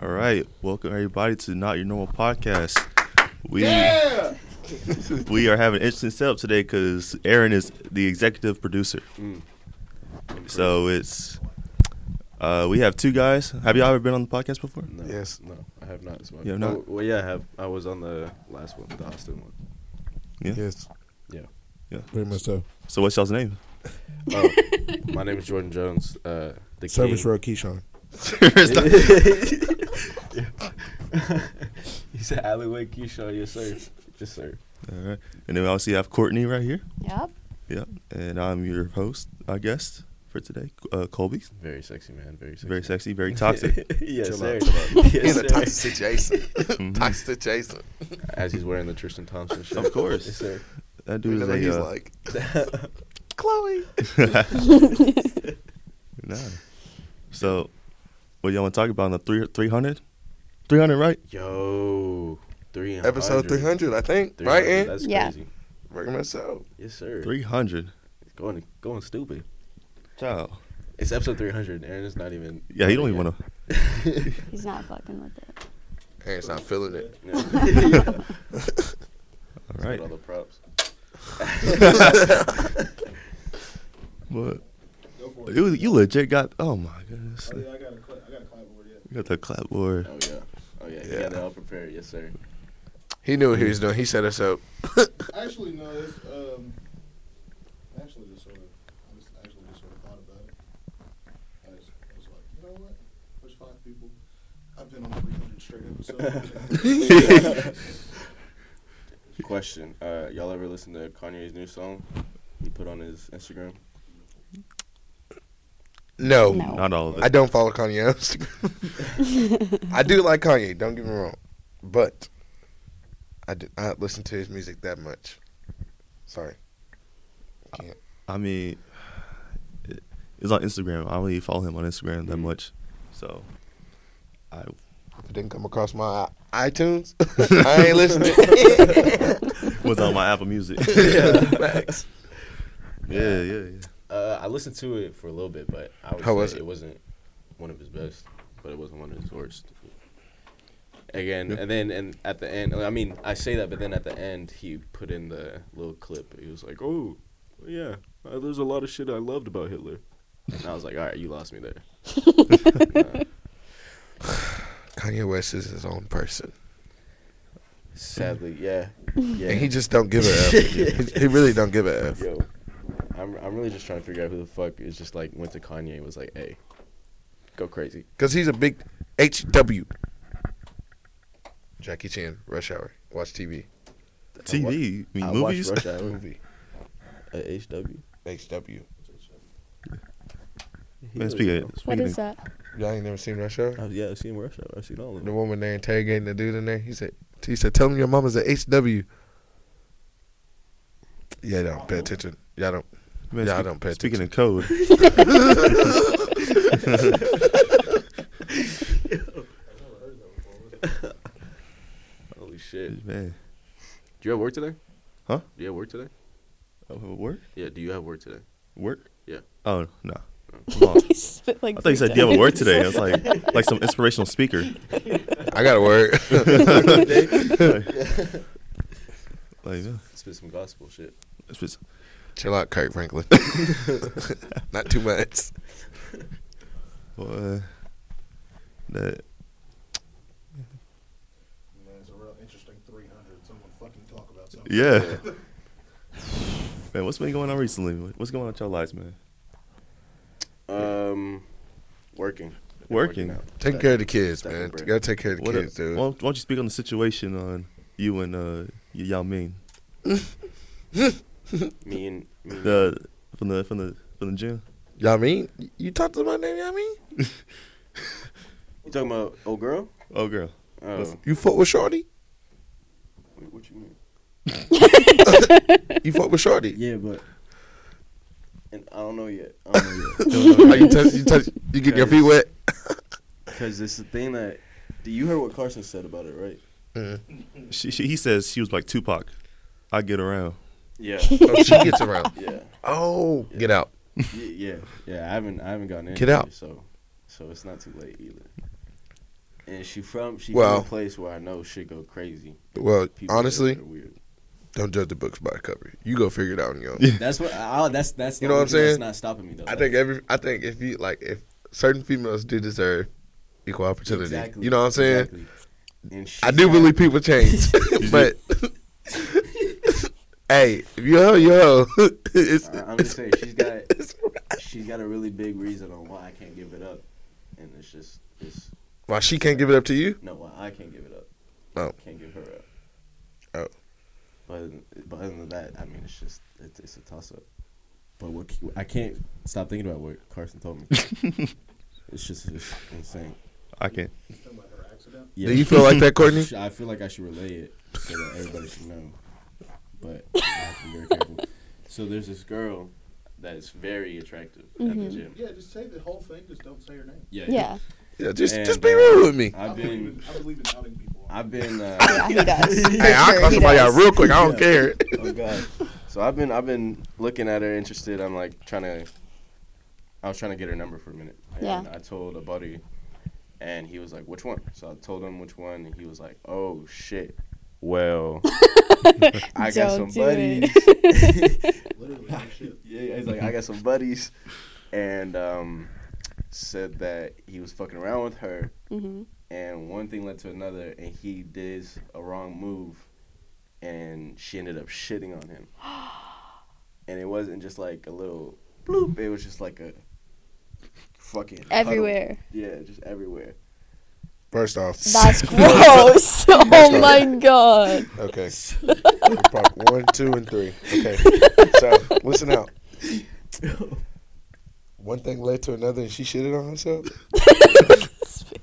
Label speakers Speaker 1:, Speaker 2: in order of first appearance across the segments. Speaker 1: All right, welcome everybody to Not Your Normal Podcast. We we are having an interesting setup today because Aaron is the executive producer. So it's uh, we have two guys. Have you all ever been on the podcast before?
Speaker 2: No,
Speaker 3: Yes.
Speaker 2: No, I have not. As well.
Speaker 1: You have not?
Speaker 2: Oh, well, yeah, I have. I was on the last one, the Austin one.
Speaker 3: Yes,
Speaker 2: Yeah.
Speaker 3: pretty much so.
Speaker 1: So what's y'all's name?
Speaker 2: Oh, my name is Jordan Jones. Uh, the
Speaker 3: Service
Speaker 2: king.
Speaker 3: Road Keyshawn.
Speaker 1: It's not-
Speaker 2: he said alleyway Keyshawn. Yes, sir. Yes, sir.
Speaker 1: all right. And then we obviously have Courtney right here.
Speaker 4: Yep.
Speaker 1: Yeah, and I'm your host, I guess, for today. Uh, Colby,
Speaker 2: Very sexy man. Very sexy.
Speaker 1: very sexy, very toxic.
Speaker 2: yes,
Speaker 3: Chill
Speaker 2: sir.
Speaker 3: out,
Speaker 2: Yes,
Speaker 5: He's
Speaker 2: sir.
Speaker 5: a toxic Jason. toxic Jason.
Speaker 2: As he's wearing the Tristan Thompson shirt.
Speaker 1: Mm-hmm. Of course.
Speaker 2: Yes, sir.
Speaker 1: That
Speaker 5: You
Speaker 1: dude
Speaker 5: know
Speaker 1: is
Speaker 5: what he's
Speaker 1: a, uh,
Speaker 5: like.
Speaker 2: Chloe.
Speaker 1: Nah. So, what y'all want to talk about? On the three, 300? 300, right?
Speaker 2: Yo. 300.
Speaker 5: Episode 300, I think.
Speaker 2: 300,
Speaker 5: Right, Ant?
Speaker 2: That's
Speaker 4: Yeah.
Speaker 2: crazy.
Speaker 5: Recommend so.
Speaker 2: Yes, sir.
Speaker 1: 300.
Speaker 2: Going, going stupid.
Speaker 1: Child.
Speaker 2: It's episode 300. Aaron is not even.
Speaker 1: Yeah, you don't even want to.
Speaker 4: He's not fucking with it.
Speaker 5: Aaron's not feeling it.
Speaker 2: to.
Speaker 1: All right.
Speaker 2: All the props.
Speaker 1: But you, you legit got. Oh, my goodness.
Speaker 6: Oh, yeah, I got a cl- I got a clipboard yet.
Speaker 1: You got the clapboard.
Speaker 2: Oh, yeah. Oh, yeah. You
Speaker 5: Yeah.
Speaker 2: got it all prepared. Yes, sir.
Speaker 5: He knew what he was doing. He set us up.
Speaker 6: Actually, no, it's um, I actually just sort of, I just actually just sort of thought about it. I just I was like, you know what? There's five people. I've been on 300 straight episodes.
Speaker 2: Question. Uh, y'all ever listen to Kanye's new song he put on his Instagram?
Speaker 5: No.
Speaker 4: No.
Speaker 1: Not all of
Speaker 5: Oh, I
Speaker 1: it.
Speaker 5: don't follow Kanye on Instagram. I do like Kanye, don't get me wrong. But I do not listen to his music that much. Sorry.
Speaker 1: I mean, it, it's on Instagram. I don't really follow him on Instagram that
Speaker 2: Mhm.
Speaker 1: much. So, I.
Speaker 5: If it didn't come across my i- iTunes, I ain't listening.
Speaker 1: What's on my Apple Music?
Speaker 5: yeah, facts.
Speaker 1: yeah, yeah, yeah.
Speaker 2: Uh, I listened to it for a little bit, but I would
Speaker 5: How
Speaker 2: say
Speaker 5: was it?
Speaker 2: it wasn't one of his best, but it wasn't one of his worst. Again,
Speaker 1: Yeah.
Speaker 2: and then and at the end, I mean, I say that, but then at the end, he put in the little clip. He was like, "Oh, yeah, uh, there's a lot of shit I loved about Hitler," and I was like, "All right, you lost me there." Uh,
Speaker 5: Kanye West is his own person.
Speaker 2: sadly, yeah, yeah.
Speaker 5: And he just don't give a F. he, he really don't give a F.
Speaker 2: Yo, I'm I'm really just trying to figure out who the fuck is just like went to Kanye and was like, "Hey, go crazy."
Speaker 5: Because he's a big HW. Jackie Chan, Rush Hour. Watch TV.
Speaker 1: TV, I mean,
Speaker 2: I
Speaker 1: movies.
Speaker 2: watched Rush Hour
Speaker 5: Movie.
Speaker 2: at HW.
Speaker 5: HW.
Speaker 1: Man, speaking of,
Speaker 4: What
Speaker 1: speaking
Speaker 4: is
Speaker 1: of-
Speaker 4: that?
Speaker 5: Y'all ain't never seen Rush Hour?
Speaker 2: I was, yeah, I've seen Rush Hour. I've seen all of
Speaker 5: The
Speaker 2: them.
Speaker 5: one when they're interrogating the dude in there. He said, he said, tell him your mama's a HW. Yeah, don't pay attention. Y'all don't.
Speaker 1: man,
Speaker 5: Yeah, I
Speaker 1: speak-
Speaker 5: don't pay
Speaker 1: Speaking of code,
Speaker 2: Holy shit! Do
Speaker 1: man,
Speaker 2: you have work today?
Speaker 1: Huh?
Speaker 2: Do you have work today?
Speaker 1: uh, work,
Speaker 2: Yeah. Do you have work today?
Speaker 1: work.
Speaker 2: Yeah.
Speaker 1: Oh no.
Speaker 2: Oh.
Speaker 1: Come on.
Speaker 4: He spit like
Speaker 1: I thought you
Speaker 4: three
Speaker 1: said, "Do you have a word
Speaker 4: times.
Speaker 1: today?" I was like, like some inspirational speaker.
Speaker 5: I got a word.
Speaker 1: Like, yeah,
Speaker 2: Spit some gospel shit.
Speaker 1: it's just-
Speaker 5: Chill out, Kirk Franklin. Not too much.
Speaker 1: boy, that
Speaker 6: Man, it's a real interesting 300. Someone fucking talk about something.
Speaker 1: yeah. Man, what's been going on recently? What's going on with your lives, man?
Speaker 2: Um, working.
Speaker 1: Working.
Speaker 2: out.
Speaker 5: Take care of the kids,
Speaker 2: Second
Speaker 5: man.
Speaker 2: break.
Speaker 5: Gotta take care of the
Speaker 1: What
Speaker 5: kids,
Speaker 1: up-
Speaker 5: dude.
Speaker 1: why, don't, why don't you speak on the situation on you and uh, y- Yao Ming,
Speaker 2: Me and me and-
Speaker 1: the from the from the from the gym?
Speaker 5: Y'all mean? You talked to my name, y'all mean?
Speaker 2: you talking about old girl?
Speaker 1: Oh, girl.
Speaker 2: Oh,
Speaker 1: Listen.
Speaker 5: You fuck with Shorty?
Speaker 2: wait, what you mean?
Speaker 5: You fuck with Shorty?
Speaker 2: Yeah, but and I don't know yet. I don't know yet.
Speaker 5: How you touch, you touch, you get your feet wet?
Speaker 2: Because it's the thing that. Do you heard what Carson said about it, right?
Speaker 1: She, she he says she was like Tupac. I get around.
Speaker 2: Yeah.
Speaker 5: Oh, she gets around.
Speaker 2: yeah.
Speaker 5: Oh, get out.
Speaker 2: Y- Yeah, yeah. I haven't, I haven't gotten in.
Speaker 5: Get out.
Speaker 2: So, so it's not too late either. and she from she
Speaker 5: Well-
Speaker 2: from a place where I know shit go crazy.
Speaker 5: Well,
Speaker 2: People there
Speaker 5: honestly,
Speaker 2: are weird.
Speaker 5: don't judge the books by the cover. You go figure it out on your own.
Speaker 2: that's what I, that's that's the
Speaker 5: You know what
Speaker 2: only
Speaker 5: I'm
Speaker 2: thing that's
Speaker 5: saying?
Speaker 2: not stopping me though.
Speaker 5: I think every I think if you like if certain females do deserve equal opportunity. You know what I'm saying?
Speaker 2: Exactly. And
Speaker 5: I
Speaker 2: she-
Speaker 5: do believe people change, but hey, if you ho, you ho. It's,
Speaker 2: I- I'm just saying she's got
Speaker 5: it's-
Speaker 2: she's got a really big reason on why I can't give it up, and it's just it's
Speaker 5: Why she can't give it up to you?
Speaker 2: no why I can't give it up.
Speaker 5: Oh.
Speaker 2: can't give her up.
Speaker 5: Oh.
Speaker 2: But but other than that, I mean, it's just it's, it's a toss up. But what I can't stop thinking about what Carson told me. it's just it's insane.
Speaker 1: I can.
Speaker 6: Talking about her accident.
Speaker 2: Yeah,
Speaker 5: Do you feel like that, Courtney?
Speaker 2: Sh- I feel like I should relay it so that everybody should know. But I have to be very careful. So there's this girl that is very attractive at the
Speaker 4: Mhm.
Speaker 2: gym.
Speaker 6: Yeah, just say the whole thing. Just don't say her name.
Speaker 2: Yeah.
Speaker 4: Yeah.
Speaker 5: Yeah, just
Speaker 2: And,
Speaker 5: just be
Speaker 2: uh,
Speaker 5: real with me.
Speaker 6: I
Speaker 2: I've
Speaker 6: believe
Speaker 2: been
Speaker 6: in, I believe in outing people.
Speaker 2: I've been uh,
Speaker 4: Yeah, he does.
Speaker 5: Hey, I'll
Speaker 4: sure
Speaker 5: call
Speaker 4: he
Speaker 5: somebody out
Speaker 4: does.
Speaker 5: real quick. I don't
Speaker 2: Yeah.
Speaker 5: care.
Speaker 2: oh god. So I've been I've been looking at her interested. I'm like trying to I was trying to get her number for a minute. And
Speaker 4: Yeah.
Speaker 2: I told a buddy and he was like, "Which one?" So I told him which one and he was like, "Oh shit." Well, I got some
Speaker 4: Don't do it.
Speaker 2: buddies.
Speaker 6: Literally, no shit.
Speaker 2: yeah, he's like, "I got some buddies." And um said that he was fucking around with her
Speaker 4: Mhm.
Speaker 2: and one thing led to another and he did a wrong move and she ended up shitting on him and it wasn't just like a little bloop it was just like a fucking puddle.
Speaker 4: Everywhere.
Speaker 2: yeah just everywhere
Speaker 5: First off,
Speaker 4: That's gross. oh my god.
Speaker 5: okay. Part one, two, and three. Okay, so listen out. One thing led to another, and she shitted on herself.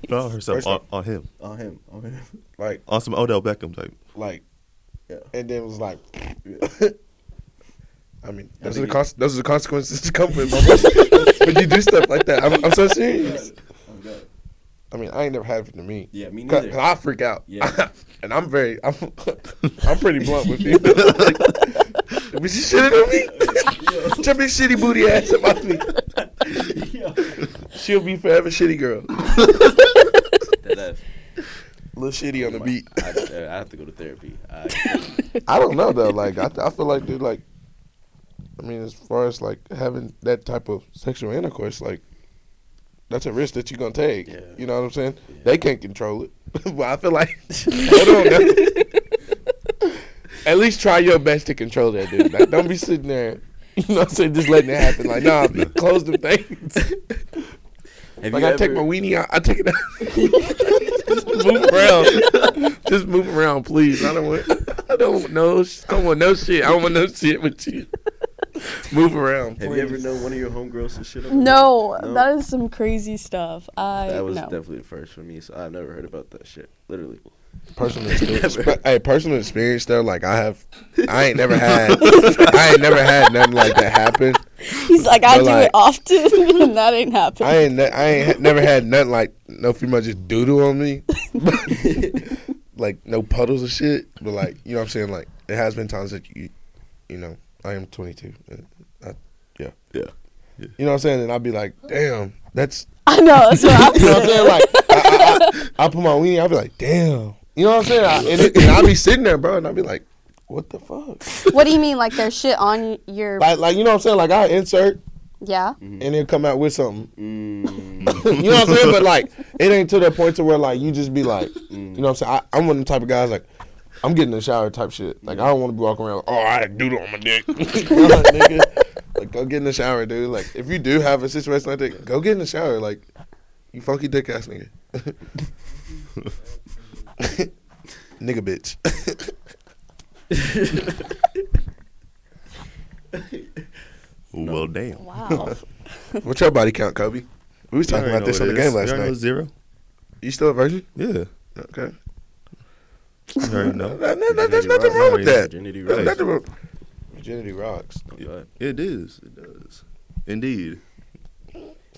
Speaker 1: No, herself
Speaker 5: First
Speaker 1: on, on him,
Speaker 2: on him on him
Speaker 5: Like,
Speaker 1: on some Odell Beckham type.
Speaker 5: like,
Speaker 2: Yeah.
Speaker 5: and then was like. I mean, those are the
Speaker 2: think it-
Speaker 5: cons- those are the consequences to come with. mama. when you do stuff like that, I'm, I'm so serious.
Speaker 2: oh, God.
Speaker 5: I mean, I ain't never happened to me.
Speaker 2: yeah me
Speaker 5: Cause,
Speaker 2: neither
Speaker 5: 'cause I freak out.
Speaker 2: Yeah.
Speaker 5: and I'm very, I'm, I'm pretty blunt with you. Was you shitting on me? Jump your shitty booty ass about me.
Speaker 2: Yeah.
Speaker 5: She'll be forever shitty girl.
Speaker 2: That ass.
Speaker 5: Little shitty on the beat.
Speaker 2: I, uh, I have to go to therapy I,
Speaker 5: I don't know though. Like I, I feel like dude, like, I mean, as far as like having that type of sexual intercourse, like, that's a risk that you're gonna take.
Speaker 2: Yeah.
Speaker 5: You know what I'm saying?
Speaker 2: Yeah.
Speaker 5: They can't control it. but I feel like, hold on. Now. At least try your best to control that dude. Like, don't be sitting there. You know what I'm saying? Just letting it happen. Like, nah, close the things.
Speaker 2: have
Speaker 5: Like,
Speaker 2: you
Speaker 5: I
Speaker 2: ever,
Speaker 5: take my weenie out. I take it out. Just move around. Just move around, please. I don't want. I don't want no. sh- I don't want no shit. I don't want no shit with you. Move around.
Speaker 2: have you ever known one of your homegirls to shit on you?
Speaker 4: No,
Speaker 2: No.
Speaker 4: that is some crazy stuff. I
Speaker 2: that was
Speaker 4: no.
Speaker 2: definitely the first for me so i never heard about that shit literally
Speaker 5: Personal experience. hey, personal experience though. Like I have. I ain't never had. I ain't never had nothing like that happen.
Speaker 4: He's like, I
Speaker 5: But,
Speaker 4: do
Speaker 5: like-
Speaker 4: it often, and that ain't happening.
Speaker 5: I ain't. ne- I ain't ha- never had nothing like no female just doodle on me. like no puddles of shit. But like you know what I'm saying. Like there has been times that you, you know, I am 22. and I, yeah.
Speaker 1: Yeah.
Speaker 5: You know what I'm saying. And I'd be like, damn, that's.
Speaker 4: I know. That's what I'm
Speaker 5: You know what I'm
Speaker 4: saying.
Speaker 5: saying. Like I, I, I, I put my weenie. I'd be like, damn. You know what I'm saying. I, and, it- and I'd be sitting there, bro, and I'd be like, what the fuck.
Speaker 4: What do you mean? Like there's shit on your
Speaker 5: Like, like you know what I'm saying. Like I insert
Speaker 4: yeah?
Speaker 5: and then come out with something.
Speaker 2: Mm,
Speaker 5: you know what I'm saying? But like, it ain't to the point to where like you just be like, you know what I'm saying? I, I'm one of the type of guys like, I'm getting in the shower type shit. Like I don't want to be walking around. Like, oh, I had doodle on my dick. like, nigga, like go get in the shower, dude. Like if you do have a situation like that, go get in the shower. Like you funky dick ass nigga, nigga bitch.
Speaker 1: Well, damn.
Speaker 4: Wow.
Speaker 5: What's your body count, Kobe? We was talking
Speaker 1: You already
Speaker 5: about
Speaker 1: know
Speaker 5: this on
Speaker 1: what
Speaker 5: the
Speaker 1: it
Speaker 5: game
Speaker 1: is.
Speaker 5: last
Speaker 1: You already know
Speaker 5: night.
Speaker 1: Zero.
Speaker 5: You still a virgin?
Speaker 1: Yeah.
Speaker 5: Okay.
Speaker 1: You already know.
Speaker 5: That- that- there's nothing wrong with that.
Speaker 2: Virginity
Speaker 5: There's
Speaker 2: rights.
Speaker 5: nothing wrong- Virginity rocks.
Speaker 2: Oh, God.
Speaker 1: It is. It does. Indeed.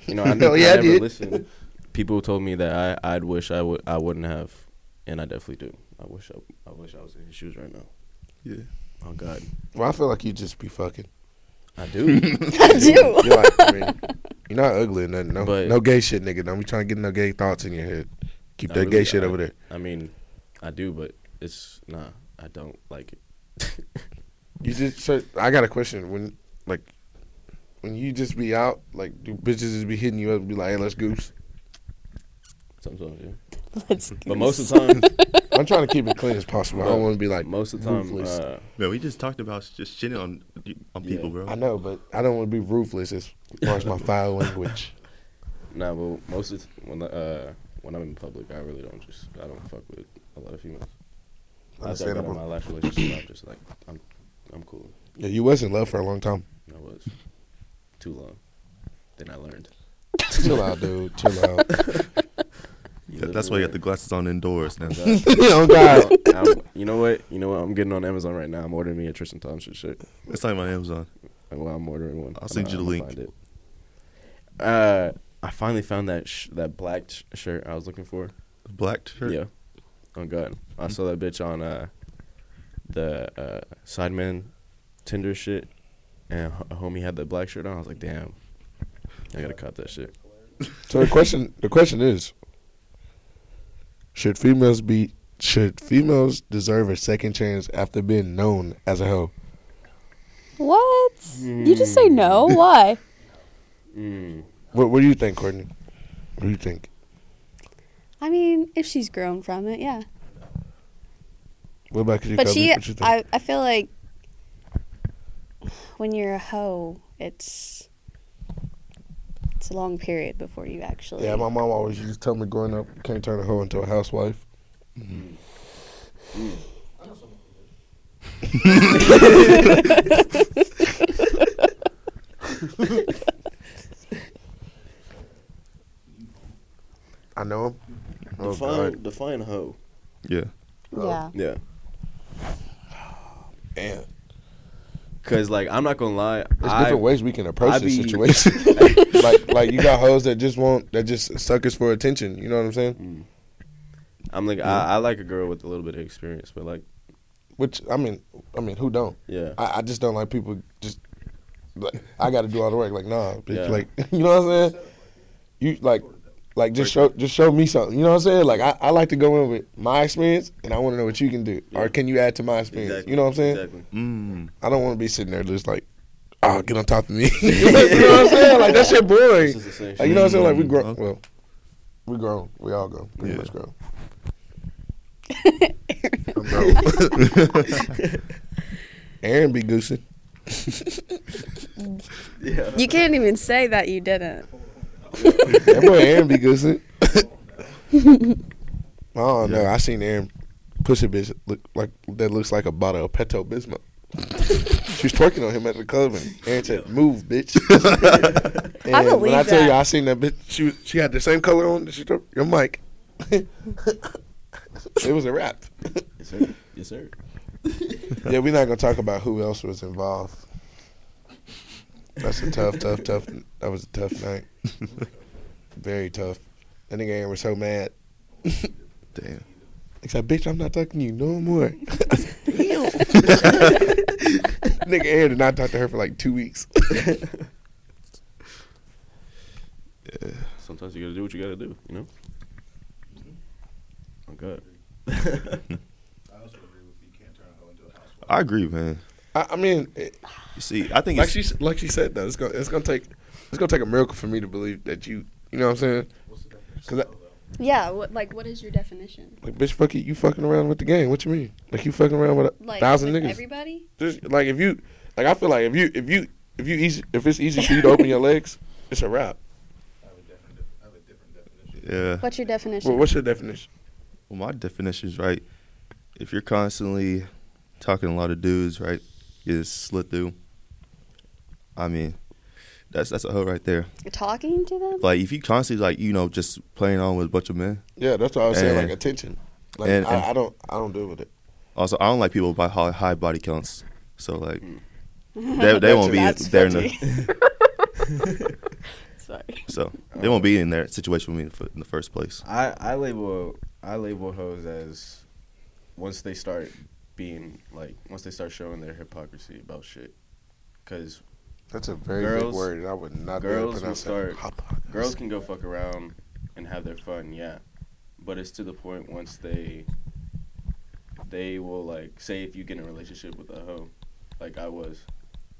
Speaker 2: You know, I,
Speaker 5: Hell
Speaker 2: never
Speaker 5: Oh, yeah,
Speaker 2: I never
Speaker 5: dude.
Speaker 2: listened. People told me that I, I'd wish I would, I wouldn't have, and I definitely do. I wish I, I wish I was in his shoes right now.
Speaker 1: Yeah.
Speaker 2: Oh God,
Speaker 5: Well, I feel like you just be fucking.
Speaker 2: I do.
Speaker 4: I do.
Speaker 5: You're like, I mean, you're not ugly or nothing. No,
Speaker 2: But-
Speaker 5: no gay shit, nigga. Don't be trying to get no gay thoughts in your head. Keep
Speaker 2: I
Speaker 5: that
Speaker 2: really-
Speaker 5: gay shit
Speaker 2: I-
Speaker 5: over there.
Speaker 2: I mean, I do, but it's nah. I don't like it.
Speaker 5: You just. So, I got a question. When like, when you just be out, like, do bitches just be hitting you up and be like, "Hey, let's goose."
Speaker 2: Sometimes, yeah.
Speaker 4: Let's
Speaker 2: But most of the time,
Speaker 5: I'm trying to keep it clean as possible. I don't want to be like
Speaker 2: most of the time,
Speaker 5: ruthless.
Speaker 2: uh,
Speaker 1: Man, we just talked about just shitting on on
Speaker 2: Yeah.
Speaker 1: people, bro.
Speaker 5: I know, but I don't want to be ruthless as far as my foul language.
Speaker 2: nah. Well, most of the, when uh when I'm in public, I really don't just I don't fuck with a lot of females. After I got out of my
Speaker 5: Understandable.
Speaker 2: last relationship, I'm just like I'm I'm cool.
Speaker 5: Yeah, you was in love for a long time.
Speaker 2: I was too long. Then I learned.
Speaker 5: Chill out, dude. Chill out.
Speaker 2: You
Speaker 1: Th-
Speaker 2: live
Speaker 1: That's
Speaker 2: and
Speaker 1: why you
Speaker 2: learn.
Speaker 1: got the glasses on indoors now.
Speaker 2: Exactly.
Speaker 5: oh God.
Speaker 2: I'm- you know what? You know what? I'm getting on Amazon right now. I'm ordering me a Tristan Thompson shirt.
Speaker 1: It's not even on Amazon.
Speaker 2: Well, I'm ordering one.
Speaker 1: I'll send you the
Speaker 2: I'ma
Speaker 1: link.
Speaker 2: find it. Uh, I finally found that sh- that black sh- shirt I was looking for.
Speaker 1: Black shirt.
Speaker 2: Yeah. Oh God, I saw that bitch on uh the uh Sidemen Tinder shit, and a homie had that black shirt on. I was like, damn, I gotta cop that shit.
Speaker 5: So the question the question is Should females be should females deserve a second chance after being known as a hoe?
Speaker 4: What? You just say no? Why?
Speaker 2: Mm.
Speaker 5: What what do you think, Courtney? What do you think?
Speaker 4: I mean, if she's grown from it, yeah.
Speaker 5: What about you,
Speaker 4: But
Speaker 5: Kobe?
Speaker 4: she,
Speaker 5: what you think?
Speaker 4: I, I feel like when you're a hoe, it's it's a long period before you actually.
Speaker 5: yeah, my mom always used to tell me growing up, you can't turn a hoe into a housewife. I know him. Oh, God.
Speaker 2: Define define hoe.
Speaker 1: Yeah.
Speaker 4: yeah.
Speaker 2: Yeah.
Speaker 5: Man.
Speaker 2: Cause like I'm not gonna lie,
Speaker 5: There's
Speaker 2: I,
Speaker 5: different ways we can approach
Speaker 2: I
Speaker 5: this
Speaker 2: be-
Speaker 5: situation. like, like you got hoes that just want that just suckers for attention. You know what I'm saying?
Speaker 2: I'm like I, I like a girl with a little bit of experience, but like
Speaker 5: Which I mean, I mean, who don't?
Speaker 2: yeah,
Speaker 5: I, I just don't like people just like I got to do all the work. Like, nah, bitch,
Speaker 2: Yeah.
Speaker 5: like you know what I'm saying? You like, like just show just show me something. You know what I'm saying? Like, I, I like to go in with my experience, and I want to know what you can do,
Speaker 2: Yeah.
Speaker 5: or can you add to my experience? You know what I'm saying?
Speaker 2: Exactly.
Speaker 1: Mm.
Speaker 5: I don't want to be sitting there just like, oh, get on top of me. you know what I'm saying? Like that's your boy.
Speaker 2: This is the same
Speaker 5: Like,
Speaker 2: shit.
Speaker 5: you know what I'm saying? Like we
Speaker 1: Mm,
Speaker 5: grown.
Speaker 1: okay.
Speaker 5: Well, we grown. We all grown. Pretty
Speaker 1: Yeah.
Speaker 5: much grown. Aaron be goosing.
Speaker 2: yeah.
Speaker 4: You can't even say that you didn't.
Speaker 5: That boy Aaron be goosing. oh no, I seen Aaron push a bitch look like that looks like a bottle of Petto Bismol. she was twerking on him at the club, and Aaron said, "Move, bitch." and
Speaker 4: I believe
Speaker 5: when I tell
Speaker 4: that.
Speaker 5: you, I seen that bitch. She was, she had the same color on. that She twer- your mic. it was a wrap.
Speaker 2: Yes sir. Yes sir.
Speaker 5: yeah, we're not gonna talk about who else was involved. That's a tough, tough, tough. That was a tough night. Very tough. That nigga Aaron was so mad.
Speaker 1: Damn.
Speaker 5: He's like, "Bitch, I'm not talking to you no more." I said, Damn. nigga Aaron did not talk to her for like two weeks.
Speaker 2: Sometimes you gotta do what you gotta do. You know. Oh God.
Speaker 6: I also agree with you can't turn a hoe into a housewife.
Speaker 1: I agree, man.
Speaker 5: I, I mean, it-
Speaker 1: You see, I think
Speaker 5: like
Speaker 1: it's
Speaker 5: she like she said though, it's gonna it's gonna take it's gonna take a miracle for me to believe that you you know what I'm saying?
Speaker 6: What's the definition?
Speaker 5: Cause I-
Speaker 4: Yeah. What, like, what is your definition?
Speaker 5: Like, bitch, fuck you, you fucking around with the game. What you mean? Like you fucking around with a
Speaker 4: Like
Speaker 5: thousand
Speaker 4: with
Speaker 5: niggas?
Speaker 4: Everybody.
Speaker 5: Just like if you, like I feel like if you, if you, if you easy, if it's easy for you to open your legs, it's a wrap.
Speaker 6: I have a different, I have a different definition.
Speaker 1: yeah.
Speaker 4: What's your definition?
Speaker 5: Well, what's your definition?
Speaker 1: Well, my definition is right. If you're constantly talking to a lot of dudes, right, you just slid through. I mean, that's that's a hoe right there.
Speaker 4: You're talking to them.
Speaker 1: Like if you constantly like you know just playing on with a bunch of men.
Speaker 5: Yeah, that's what I was saying.
Speaker 1: And-
Speaker 5: Like attention. Like
Speaker 1: and-
Speaker 5: I,
Speaker 1: and-
Speaker 5: I don't, I don't deal with it.
Speaker 1: Also, I don't like people by high, high body counts. So like, they, they won't be
Speaker 4: That's
Speaker 1: there in
Speaker 4: funny.
Speaker 1: the,
Speaker 4: Sorry.
Speaker 1: so they won't be in that situation with me in the fir- in the first place.
Speaker 2: I I label I label hoes as once they start being like once they start showing their hypocrisy about shit. Cause
Speaker 5: That's a very big
Speaker 2: Girls-
Speaker 5: word, and I would not be able
Speaker 2: girls
Speaker 5: to
Speaker 2: will start.
Speaker 5: pronounce that.
Speaker 2: Girls can go fuck around and have their fun, yeah. but it's to the point once they they will like say if you get in a relationship with a hoe, like I was.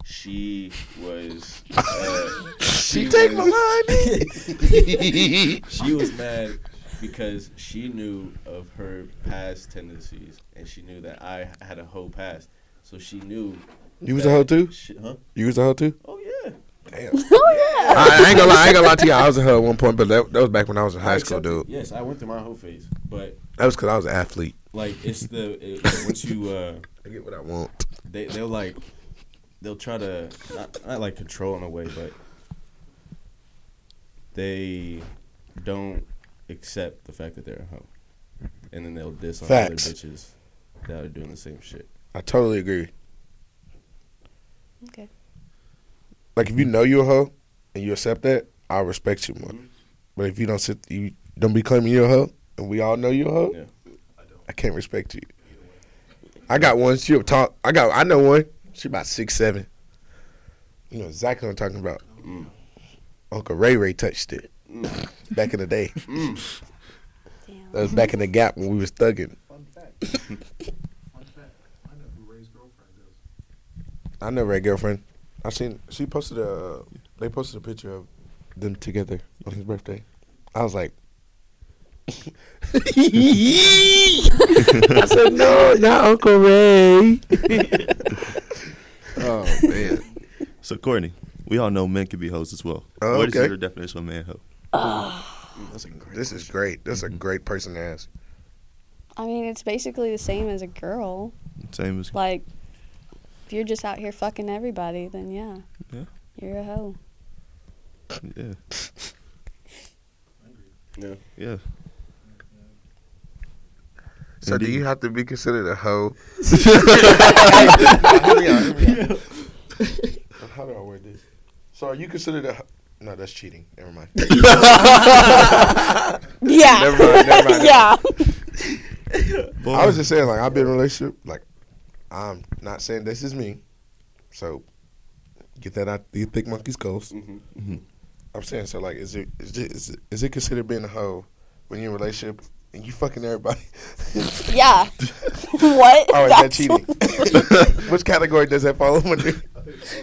Speaker 2: She was. Uh, she
Speaker 5: Take
Speaker 2: was-
Speaker 5: my line. eh?
Speaker 2: she was mad because she knew of her past tendencies and she knew that I had a whole past. So she knew.
Speaker 5: You was a hoe too.
Speaker 2: She, huh?
Speaker 5: You was a hoe too.
Speaker 2: Oh yeah.
Speaker 4: Oh,
Speaker 5: I, I ain't gonna lie. I ain't gonna lie to you. I was a hoe at one point, but that, that was back when I was in high school, dude.
Speaker 2: Yes, I went through my whole phase, but
Speaker 5: That was because I was an athlete.
Speaker 2: like it's the it, like, once you uh
Speaker 5: I get what I want.
Speaker 2: they they'll like they'll try to not, not like control in a way, but they don't accept the fact that they're a hoe, and then they'll diss on other
Speaker 5: Facts.
Speaker 2: bitches that are doing the same shit.
Speaker 5: I totally agree.
Speaker 4: Okay.
Speaker 5: Like if you know you're a hoe and you accept that, I respect you more. But if you don't sit, you don't be claiming you're a hoe, and we all know you're a hoe.
Speaker 2: Yeah.
Speaker 5: I can't respect you. I got one. She talk. I got. I know one. She about six seven. You know exactly what I'm talking about. Uncle Ray Ray touched it back in the day.
Speaker 4: Damn.
Speaker 5: That was back in the gap when we was thugging.
Speaker 6: Fun fact. Fun fact. I know who Ray's girlfriend is.
Speaker 5: I know Ray girlfriend. I seen she posted a. uh, They posted a picture of them together on his birthday. I was like, I said no, not Uncle Ray. oh man,
Speaker 1: So Courtney, we all know men can be hoes as well.
Speaker 5: Oh,
Speaker 1: What is
Speaker 5: okay.
Speaker 1: your definition of man hoe?
Speaker 5: this is great. This is a great person to ask.
Speaker 4: I mean, it's basically the same as a girl.
Speaker 1: Same as
Speaker 4: Like, if you're just out here fucking everybody, then yeah,
Speaker 1: Yeah.
Speaker 4: you're a hoe.
Speaker 1: yeah,
Speaker 2: Yeah.
Speaker 1: yeah.
Speaker 5: So, do
Speaker 1: Indeed.
Speaker 5: you have to be considered a hoe? How do I word this? So, are you considered a? Ho- no, that's cheating. Never mind.
Speaker 4: Yeah.
Speaker 5: Never mind, never mind.
Speaker 4: yeah.
Speaker 5: I was just saying, like, I've been in a relationship. Like, I'm not saying this is me. So, get that out the thick monkey's ghost.
Speaker 2: Mhm.
Speaker 5: I'm saying, so, like, is it, is it, is it, is it considered being a hoe when you're in a relationship and you fucking everybody?
Speaker 4: Yeah. what?
Speaker 5: Or Oh, is that
Speaker 4: That's-
Speaker 5: cheating? Which category does that fall under?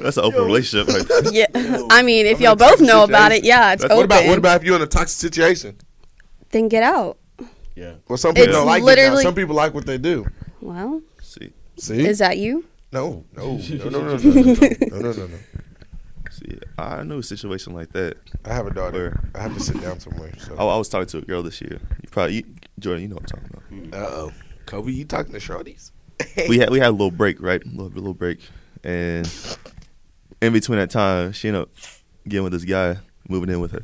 Speaker 1: That's an open relationship. Like, that.
Speaker 4: Yeah. I mean, if
Speaker 5: I'm
Speaker 4: y'all
Speaker 5: in a toxic
Speaker 4: both know about it,
Speaker 5: situation.
Speaker 4: yeah, it's open.
Speaker 5: What about, what about if you're in a toxic situation?
Speaker 4: then get out.
Speaker 2: Yeah.
Speaker 5: Well, some people
Speaker 1: It's
Speaker 5: don't like it now.
Speaker 4: literally-
Speaker 5: Some people like what they do.
Speaker 4: Well,
Speaker 1: see,
Speaker 5: See?
Speaker 4: is that you?
Speaker 5: no, no, no, no, no, no, no, no, no, no, no, no.
Speaker 1: see, I knew a situation like that.
Speaker 5: I have a daughter.
Speaker 1: Where?
Speaker 5: I have to sit down somewhere.
Speaker 1: I,
Speaker 5: So.
Speaker 1: I was talking to a girl this year. You probably, you, Jordan, you know what I'm talking about.
Speaker 5: Uh oh, Kobe, you talking to shorties?
Speaker 1: we had we had a little break, right? A little, little break, and in between that time, she ended up getting with this guy, moving in with her.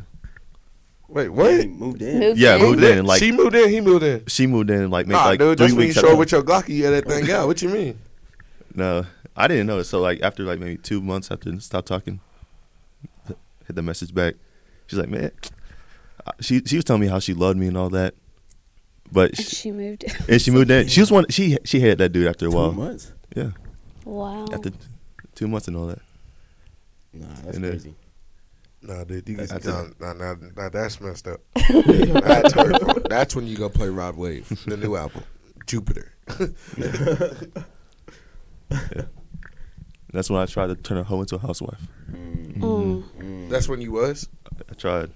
Speaker 5: Wait,
Speaker 2: He
Speaker 5: what?
Speaker 2: moved in.
Speaker 4: Moved
Speaker 1: Yeah,
Speaker 4: in.
Speaker 1: moved in. Like
Speaker 5: she
Speaker 1: she,
Speaker 5: moved in, he moved in.
Speaker 1: moved in like maybe
Speaker 5: Nah,
Speaker 1: like
Speaker 5: dude,
Speaker 1: three
Speaker 5: that's when you
Speaker 1: weeks.
Speaker 5: show
Speaker 1: after.
Speaker 5: up with your Glocky, you had that thing out. What you mean?
Speaker 1: no, I didn't know. So like after like maybe two months after stop talking, hit the message back. She's like, man, I- she she was telling me how she loved me and all that, but
Speaker 4: And
Speaker 1: she,
Speaker 4: she moved. in.
Speaker 1: and she moved in. She was one. She she hated that dude after a
Speaker 2: Two
Speaker 1: while.
Speaker 2: months.
Speaker 1: Yeah,
Speaker 4: wow.
Speaker 1: after t- two months and all that.
Speaker 2: Nah, that's
Speaker 1: And then-
Speaker 2: crazy.
Speaker 5: Nah, dude, you,
Speaker 1: That's-
Speaker 5: nah, nah, nah, nah, that's messed up. that's, hurtful. That's when you go play Rod Wave, the new album, Jupiter.
Speaker 1: And that's when I tried to turn her hoe into a housewife.
Speaker 4: Mm.
Speaker 5: That's when you was.
Speaker 1: I tried.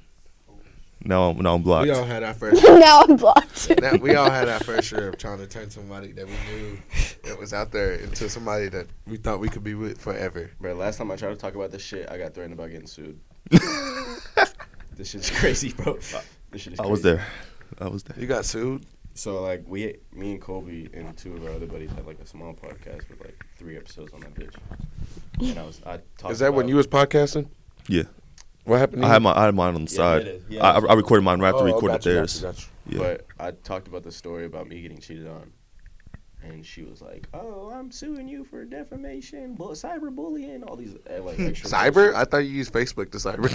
Speaker 1: Now I'm now I'm blocked.
Speaker 5: We all had our first.
Speaker 4: now I'm blocked.
Speaker 5: That, we all had our first share of trying to turn somebody that we knew that was out there into somebody that we thought we could be with forever.
Speaker 2: Bro, last time I tried to talk about this shit, I got threatened about getting sued. this shit's crazy, bro. This shit is
Speaker 1: I was
Speaker 2: crazy.
Speaker 1: there. I was there.
Speaker 5: You got sued.
Speaker 2: So like we, me and Colby and two of our other buddies had like a small podcast with like three episodes on that bitch. And I was, I talked.
Speaker 5: Is that when
Speaker 2: about-
Speaker 5: you was podcasting?
Speaker 1: Yeah.
Speaker 5: What happened? To
Speaker 1: I
Speaker 5: you?
Speaker 1: had my I had mine on the
Speaker 2: Yeah, it
Speaker 1: side.
Speaker 2: is. Yeah,
Speaker 1: I,
Speaker 2: it's-
Speaker 1: I recorded mine right after
Speaker 5: Oh,
Speaker 1: we recorded
Speaker 5: gotcha,
Speaker 1: theirs.
Speaker 5: gotcha, gotcha.
Speaker 1: Yeah.
Speaker 2: But I talked about the story about me getting cheated on, and she was like, "Oh, I'm suing you for defamation, bu- cyberbullying, all these uh, like extra
Speaker 5: Cyber? I thought you used Facebook to cyber.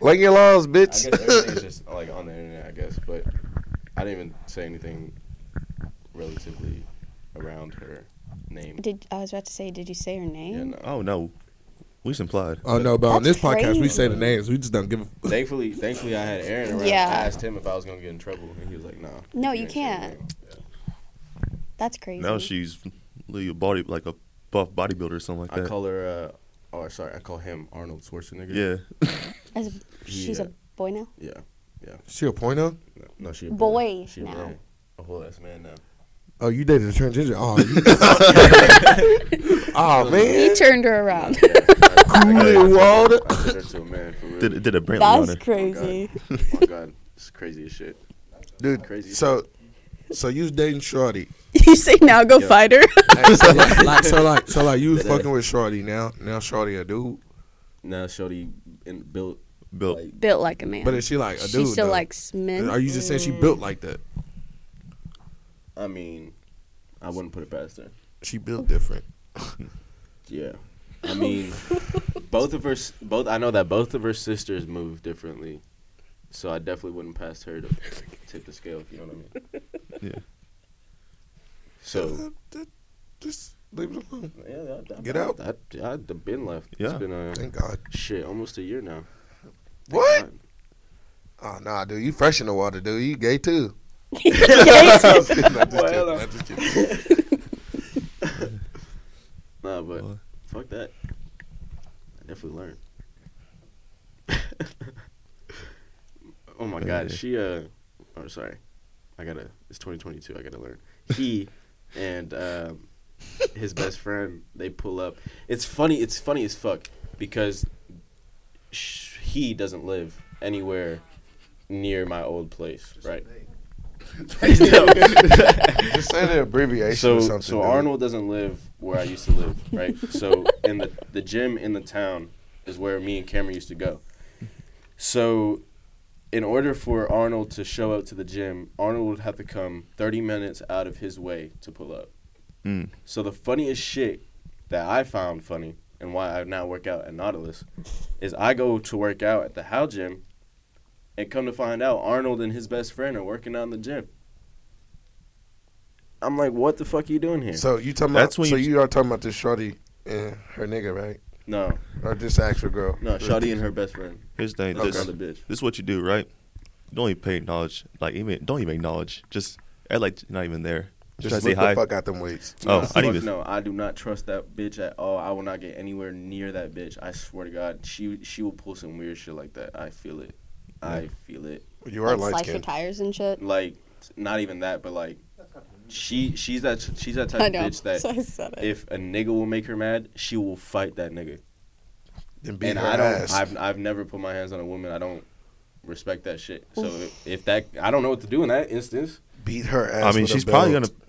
Speaker 5: like your laws,
Speaker 2: I
Speaker 5: bitch.
Speaker 2: guess everything's just like on the internet, I guess. But I didn't even say anything relatively around her name.
Speaker 4: Did I was about to say? Did you say her name?
Speaker 2: Yeah, no.
Speaker 1: Oh no. We just implied.
Speaker 5: Oh no, but on this
Speaker 4: That's
Speaker 5: podcast we say the
Speaker 4: crazy.
Speaker 5: names. We just don't give. a...
Speaker 2: Thankfully, thankfully, I had Aaron around.
Speaker 4: Yeah.
Speaker 2: I asked him if I was gonna get in trouble, and he was like, "No."
Speaker 4: No, you
Speaker 2: ain't saying
Speaker 4: can't.
Speaker 2: anything."
Speaker 4: That's crazy.
Speaker 2: Mm-hmm.
Speaker 1: Now she's literally a body like a buff bodybuilder or something like
Speaker 2: I
Speaker 1: that.
Speaker 2: call her. Uh, oh, sorry, I call him Arnold Schwarzenegger.
Speaker 1: yeah,
Speaker 4: As a, she's
Speaker 2: Yeah.
Speaker 4: a boy now.
Speaker 2: Yeah.
Speaker 5: She a porno?
Speaker 2: No, no she a
Speaker 4: Boy
Speaker 2: She a
Speaker 4: now.
Speaker 2: man. A whole ass man now.
Speaker 5: Oh, you dated a transgender? Oh, you... oh
Speaker 4: He
Speaker 5: man,
Speaker 4: turned her around.
Speaker 5: cool in water.
Speaker 2: I turned her to a man for real.
Speaker 1: did it- did a Brantley on
Speaker 4: That's
Speaker 1: her.
Speaker 4: crazy.
Speaker 2: Oh my god, it's crazy as shit.
Speaker 5: dude.
Speaker 2: Crazy.
Speaker 5: So, so you was dating Shorty.
Speaker 4: you say now go
Speaker 2: Yeah.
Speaker 4: fight her.
Speaker 5: Hey, so, like, like- so like, so like, you was fucking with Shorty now. Now Shorty a dude,
Speaker 2: Now Shorty and built
Speaker 1: Built.
Speaker 2: like
Speaker 4: Built like a man.
Speaker 5: but is she like a
Speaker 4: she
Speaker 5: dude?
Speaker 4: still
Speaker 5: though?
Speaker 4: likes men.
Speaker 5: Are you just saying she built like that?
Speaker 2: I mean, I wouldn't put it past her.
Speaker 5: She built different.
Speaker 2: Yeah. I mean, both of her s- both I know that both of her sisters move differently. So I definitely wouldn't pass her to tip the scale, if you know what I mean.
Speaker 1: Yeah.
Speaker 2: So
Speaker 5: Just leave it alone.
Speaker 2: yeah, I, I,
Speaker 5: Get out.
Speaker 2: I, I, have been left. It's
Speaker 1: Yeah.
Speaker 2: been a
Speaker 5: Thank God.
Speaker 2: shit almost a year now.
Speaker 5: What? Oh nah, dude, you fresh in the water, dude. You gay too. I'm just kidding, I'm just kidding,
Speaker 2: Well,
Speaker 5: I'm just kidding.
Speaker 2: Nah, but
Speaker 1: What?
Speaker 2: fuck that. I definitely learned. oh my god,
Speaker 1: Yeah.
Speaker 2: she uh, oh sorry, I gotta. It's 2022. I gotta learn. He and um, his best friend they pull up. It's funny. It's funny as fuck because sh- he doesn't live anywhere near my old place, right?
Speaker 5: Just say the abbreviation
Speaker 2: so
Speaker 5: or something.
Speaker 2: so
Speaker 5: dude.
Speaker 2: Arnold doesn't live where I used to live, right? so in the the gym in the town is where me and Cameron used to go. So in order for Arnold to show up to the gym, Arnold would have to come 30 minutes out of his way to pull up.
Speaker 1: Mm.
Speaker 2: So the funniest shit that I found funny and why I now work out at Nautilus is I go to work out at the How gym and come to find out Arnold and his best friend are working out in the gym. I'm like, what the fuck are you doing here?
Speaker 5: So you talking
Speaker 1: That's
Speaker 5: about?
Speaker 1: when
Speaker 5: so
Speaker 1: you-
Speaker 5: you are talking about this Shorty and her nigga, right?
Speaker 2: no,
Speaker 5: Or just the actual girl?
Speaker 2: no, Shawty and her best friend.
Speaker 1: Here's the thing.
Speaker 2: Okay.
Speaker 1: This, this is what you do, right? Don't even pay acknowledge. Like even don't even acknowledge. Just act like you're not even there. Just,
Speaker 5: Just
Speaker 1: try to say
Speaker 5: look the
Speaker 1: hi.
Speaker 5: fuck out them weights.
Speaker 1: Oh,
Speaker 2: No,
Speaker 1: I didn't
Speaker 2: fuck
Speaker 1: even.
Speaker 2: No, I do not trust that bitch at all. I will not get anywhere near that bitch. I swear to God, she she will pull some weird shit like that. I feel it. I feel it.
Speaker 5: You are
Speaker 4: like
Speaker 5: light
Speaker 4: slice your
Speaker 5: skinned.
Speaker 4: tires and shit.
Speaker 2: Like not even that, but like she she's that she's that type
Speaker 4: I
Speaker 2: of
Speaker 4: know.
Speaker 2: bitch that
Speaker 4: So I said it.
Speaker 2: if a nigga will make her mad, she will fight that nigga.
Speaker 5: And beat
Speaker 2: and
Speaker 5: her
Speaker 2: I don't.
Speaker 5: ass.
Speaker 2: I've I've never put my hands on a woman. I don't respect that shit. So if, if that, I don't know what to do in that instance.
Speaker 5: beat her ass.
Speaker 1: I mean,
Speaker 5: with a
Speaker 1: she's probably
Speaker 5: belt.
Speaker 1: gonna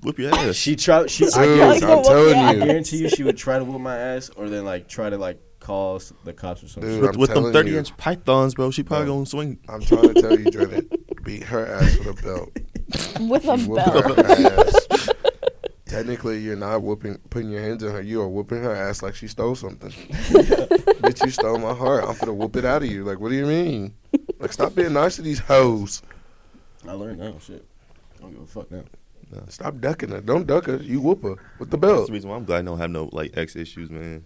Speaker 1: whip your ass.
Speaker 2: She tried. She. I
Speaker 5: Dude,
Speaker 2: guarantee,
Speaker 5: I'm
Speaker 2: I
Speaker 5: telling you.
Speaker 2: guarantee you, she would try to whip my ass, or then like try to like call s- the cops or something.
Speaker 5: Dude,
Speaker 1: with,
Speaker 5: I'm
Speaker 1: with them
Speaker 5: telling
Speaker 1: 30
Speaker 5: you.
Speaker 1: inch pythons, bro. She probably
Speaker 5: Bro.
Speaker 1: gonna swing.
Speaker 5: I'm trying to tell you, Jordan, beat her ass with a belt.
Speaker 4: With a
Speaker 5: Whoop
Speaker 4: belt.
Speaker 5: her ass. Technically, you're not whooping, putting your hands on her. You are whooping her ass like she stole something. Bitch, you stole my heart. I'm gonna whoop it out of you. Like, what do you mean? Like, stop being nice to these hoes.
Speaker 2: I learned that shit. I don't give a fuck now.
Speaker 5: Stop ducking her. Don't duck her. You whoop her with the
Speaker 1: That's
Speaker 5: belt.
Speaker 1: the reason why I'm glad I don't have no like ex issues, man.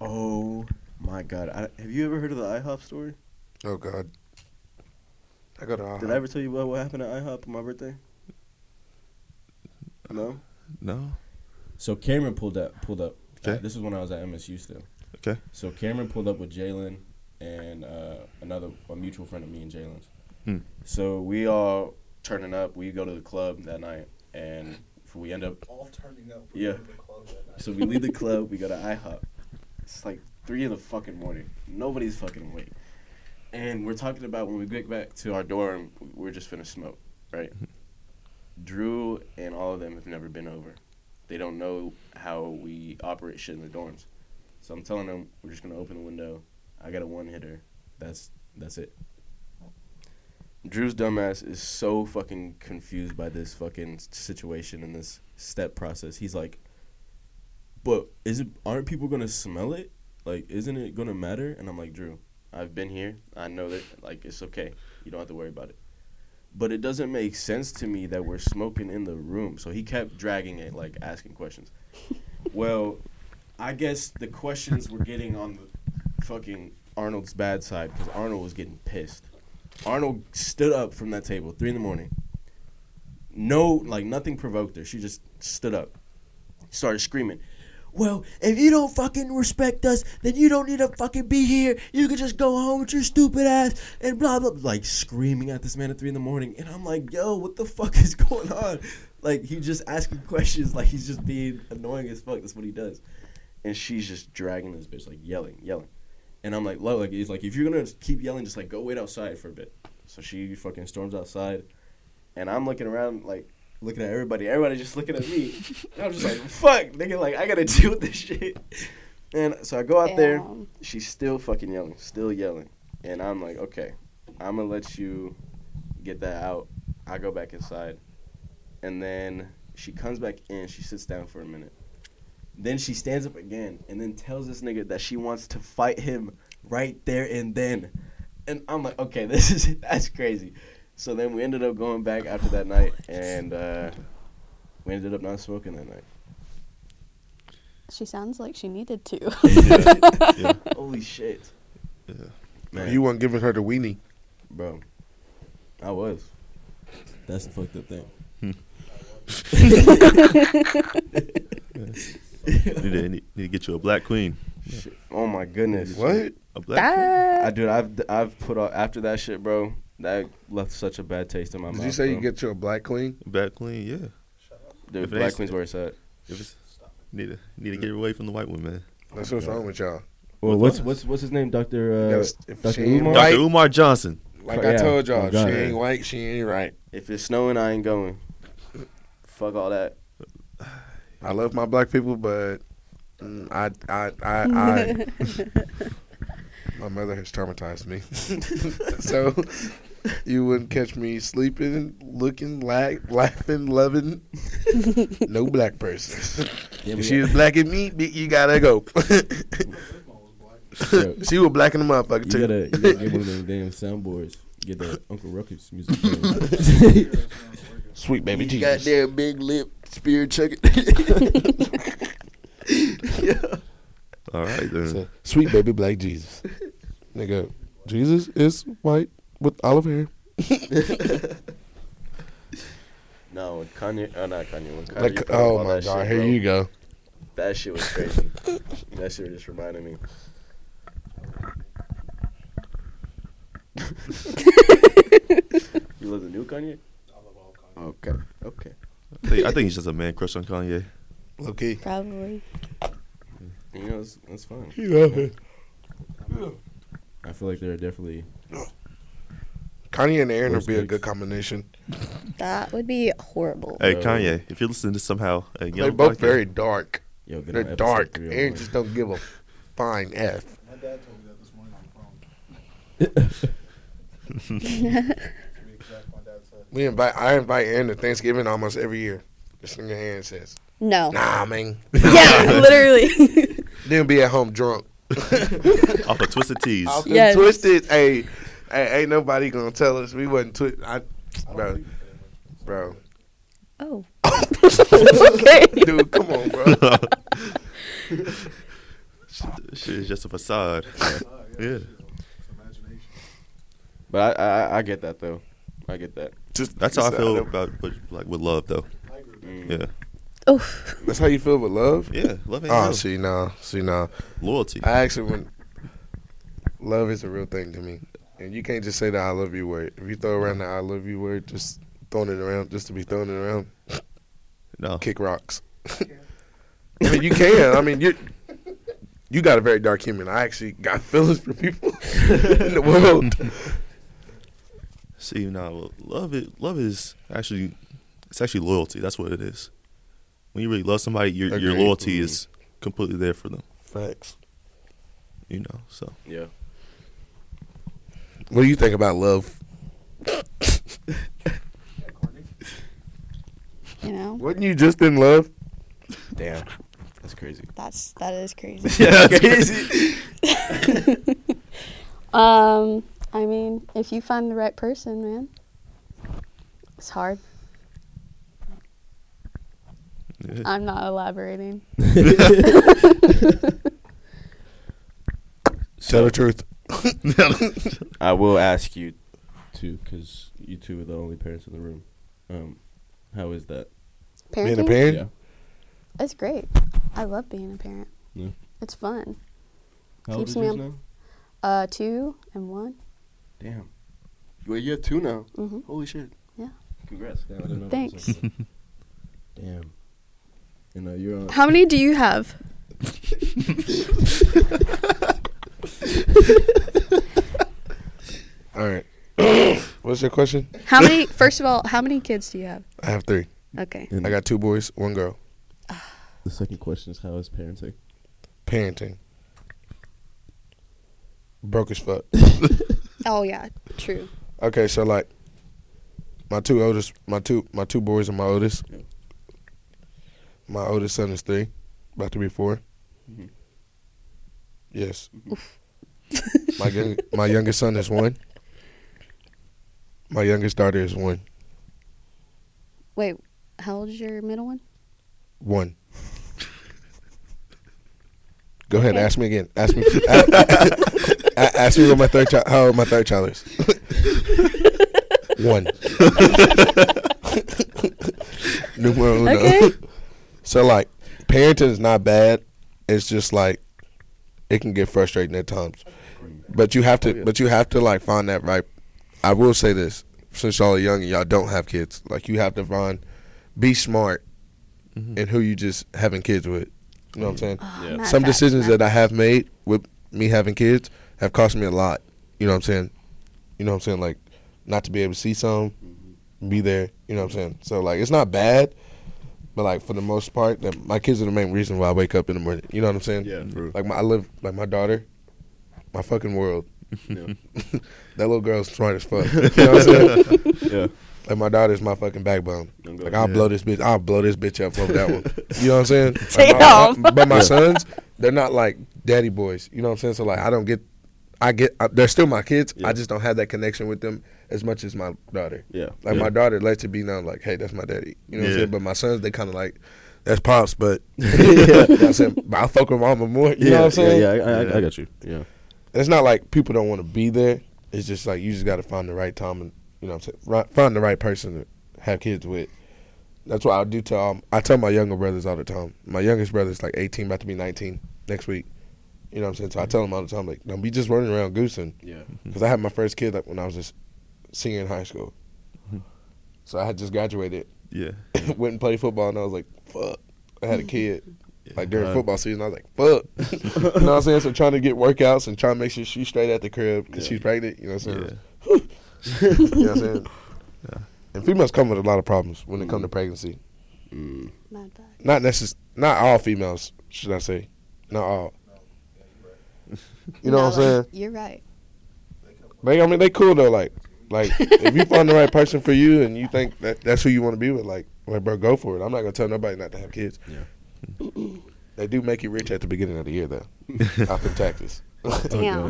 Speaker 2: Oh my god! I, have you ever heard of the IHOP story?
Speaker 5: Oh God. I got to
Speaker 2: Did I ever tell you about what happened at IHOP on my birthday? No.
Speaker 1: No,
Speaker 2: So Cameron pulled up. Pulled up.
Speaker 1: Okay.
Speaker 2: Uh, this is when I was at MSU still.
Speaker 1: Okay.
Speaker 2: So Cameron pulled up with Jalen and uh, another a mutual friend of me and Jalen's.
Speaker 1: Hmm.
Speaker 2: So we all turning up. We go to the club that night, and we end up.
Speaker 7: All turning up.
Speaker 2: Yeah.
Speaker 7: the club that night.
Speaker 2: So we leave the club. We go to IHOP. It's like three in the fucking morning. Nobody's fucking awake. And we're talking about when we get back to our dorm, we're just finna smoke, right? Drew and all of them have never been over. They don't know how we operate shit in the dorms. So I'm telling them we're just gonna open the window. I got a one hitter. That's that's it. Drew's dumbass is so fucking confused by this fucking s- situation and this step process. He's like, "But is it? Aren't people gonna smell it? Like, isn't it gonna matter?" And I'm like, "Drew, I've been here. I know that. Like, it's okay. You don't have to worry about it." But it doesn't make sense to me that we're smoking in the room. So he kept dragging it, like asking questions. well, I guess the questions were getting on the fucking Arnold's bad side because Arnold was getting pissed. Arnold stood up from that table three in the morning. No, like nothing provoked her. She just stood up, started screaming. Well, if you don't fucking respect us, then you don't need to fucking be here. You can just go home with your stupid ass and blah blah. Like screaming at this man at three in the morning, and I'm like, yo, what the fuck is going on? Like he just asking questions, like he's just being annoying as fuck. That's what he does. And she's just dragging this bitch, like yelling, yelling. And I'm like, low, like he's like, if you're gonna keep yelling, just like go wait outside for a bit. So she fucking storms outside, and I'm looking around, like looking at everybody. Everybody just looking at me. And I'm just like, fuck, nigga, like I gotta deal with this shit. And so I go out there.
Speaker 4: Damn.
Speaker 2: She's still fucking yelling, still yelling. And I'm like, okay, I'm gonna let you get that out. I go back inside. And then she comes back in, she sits down for a minute. Then she stands up again and then tells this nigga that she wants to fight him right there and then. And I'm like, okay, this is that's crazy. So then we ended up going back after that night and uh, we ended up not smoking that night.
Speaker 4: She sounds like she needed to.
Speaker 2: Holy shit.
Speaker 1: Yeah.
Speaker 2: Man.
Speaker 5: Oh, You weren't giving her the weenie.
Speaker 2: Bro, I was. That's the fucked up thing.
Speaker 1: Need to, need to get you a black queen.
Speaker 2: Shit. Oh my goodness.
Speaker 5: What?
Speaker 1: A black queen.
Speaker 2: I dude, I've I've put off after that shit, bro. That left such a bad taste in my mouth.
Speaker 5: Did you say you
Speaker 2: bro.
Speaker 5: get you a black queen?
Speaker 1: Black queen, yeah. if
Speaker 2: dude?
Speaker 1: it
Speaker 2: Black
Speaker 1: ain't-
Speaker 2: Queen's where it's at.
Speaker 1: If it's, need to need to get away from the white one, man.
Speaker 5: That's what's wrong with y'all.
Speaker 2: Well,
Speaker 1: what's-
Speaker 2: what's what's what's his name, Doctor?
Speaker 5: That's- if she ain't
Speaker 1: Dr.
Speaker 5: right,
Speaker 1: Umar Johnson.
Speaker 5: like
Speaker 2: Oh,
Speaker 5: I
Speaker 2: yeah.
Speaker 5: told y'all,
Speaker 2: Oh,
Speaker 5: she
Speaker 2: God.
Speaker 5: ain't white, she ain't right.
Speaker 2: If it's snowing, I ain't going. Fuck all that.
Speaker 5: I love my black people, but mm, I, I, I, I. my mother has traumatized me, so you wouldn't catch me sleeping, looking, la- laughing, loving. no black person. if she was black at me, bi- you gotta go. she was black in the motherfucker too.
Speaker 2: get one of them damn soundboards. Get the Uncle Ruckus music.
Speaker 8: Sweet baby
Speaker 5: you
Speaker 8: Jesus.
Speaker 5: got their big lip, spear chucking.
Speaker 1: All right
Speaker 2: Mm.
Speaker 1: then.
Speaker 8: So, Sweet baby black Jesus. Nigga, Jesus is white with olive hair.
Speaker 2: no, when Kanye. Oh, not Kanye. When Kanye
Speaker 8: Like,
Speaker 2: put up
Speaker 8: oh
Speaker 2: all
Speaker 8: my
Speaker 2: that
Speaker 8: God,
Speaker 2: shit,
Speaker 8: here
Speaker 2: bro,
Speaker 8: you go.
Speaker 2: That shit was crazy. that shit just reminded me. you love the new Kanye? I love all Kanye. Okay. Okay.
Speaker 1: I, think, I think he's just a man crush on Kanye.
Speaker 5: Okay.
Speaker 4: Probably.
Speaker 2: You know, it's, that's fine. I feel like they're definitely.
Speaker 5: Kanye and Aaron
Speaker 2: Worst
Speaker 5: would be a
Speaker 2: mix.
Speaker 5: good combination.
Speaker 4: That would be horrible.
Speaker 1: Hey
Speaker 2: Yeah.
Speaker 1: Kanye, if you're listening to somehow, uh,
Speaker 5: They're both very dark.
Speaker 2: Yo, get on
Speaker 5: They're
Speaker 2: episode
Speaker 5: dark.
Speaker 2: 301.
Speaker 5: Aaron just don't give a fine f.
Speaker 7: My dad told me that this morning on the phone. to be exact, my dad said.
Speaker 5: We invite. I invite Aaron to Thanksgiving almost every year. This nigga Aaron says,
Speaker 4: No.
Speaker 5: "Nah, man."
Speaker 4: yeah, literally.
Speaker 5: then be at home drunk.
Speaker 1: off of Twisted Tees.
Speaker 5: Off them
Speaker 4: Yes.
Speaker 5: twisted. Hey, hey, ain't nobody gonna tell us we wasn't twi- I, bro, bro,
Speaker 4: oh. okay.
Speaker 5: dude, come on, bro.
Speaker 1: Shit is just a facade.
Speaker 7: Uh,
Speaker 1: yeah.
Speaker 7: It's imagination.
Speaker 2: But I, I, I get that though. I get that.
Speaker 5: Just
Speaker 1: That's how I
Speaker 5: just-
Speaker 1: feel
Speaker 5: don't-
Speaker 1: about with, like with love though.
Speaker 2: Mm.
Speaker 1: Yeah.
Speaker 4: Oof.
Speaker 5: That's how you feel with love.
Speaker 1: Yeah. Love ain't
Speaker 5: Oh,
Speaker 1: love.
Speaker 5: see, no, see, no.
Speaker 1: loyalty.
Speaker 5: I actually when love is a real thing to me, and you can't just say the "I love you" word. If you throw around the "I love you" word, just throwing it around just to be throwing it around,
Speaker 1: no.
Speaker 5: kick rocks. I mean, you can. I mean, you you got a very dark human. I actually got feelings for people in the world.
Speaker 1: See now, love it. Love is actually it's actually loyalty. That's what it is. When you really love somebody, your your
Speaker 5: Agreed. Mm-hmm.
Speaker 1: loyalty is completely there for them.
Speaker 5: Facts.
Speaker 1: You know. So
Speaker 2: Yeah.
Speaker 5: What do you think about love?
Speaker 4: You know,
Speaker 5: Wasn't you just in love?
Speaker 2: Damn. That's crazy.
Speaker 4: that's that is crazy.
Speaker 2: Yeah, crazy.
Speaker 4: Um, I mean, if you find the right person, man, it's hard. I'm not elaborating.
Speaker 5: Tell the truth.
Speaker 2: I will ask you two, because you two are the only parents in the room. Um, how is that?
Speaker 5: Being a
Speaker 4: Parenting?
Speaker 5: parent.
Speaker 4: It's great. I love being a parent.
Speaker 2: Yeah.
Speaker 4: It's fun.
Speaker 2: How old
Speaker 4: Keeps
Speaker 2: is
Speaker 4: me
Speaker 2: yours
Speaker 4: up-
Speaker 2: now?
Speaker 4: Uh, two and one.
Speaker 2: Damn. Well, you have two now.
Speaker 4: Mm-hmm.
Speaker 2: Holy shit.
Speaker 4: Yeah.
Speaker 2: Congrats.
Speaker 4: Thanks.
Speaker 2: Damn. And uh, you're on.
Speaker 4: How many do you have?
Speaker 5: All right. What's your question?
Speaker 4: How many? First of all, how many kids do you have?
Speaker 5: I have three.
Speaker 4: Okay.
Speaker 2: And
Speaker 5: I got two boys, one girl.
Speaker 2: the second question is how is parenting?
Speaker 5: Parenting. Broke as fuck.
Speaker 4: Oh yeah, true.
Speaker 5: Okay, so like my two oldest my two my two boys are my oldest.
Speaker 2: Yeah.
Speaker 5: My oldest son is three, about to be 4
Speaker 2: Mhm.
Speaker 5: Yes. my young, my youngest son is one. My youngest daughter is one.
Speaker 4: Wait, how old is your middle one?
Speaker 5: One. Go ahead,
Speaker 4: Okay.
Speaker 5: ask me again. Ask me. a- a- ask me what my third child. How old my third child is. One. Numero uno.
Speaker 4: Okay.
Speaker 5: So like, parenting is not bad. It's just like, it can get frustrating at times. But you have to. But you have to like find that right. I will say this: since y'all are young and y'all don't have kids, like you have to find, be smart,
Speaker 1: Mhm.
Speaker 5: in who you just having kids with. You know what I'm saying?
Speaker 4: Oh,
Speaker 2: Yeah.
Speaker 4: matter
Speaker 5: some
Speaker 4: of fact,
Speaker 5: decisions
Speaker 4: matter-
Speaker 5: that I have made with me having kids have cost me a lot. You know what I'm saying? You know what I'm saying? Like not to be able to see some,
Speaker 2: Mm-hmm.
Speaker 5: be there. You know what I'm saying? So like it's not bad, but like for the most part, that my kids are the main reason why I wake up in the morning. You know what I'm saying?
Speaker 2: Yeah, true.
Speaker 5: Like my I live like my daughter, my fucking world.
Speaker 2: Yeah.
Speaker 5: that little girl's smart as fuck. You know what I'm saying?
Speaker 2: yeah.
Speaker 5: Like my daughter's my fucking backbone.
Speaker 2: Don't go
Speaker 5: Like I'll
Speaker 1: Yeah.
Speaker 5: blow this bitch. I'll blow this bitch up over that one. You know what I'm saying?
Speaker 4: Damn.
Speaker 5: Like, my- my- but my sons, they're not like daddy boys. You know what I'm saying? So like I don't get, I get, I, they're still my kids.
Speaker 2: Yeah.
Speaker 5: I just don't have that connection with them as much as my daughter.
Speaker 2: Yeah.
Speaker 5: Like
Speaker 2: yeah.
Speaker 5: my daughter lets it be known, like, hey, that's my daddy. You know what
Speaker 1: Yeah.
Speaker 5: I'm saying? But my sons, they kind of like, that's pops, but you know what I'm saying? But I fuck with mama more. You know what I'm saying?
Speaker 2: Yeah, yeah, I, I, I
Speaker 1: Yeah.
Speaker 2: got you. Yeah.
Speaker 5: It's not like people don't want to be there. It's just like you just got to find the right time and you know what I'm saying right, find the right person to have kids with. That's why I do tell um, I tell my younger brothers all the time. My youngest brother's like 18, about to be 19 next week. You know what I'm saying? So I tell him all the time like, don't be just running around goosing.
Speaker 2: Yeah.
Speaker 5: Because I had my first kid like when I was just senior in high school. So I had just graduated,
Speaker 1: yeah.
Speaker 5: went and played football, and I was like, fuck. I had a kid like during
Speaker 1: Uh,
Speaker 5: football season, I was like, "Fuck," you know what I'm saying? So trying to get workouts and trying to make sure she's straight at the crib because
Speaker 2: Yeah.
Speaker 5: she's pregnant. You know what I'm saying?
Speaker 1: Yeah.
Speaker 5: you know what I'm saying? And females come with a lot of problems when it comes to pregnancy.
Speaker 2: Mm.
Speaker 4: Matter of fact.
Speaker 5: Not necess- not all females, should I say? Not all. You
Speaker 4: No,
Speaker 5: know what I'm saying?
Speaker 4: like, You're right.
Speaker 5: Like, I mean, they cool though. Like, like if you find the right person for you and you think that that's who you want to be with, like, like bro, go for it. I'm not gonna tell nobody not to have kids. they do make you rich at the beginning of the year though, out in taxes.
Speaker 4: Damn.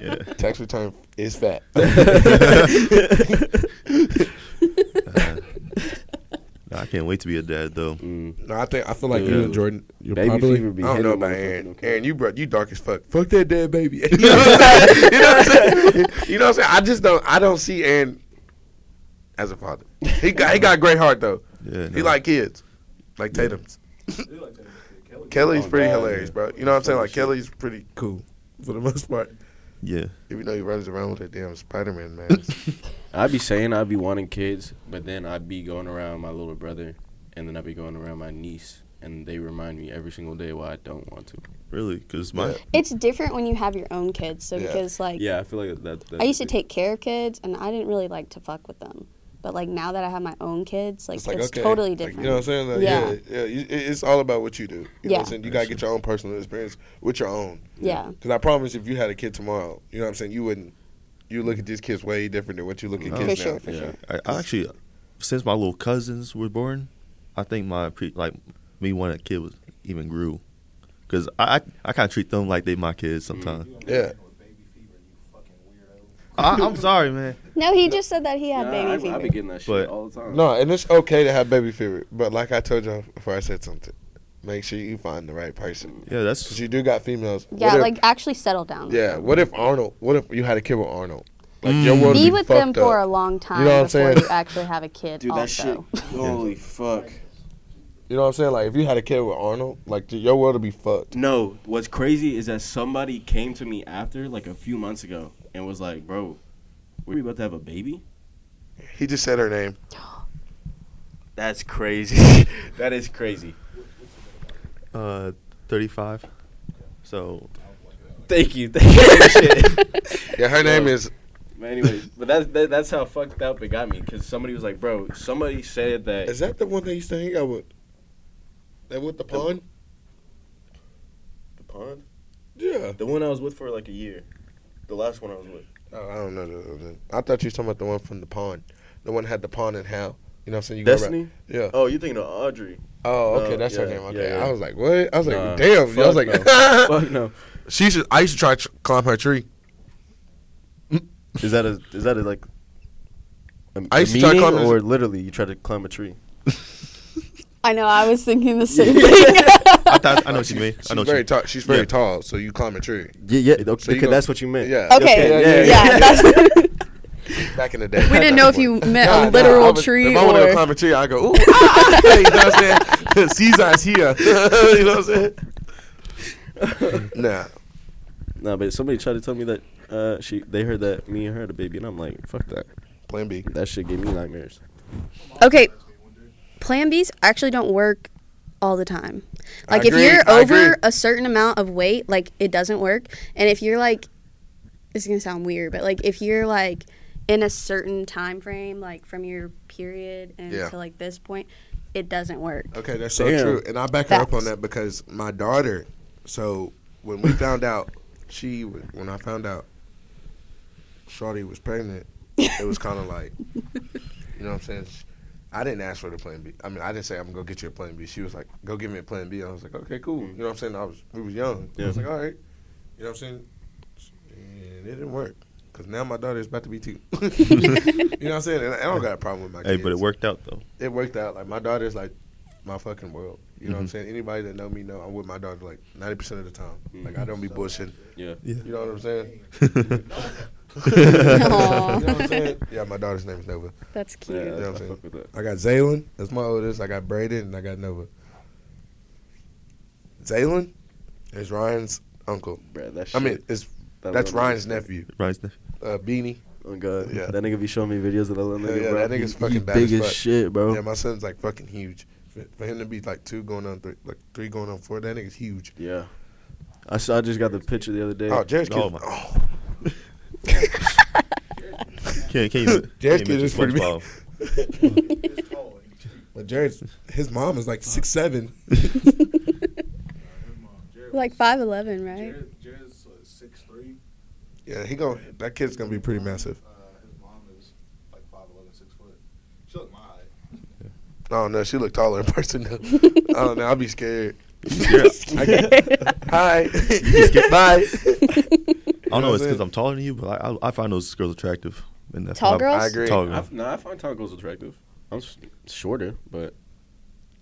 Speaker 1: yeah.
Speaker 5: Tax return is fat.
Speaker 2: Uh-huh.
Speaker 1: Nah, I can't wait to be a dad though.
Speaker 2: Mm.
Speaker 5: No, I think I feel like
Speaker 2: Yeah.
Speaker 5: you and Jordan, you're
Speaker 2: Baby
Speaker 5: probably.
Speaker 2: fever be
Speaker 5: I don't
Speaker 2: hitting
Speaker 5: know about
Speaker 2: motherfucking
Speaker 5: Aaron.
Speaker 2: okay.
Speaker 5: Aaron, you bro, you dark as fuck. Fuck that dead baby. you know what I'm saying? You know what I'm saying? You know what I'm saying? I just don't. I don't see Aaron as a father. He got he got a great heart though.
Speaker 1: Yeah.
Speaker 5: He
Speaker 1: no.
Speaker 5: like kids, like Tatum's.
Speaker 6: They like that. Kelly.
Speaker 5: Kelly's
Speaker 2: Oh,
Speaker 5: pretty
Speaker 2: God,
Speaker 5: hilarious,
Speaker 2: yeah.
Speaker 5: bro. You know what I'm saying? Like
Speaker 2: Shit.
Speaker 5: Kelly's pretty cool for the most part.
Speaker 1: Yeah.
Speaker 5: Even though he runs around with that damn Spider Man mask.
Speaker 2: I'd be saying I'd be wanting kids, but then I'd be going around my little brother, and then I'd be going around my niece, and they remind me every single day why I don't want to.
Speaker 1: Really? Because my
Speaker 4: It's different when you have your own kids, so
Speaker 5: Yeah.
Speaker 4: because like
Speaker 2: Yeah, I feel like that. that
Speaker 4: I used to take care of kids, and I didn't really like to fuck with them. But like now that I have my own kids, like it's,
Speaker 5: okay.
Speaker 4: totally
Speaker 5: Like,
Speaker 4: different.
Speaker 5: you know what I'm saying? Like, yeah.
Speaker 4: Yeah.
Speaker 5: yeah, you- it- It's all about what you do. You know what
Speaker 4: Yeah.
Speaker 5: I'm saying? You gotta get your own personal experience with your own.
Speaker 4: yeah.
Speaker 5: Because I promise, if you had a kid tomorrow, you know what I'm saying, you wouldn't. You look at these kids way different than what you look at
Speaker 1: No.
Speaker 5: kids
Speaker 4: For
Speaker 5: now.
Speaker 4: sure, for
Speaker 2: Yeah.
Speaker 4: sure.
Speaker 1: I, I actually since my little cousins were born, I think my pre, like me wanting a kid was even grew. Cause I I, I kind of treat them like they my kids sometimes.
Speaker 5: Yeah.
Speaker 6: With baby fever, you fucking weirdo.
Speaker 5: Mm-hmm.
Speaker 1: I, I'm sorry, man.
Speaker 4: No, he just said that he had
Speaker 9: Nah,
Speaker 4: baby
Speaker 9: I,
Speaker 4: fever.
Speaker 9: I be getting that shit
Speaker 1: But-
Speaker 9: all the time.
Speaker 5: No, and it's okay to have baby fever, but like I told y'all before I said something, make sure you find the right person.
Speaker 1: Yeah,
Speaker 5: Cause
Speaker 1: that's
Speaker 5: you do got females.
Speaker 4: yeah,
Speaker 5: What if-
Speaker 4: like actually settle down.
Speaker 5: yeah. What if Arnold? What if you had a kid with Arnold? Like your
Speaker 10: Mm.
Speaker 5: world
Speaker 4: Be
Speaker 5: be
Speaker 4: with them
Speaker 5: fucked
Speaker 4: for a
Speaker 5: up.
Speaker 4: long time
Speaker 5: know what I'm
Speaker 4: before
Speaker 5: saying?
Speaker 4: you actually have a kid.
Speaker 2: Dude, that shit.
Speaker 4: also,
Speaker 2: Holy fuck.
Speaker 5: You know what I'm saying? Like if you had a kid with Arnold, like dude, your world would be fucked.
Speaker 2: No, what's crazy is that somebody came to me after, like a few months ago, and was like, bro, were you about to have a baby?
Speaker 10: He just said her name.
Speaker 2: That's crazy. that is crazy.
Speaker 1: uh, 35. So
Speaker 2: Thank you. Thank you. Shit.
Speaker 5: Yeah, her name is.
Speaker 2: But anyways, but that's that, that's how fucked up it got me because somebody was like, bro, somebody said that.
Speaker 5: Is that the one that used to hang out with? That with the pond?
Speaker 2: The pond?
Speaker 5: Yeah.
Speaker 2: The one I was with for like a year. The last one I was with.
Speaker 5: Oh, I don't know. The, the, I thought you were talking about the one from the pond. The one that had the pond and how. You know what I'm saying? You go
Speaker 2: Destiny?
Speaker 5: around- Yeah.
Speaker 2: Oh, you're thinking of Audrey.
Speaker 5: Oh, okay.
Speaker 2: Uh,
Speaker 5: that's her
Speaker 2: yeah,
Speaker 5: name. Okay.
Speaker 2: yeah.
Speaker 5: I was like, what? I was like,
Speaker 2: Nah,
Speaker 5: damn. I was like,
Speaker 2: Fuck no.
Speaker 5: she should. I used to try to tr- climb her tree.
Speaker 2: Is that a is that a like a,
Speaker 5: I used to try
Speaker 2: meeting,
Speaker 5: climbing-
Speaker 2: or literally you try to climb a tree?
Speaker 4: I know. I was thinking the same thing.
Speaker 1: I, thought, I know what you mean.
Speaker 5: She's
Speaker 1: I know what you
Speaker 5: very
Speaker 1: mean.
Speaker 5: tall. She's very
Speaker 2: Yeah.
Speaker 5: tall. So you climb a tree.
Speaker 2: Yeah, yeah. Okay,
Speaker 5: So you go-
Speaker 2: that's what you meant.
Speaker 5: Yeah.
Speaker 4: okay,
Speaker 2: Okay,
Speaker 4: yeah.
Speaker 2: yeah,
Speaker 4: that's,
Speaker 5: Back in the day.
Speaker 4: we didn't know if you meant
Speaker 5: Nah,
Speaker 4: a
Speaker 5: nah,
Speaker 4: literal
Speaker 5: I was-
Speaker 4: tree
Speaker 5: If I wanted to
Speaker 4: or.
Speaker 5: climb a tree, I go, ooh, ah, you know what I'm saying? Caesar's here. you know what I'm saying? nah.
Speaker 2: No, but somebody tried to tell me that uh, she they heard that me and her had a baby, and I'm like, fuck that.
Speaker 5: Plan B.
Speaker 2: That shit gave me nightmares.
Speaker 4: Okay, Plan Bs actually don't work all the time.
Speaker 5: I
Speaker 4: Like if
Speaker 5: agree,
Speaker 4: you're
Speaker 5: I
Speaker 4: over
Speaker 5: agree.
Speaker 4: a certain amount of weight, like it doesn't work. And if you're like, this is gonna sound weird, but like if you're like in a certain time frame, like from your period and
Speaker 5: Yeah.
Speaker 4: to like this point, it doesn't work.
Speaker 5: Okay, that's so
Speaker 2: Damn.
Speaker 5: true. And I back her up on
Speaker 4: Facts.
Speaker 5: that because my daughter, so when we found out, she, was- when I found out Shorty was pregnant, it was kind of like, you know what I'm saying? She- I didn't ask for the plan B. I mean, I didn't say I'm gonna go get you a plan B. She was like, "Go give me a plan B." I was like, "Okay, cool." You know what I'm saying? I was we was young. I was like, "All right." You know what I'm saying? And it didn't work because now my daughter's about to be two. you know what I'm saying? And I don't got a problem with my.
Speaker 1: Hey,
Speaker 5: kids
Speaker 1: but it worked out though.
Speaker 5: it worked out. Like my daughter's like my fucking world. You know what I'm saying? Anybody that know me know I'm with my daughter like ninety percent of the time. Like I don't be bushing.
Speaker 2: Mm-hmm. Yeah.
Speaker 5: You know what I'm saying?
Speaker 4: Aw.
Speaker 5: You know what I'm saying? Yeah, my daughter's name is Nova.
Speaker 4: That's cute.
Speaker 5: You know what I'm
Speaker 2: I
Speaker 5: saying?
Speaker 2: fuck with that.
Speaker 5: I got Zaylin, that's my oldest. I got Braden and I got Nova. Zaylin is Ryan's uncle.
Speaker 2: Bruh, that
Speaker 5: I
Speaker 2: shit,
Speaker 5: mean, it's
Speaker 2: that
Speaker 5: that's
Speaker 2: little
Speaker 5: Ryan's
Speaker 2: nigga-
Speaker 5: nephew.
Speaker 1: Ryan's nephew.
Speaker 5: Uh, Beanie.
Speaker 2: Oh god,
Speaker 5: Yeah.
Speaker 2: that nigga be showing me videos of that little
Speaker 5: Hell
Speaker 2: nigga.
Speaker 5: yeah,
Speaker 2: bro.
Speaker 5: that nigga's
Speaker 2: He-
Speaker 5: fucking
Speaker 2: he
Speaker 5: bad
Speaker 2: big
Speaker 5: as
Speaker 2: as
Speaker 5: fuck.
Speaker 2: shit, bro.
Speaker 5: Yeah, my son's like fucking huge. For- For him to be like two going on three, like three going on four, that nigga's huge.
Speaker 2: Yeah. I saw. I just got the picture the other day.
Speaker 5: Oh, Jared's kid.
Speaker 1: Oh, my.
Speaker 5: oh,
Speaker 1: Can't, can't you?
Speaker 5: Jared's
Speaker 1: can't
Speaker 5: kid
Speaker 1: mention
Speaker 5: is pretty big.
Speaker 1: SpongeBob.
Speaker 7: It's tall. and he's cheap.
Speaker 5: But Jared's his mom is like six seven.
Speaker 7: His mom, um, Jared,
Speaker 4: Like five eleven, right?
Speaker 7: Jared, Jared's uh, six three.
Speaker 5: Yeah, he going that kid's gonna be pretty massive.
Speaker 7: Uh, his mom is like 5'11", 6 foot. She looked my height.
Speaker 5: I don't know. She looked taller in person. Though. I don't know. I'd be scared. I get- Hi. Bye.
Speaker 1: I don't know. It's
Speaker 5: what I'm
Speaker 1: because I'm taller than you, but I, I, I find those girls attractive. And that's
Speaker 4: Tall
Speaker 1: why I-
Speaker 4: girls?
Speaker 5: I agree.
Speaker 1: Tall
Speaker 2: I,
Speaker 1: girls.
Speaker 2: no, I find tall girls attractive. I'm s- shorter, but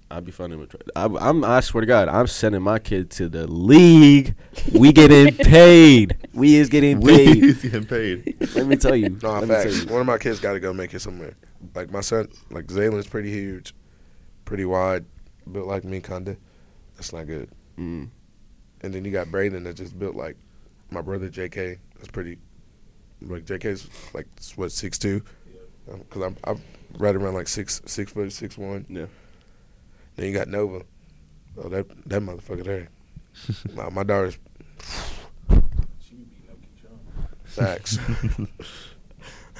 Speaker 2: I'd be finding them attractive. I, I'm. I swear to God, I'm sending my kid to the league. We getting paid. We is getting paid.
Speaker 1: He's getting paid.
Speaker 2: Let me tell you.
Speaker 5: No,
Speaker 2: Let me
Speaker 5: facts.
Speaker 2: tell you.
Speaker 5: One of my kids got to go make it somewhere. Like my son, like Zaylen's pretty huge, pretty wide, built like me, kinda. That's not good.
Speaker 2: Mm.
Speaker 5: And then you got Braden that just built like my brother JK. That's pretty. Like JK's like what six two, because I'm I'm right around like six six foot six one.
Speaker 2: Yeah.
Speaker 5: Then you got Nova. Oh that that motherfucker there. my, my daughter's
Speaker 7: She be beating up Keyshawn.
Speaker 5: facts.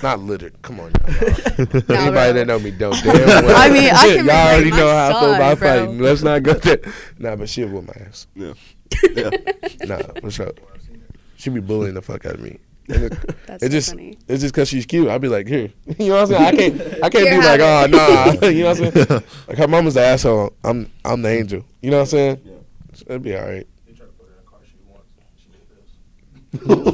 Speaker 5: Not littered. Come on, now, y'all.
Speaker 4: Nah,
Speaker 5: Anybody
Speaker 4: bro.
Speaker 5: that know me don't damn
Speaker 4: I
Speaker 5: well.
Speaker 4: mean, I
Speaker 5: Shit,
Speaker 4: can
Speaker 5: y'all
Speaker 4: relate.
Speaker 5: already
Speaker 4: My
Speaker 5: know how I feel
Speaker 4: son,
Speaker 5: about
Speaker 4: bro.
Speaker 5: fighting. Let's not go there. Nah, but she'll whoop my ass.
Speaker 2: Yeah.
Speaker 5: yeah. Nah, what's up? She be bullying the fuck out of me. And it,
Speaker 4: That's
Speaker 5: it
Speaker 4: so
Speaker 5: just
Speaker 4: funny.
Speaker 5: it's just cause she's cute. I'd be like, here, you know what I'm saying? I can't, I can't
Speaker 4: Here,
Speaker 5: be like, oh
Speaker 4: have
Speaker 5: nah, you know what I'm saying? Like her mama's the asshole. I'm, I'm the angel. You know what I'm saying?
Speaker 2: Yeah.
Speaker 5: It'd be all right.
Speaker 7: They tried to put her in a car seat once. She did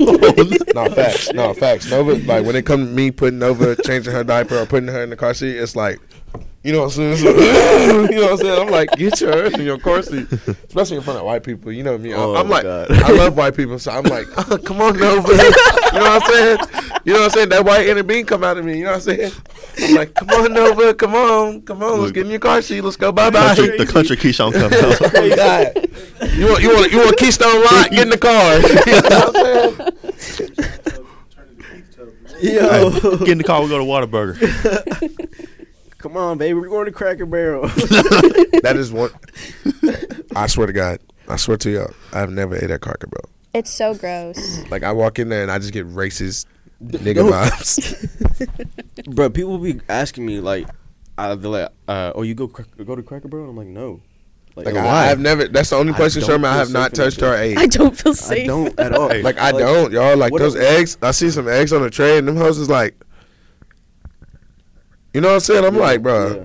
Speaker 7: this.
Speaker 5: no facts. No facts. Nova, like when it comes to me putting Nova changing her diaper or putting her in the car seat, it's like, you know what I'm saying? you know what I'm saying? I'm like, get your ass in your car seat, especially in front of white people. You know me.
Speaker 1: Oh,
Speaker 5: I'm, I'm like, I love white people, so I'm like, come on, Nova. you know what I'm saying? You know what I'm saying? That white inner being come out of me. You know what I'm saying? I'm like, come on, Nova. Come on, come on. Let's get in your car seat. Let's go. Bye bye.
Speaker 1: Country, the country Keyshawn comes out.
Speaker 5: Oh, God. You want you want you want Keystone Light? Get in the car. You know what I'm saying?
Speaker 11: Turn into Keith Tubman.
Speaker 2: Yo,
Speaker 1: Get in the car. We go to Whataburger.
Speaker 2: come on, baby, we're going to Cracker Barrel.
Speaker 5: That is one. I swear to God, I swear to y'all, I've never ate at Cracker Barrel.
Speaker 4: It's so gross.
Speaker 5: Like I walk in there and I just get racist nigga
Speaker 2: no.
Speaker 5: vibes.
Speaker 2: Bro, people be asking me like, uh, they're like, uh, "Oh, you go crack go to Cracker Barrel?" I'm like, "No."
Speaker 5: Like I, I've never. That's the only
Speaker 2: I
Speaker 5: question,
Speaker 2: don't
Speaker 5: Sherman. I
Speaker 2: feel
Speaker 5: have not
Speaker 2: safe
Speaker 5: touched
Speaker 2: enough
Speaker 5: or ate.
Speaker 4: I don't feel
Speaker 2: I
Speaker 4: safe.
Speaker 2: don't at all.
Speaker 5: like I don't, y'all. Like
Speaker 2: what
Speaker 5: those
Speaker 2: if-
Speaker 5: eggs. I see some eggs on the tray and them hoes is like. You know what I'm saying? I'm like, bro,
Speaker 2: Yeah.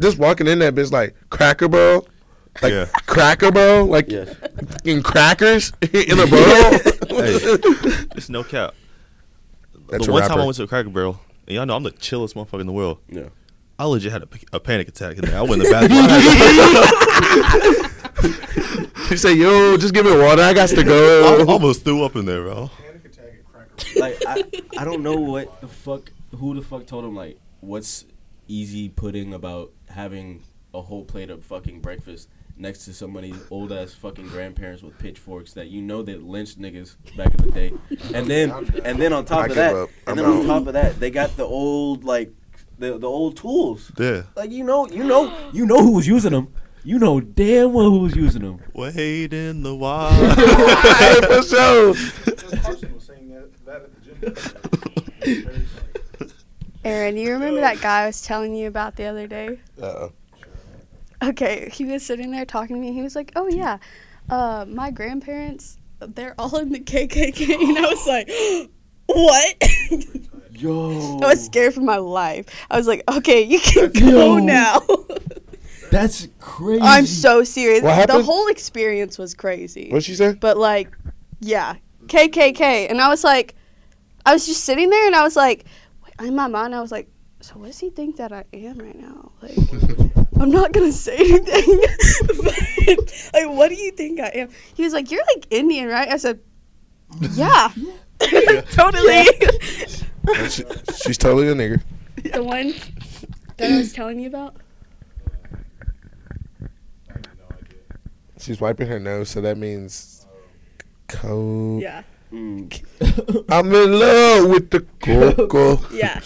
Speaker 5: just walking in that bitch like Cracker Barrel, like
Speaker 1: Yeah.
Speaker 5: Cracker Barrel, like
Speaker 2: Yes.
Speaker 5: in crackers in a barrel.
Speaker 1: Hey, it's no cap.
Speaker 5: That's
Speaker 1: the
Speaker 5: a
Speaker 1: one
Speaker 5: rapper.
Speaker 1: time I went to a Cracker Barrel, and y'all know I'm the chillest motherfucker in the world.
Speaker 2: Yeah.
Speaker 1: I legit had a, p- a panic attack. in there. I went in the bathroom.
Speaker 5: you say, yo, just give me water. I got to
Speaker 1: I
Speaker 5: go.
Speaker 1: almost threw up in there, bro.
Speaker 11: Panic attack at Cracker
Speaker 2: Like I, I don't know what the fuck. Who the fuck told him like, what's easy pudding about having a whole plate of fucking breakfast next to somebody's old ass fucking grandparents with pitchforks that you know they lynched niggas back in the day, and then and then on
Speaker 5: I
Speaker 2: top of
Speaker 5: give
Speaker 2: that,
Speaker 5: up. I'm
Speaker 2: and then on
Speaker 5: out.
Speaker 2: top of that, they got the old like the the old tools.
Speaker 1: Yeah.
Speaker 2: Like you know, you know, you know who was using them. You know damn well who was using them.
Speaker 1: Wade in the wild.
Speaker 5: Hey, for sure.
Speaker 11: Barrel. Carson was saying that, that at the gym. Very funny.
Speaker 4: Aaron, do you remember that guy I was telling you about the other day? Okay, he was sitting there talking to me. He was like, "Oh yeah, uh, my grandparents, they're all in the KKK," and I was like, "What?"
Speaker 2: Yo,
Speaker 4: I was scared for my life. I was like, "Okay, you can go
Speaker 2: Yo.
Speaker 4: now."
Speaker 2: that's crazy.
Speaker 4: I'm so serious.
Speaker 5: What
Speaker 4: the
Speaker 5: happened?
Speaker 4: whole experience was crazy.
Speaker 5: What she say?
Speaker 4: but like, yeah, KKK, and I was like, I was just sitting there, and I was like, in my mind, I was like, so what does he think that I am right now? Like, I'm not gonna say anything. but, like, what do you think I am? He was like, you're like Indian, right? I said, yeah, totally.
Speaker 5: She- she's totally a nigger.
Speaker 4: the one that I was telling you about.
Speaker 11: I had no idea.
Speaker 5: She's wiping her nose, so that means cold.
Speaker 4: Yeah,
Speaker 2: Mm.
Speaker 5: I'm in love with the cocoa.
Speaker 4: yeah.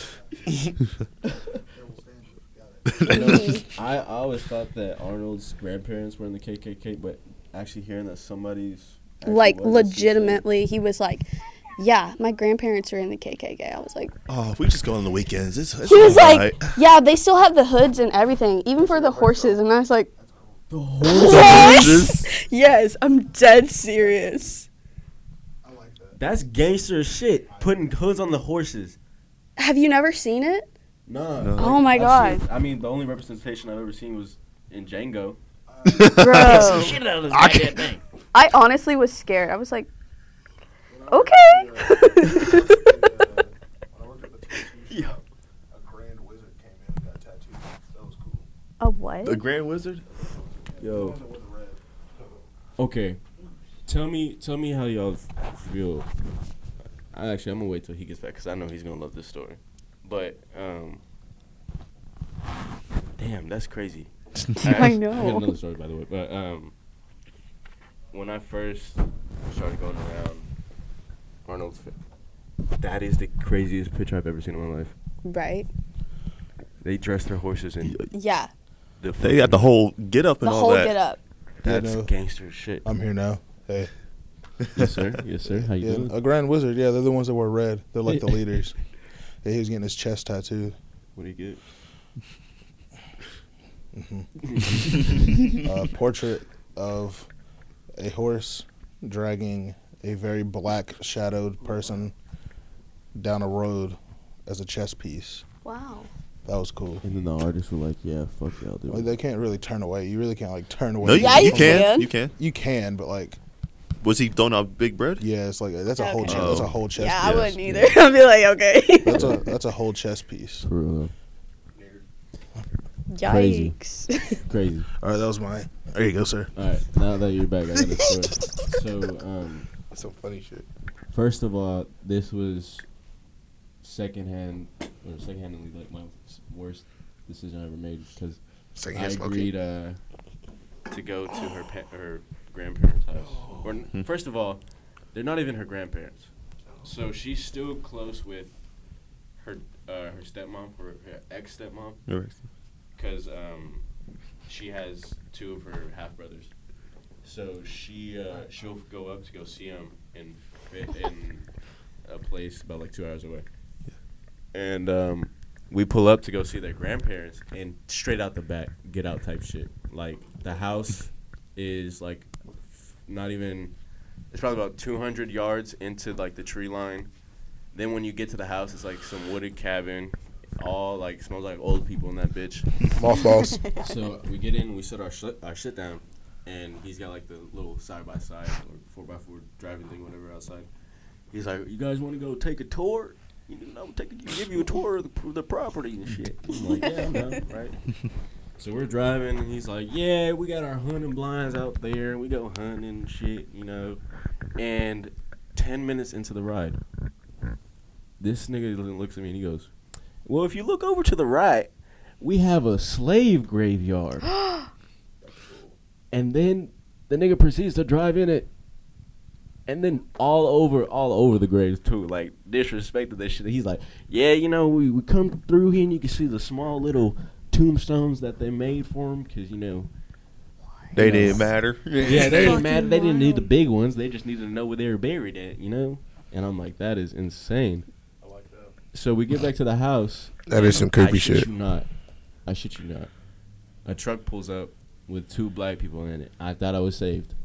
Speaker 11: Double standard. Got it.
Speaker 2: I always thought that Arnold's grandparents were in the KKK, but actually hearing that somebody's actually
Speaker 4: like
Speaker 2: was, it's just
Speaker 4: legitimately, he was like. Yeah, my grandparents were in the KKK. I was like,
Speaker 1: Oh, if we just go on the weekends. It's, it's
Speaker 4: He was
Speaker 1: all
Speaker 4: like,
Speaker 1: right.
Speaker 4: "Yeah, they still have the hoods and everything, even for the horses." And I was like,
Speaker 2: The whole
Speaker 4: "Yes, yes, I'm dead serious."
Speaker 11: I like that.
Speaker 2: that's gangster as shit. Putting hoods on the horses.
Speaker 4: Have you never seen it?
Speaker 2: Nah.
Speaker 4: Oh my
Speaker 2: I've
Speaker 4: god,
Speaker 2: seen- I mean, the only representation I've ever seen was in Django.
Speaker 4: bro!
Speaker 1: I can't-
Speaker 4: I honestly was scared. I was like,
Speaker 11: When I worked at
Speaker 4: "Okay."
Speaker 11: the, uh, when I worked at the tattoo shop, a grand wizard came in and got tattooed. That was cool.
Speaker 4: A what?
Speaker 1: The Grand Wizard?
Speaker 11: The
Speaker 2: Yo.
Speaker 11: one that wore the red.
Speaker 2: Okay. Tell me, tell me how y'all feel. I actually, I'm gonna wait till he gets back because I know he's gonna love this story. But um, damn, that's crazy. I,
Speaker 4: I
Speaker 2: act- I had
Speaker 4: know.
Speaker 2: another story by the way, but um, when I first started going around Arnold's, fa- that is the craziest picture I've ever seen in my life.
Speaker 4: Right?
Speaker 2: They dress their horses in
Speaker 4: Yeah,
Speaker 2: the.
Speaker 1: They got the whole get up and
Speaker 4: the
Speaker 1: all
Speaker 4: whole
Speaker 1: that.
Speaker 4: get up.
Speaker 2: That's
Speaker 7: Yeah, no.
Speaker 2: gangster shit.
Speaker 7: I'm here now. Hey,
Speaker 2: yes sir, yes sir. How you
Speaker 7: yeah,
Speaker 2: doing?
Speaker 7: a Grand Wizard. Yeah, they're the ones that wear red. They're like the leaders. Yeah, he was getting his chest tattooed.
Speaker 2: What do you get?
Speaker 7: A portrait of a horse dragging a very black shadowed person down a road as a chess piece.
Speaker 4: Wow.
Speaker 7: That was cool.
Speaker 2: And then the artists were like, "Yeah, fuck y'all, dude."
Speaker 7: Like, they can't really turn away. You really can't like turn away.
Speaker 1: No, you,
Speaker 4: Yeah,
Speaker 1: you
Speaker 4: you
Speaker 1: can.
Speaker 4: can.
Speaker 1: You can.
Speaker 7: You can, but like
Speaker 1: Was he throwing out big bread?
Speaker 7: Yeah, it's like that's a whole
Speaker 4: Okay.
Speaker 7: chest, that's a whole
Speaker 4: Yeah,
Speaker 7: chest.
Speaker 4: I
Speaker 7: piece.
Speaker 4: wouldn't either. I'd be like, okay.
Speaker 7: That's a that's a whole chess piece.
Speaker 12: For real, Crazy.
Speaker 4: Yikes.
Speaker 12: though. crazy.
Speaker 7: All right, that was mine. There you go, sir.
Speaker 12: All right, now that you're back, I got a story. So, um,
Speaker 3: Some funny shit.
Speaker 12: first of all, this was secondhand or secondhandly like my worst decision I ever made because I
Speaker 3: Secondhand smoking.
Speaker 12: agreed. Uh,
Speaker 2: to go to her pa- her grandparents' house.
Speaker 3: Oh.
Speaker 2: Or
Speaker 12: Hmm.
Speaker 2: n- first of all, they're not even her grandparents, so she's still close with her uh, her stepmom or her ex stepmom because um, she has two of her half brothers. So she uh, she'll go up to go see them and fit in a place about like two hours away. And um, we pull up to go see their grandparents, and straight out the back, get out type shit. Like the house is like f- not even. It's probably about 200 yards into like the tree line. Then when you get to the house, it's like some wooded cabin. All like smells like old people in that bitch
Speaker 7: Mothballs.
Speaker 2: so we get in, we set our shit, our shit down, and he's got like the little side by side or four by four driving thing, whatever outside. He's like, "You guys want to go take a tour? You know, take a, give you a tour of the, the property and shit." I'm like, "Yeah, I'm down," right." So we're driving, and he's like, "Yeah, we got our hunting blinds out there. We go hunting and shit, you know." And ten minutes into the ride, this nigga looks at me and he goes, "Well, if you look over to the right."
Speaker 12: we have a slave graveyard. and then the nigga proceeds to drive in it. And then all over, all over the graves too, like disrespected that shit. He's like, yeah, you know, we, we come through here and you can see the small little tombstones that they made for him, cause you know,
Speaker 1: They
Speaker 12: Yes.
Speaker 1: didn't matter.
Speaker 12: yeah, they didn't
Speaker 4: Fucking
Speaker 12: matter. They didn't need the
Speaker 4: wild.
Speaker 12: big ones. They just needed to know where they were buried at, you know. And I'm like, that is insane.
Speaker 6: I like that.
Speaker 12: So we get back to the house,
Speaker 3: That is some
Speaker 12: I
Speaker 3: creepy
Speaker 12: shit
Speaker 3: shit.
Speaker 12: you not. I shit you not. A truck pulls up with two black people in it. I thought I was saved.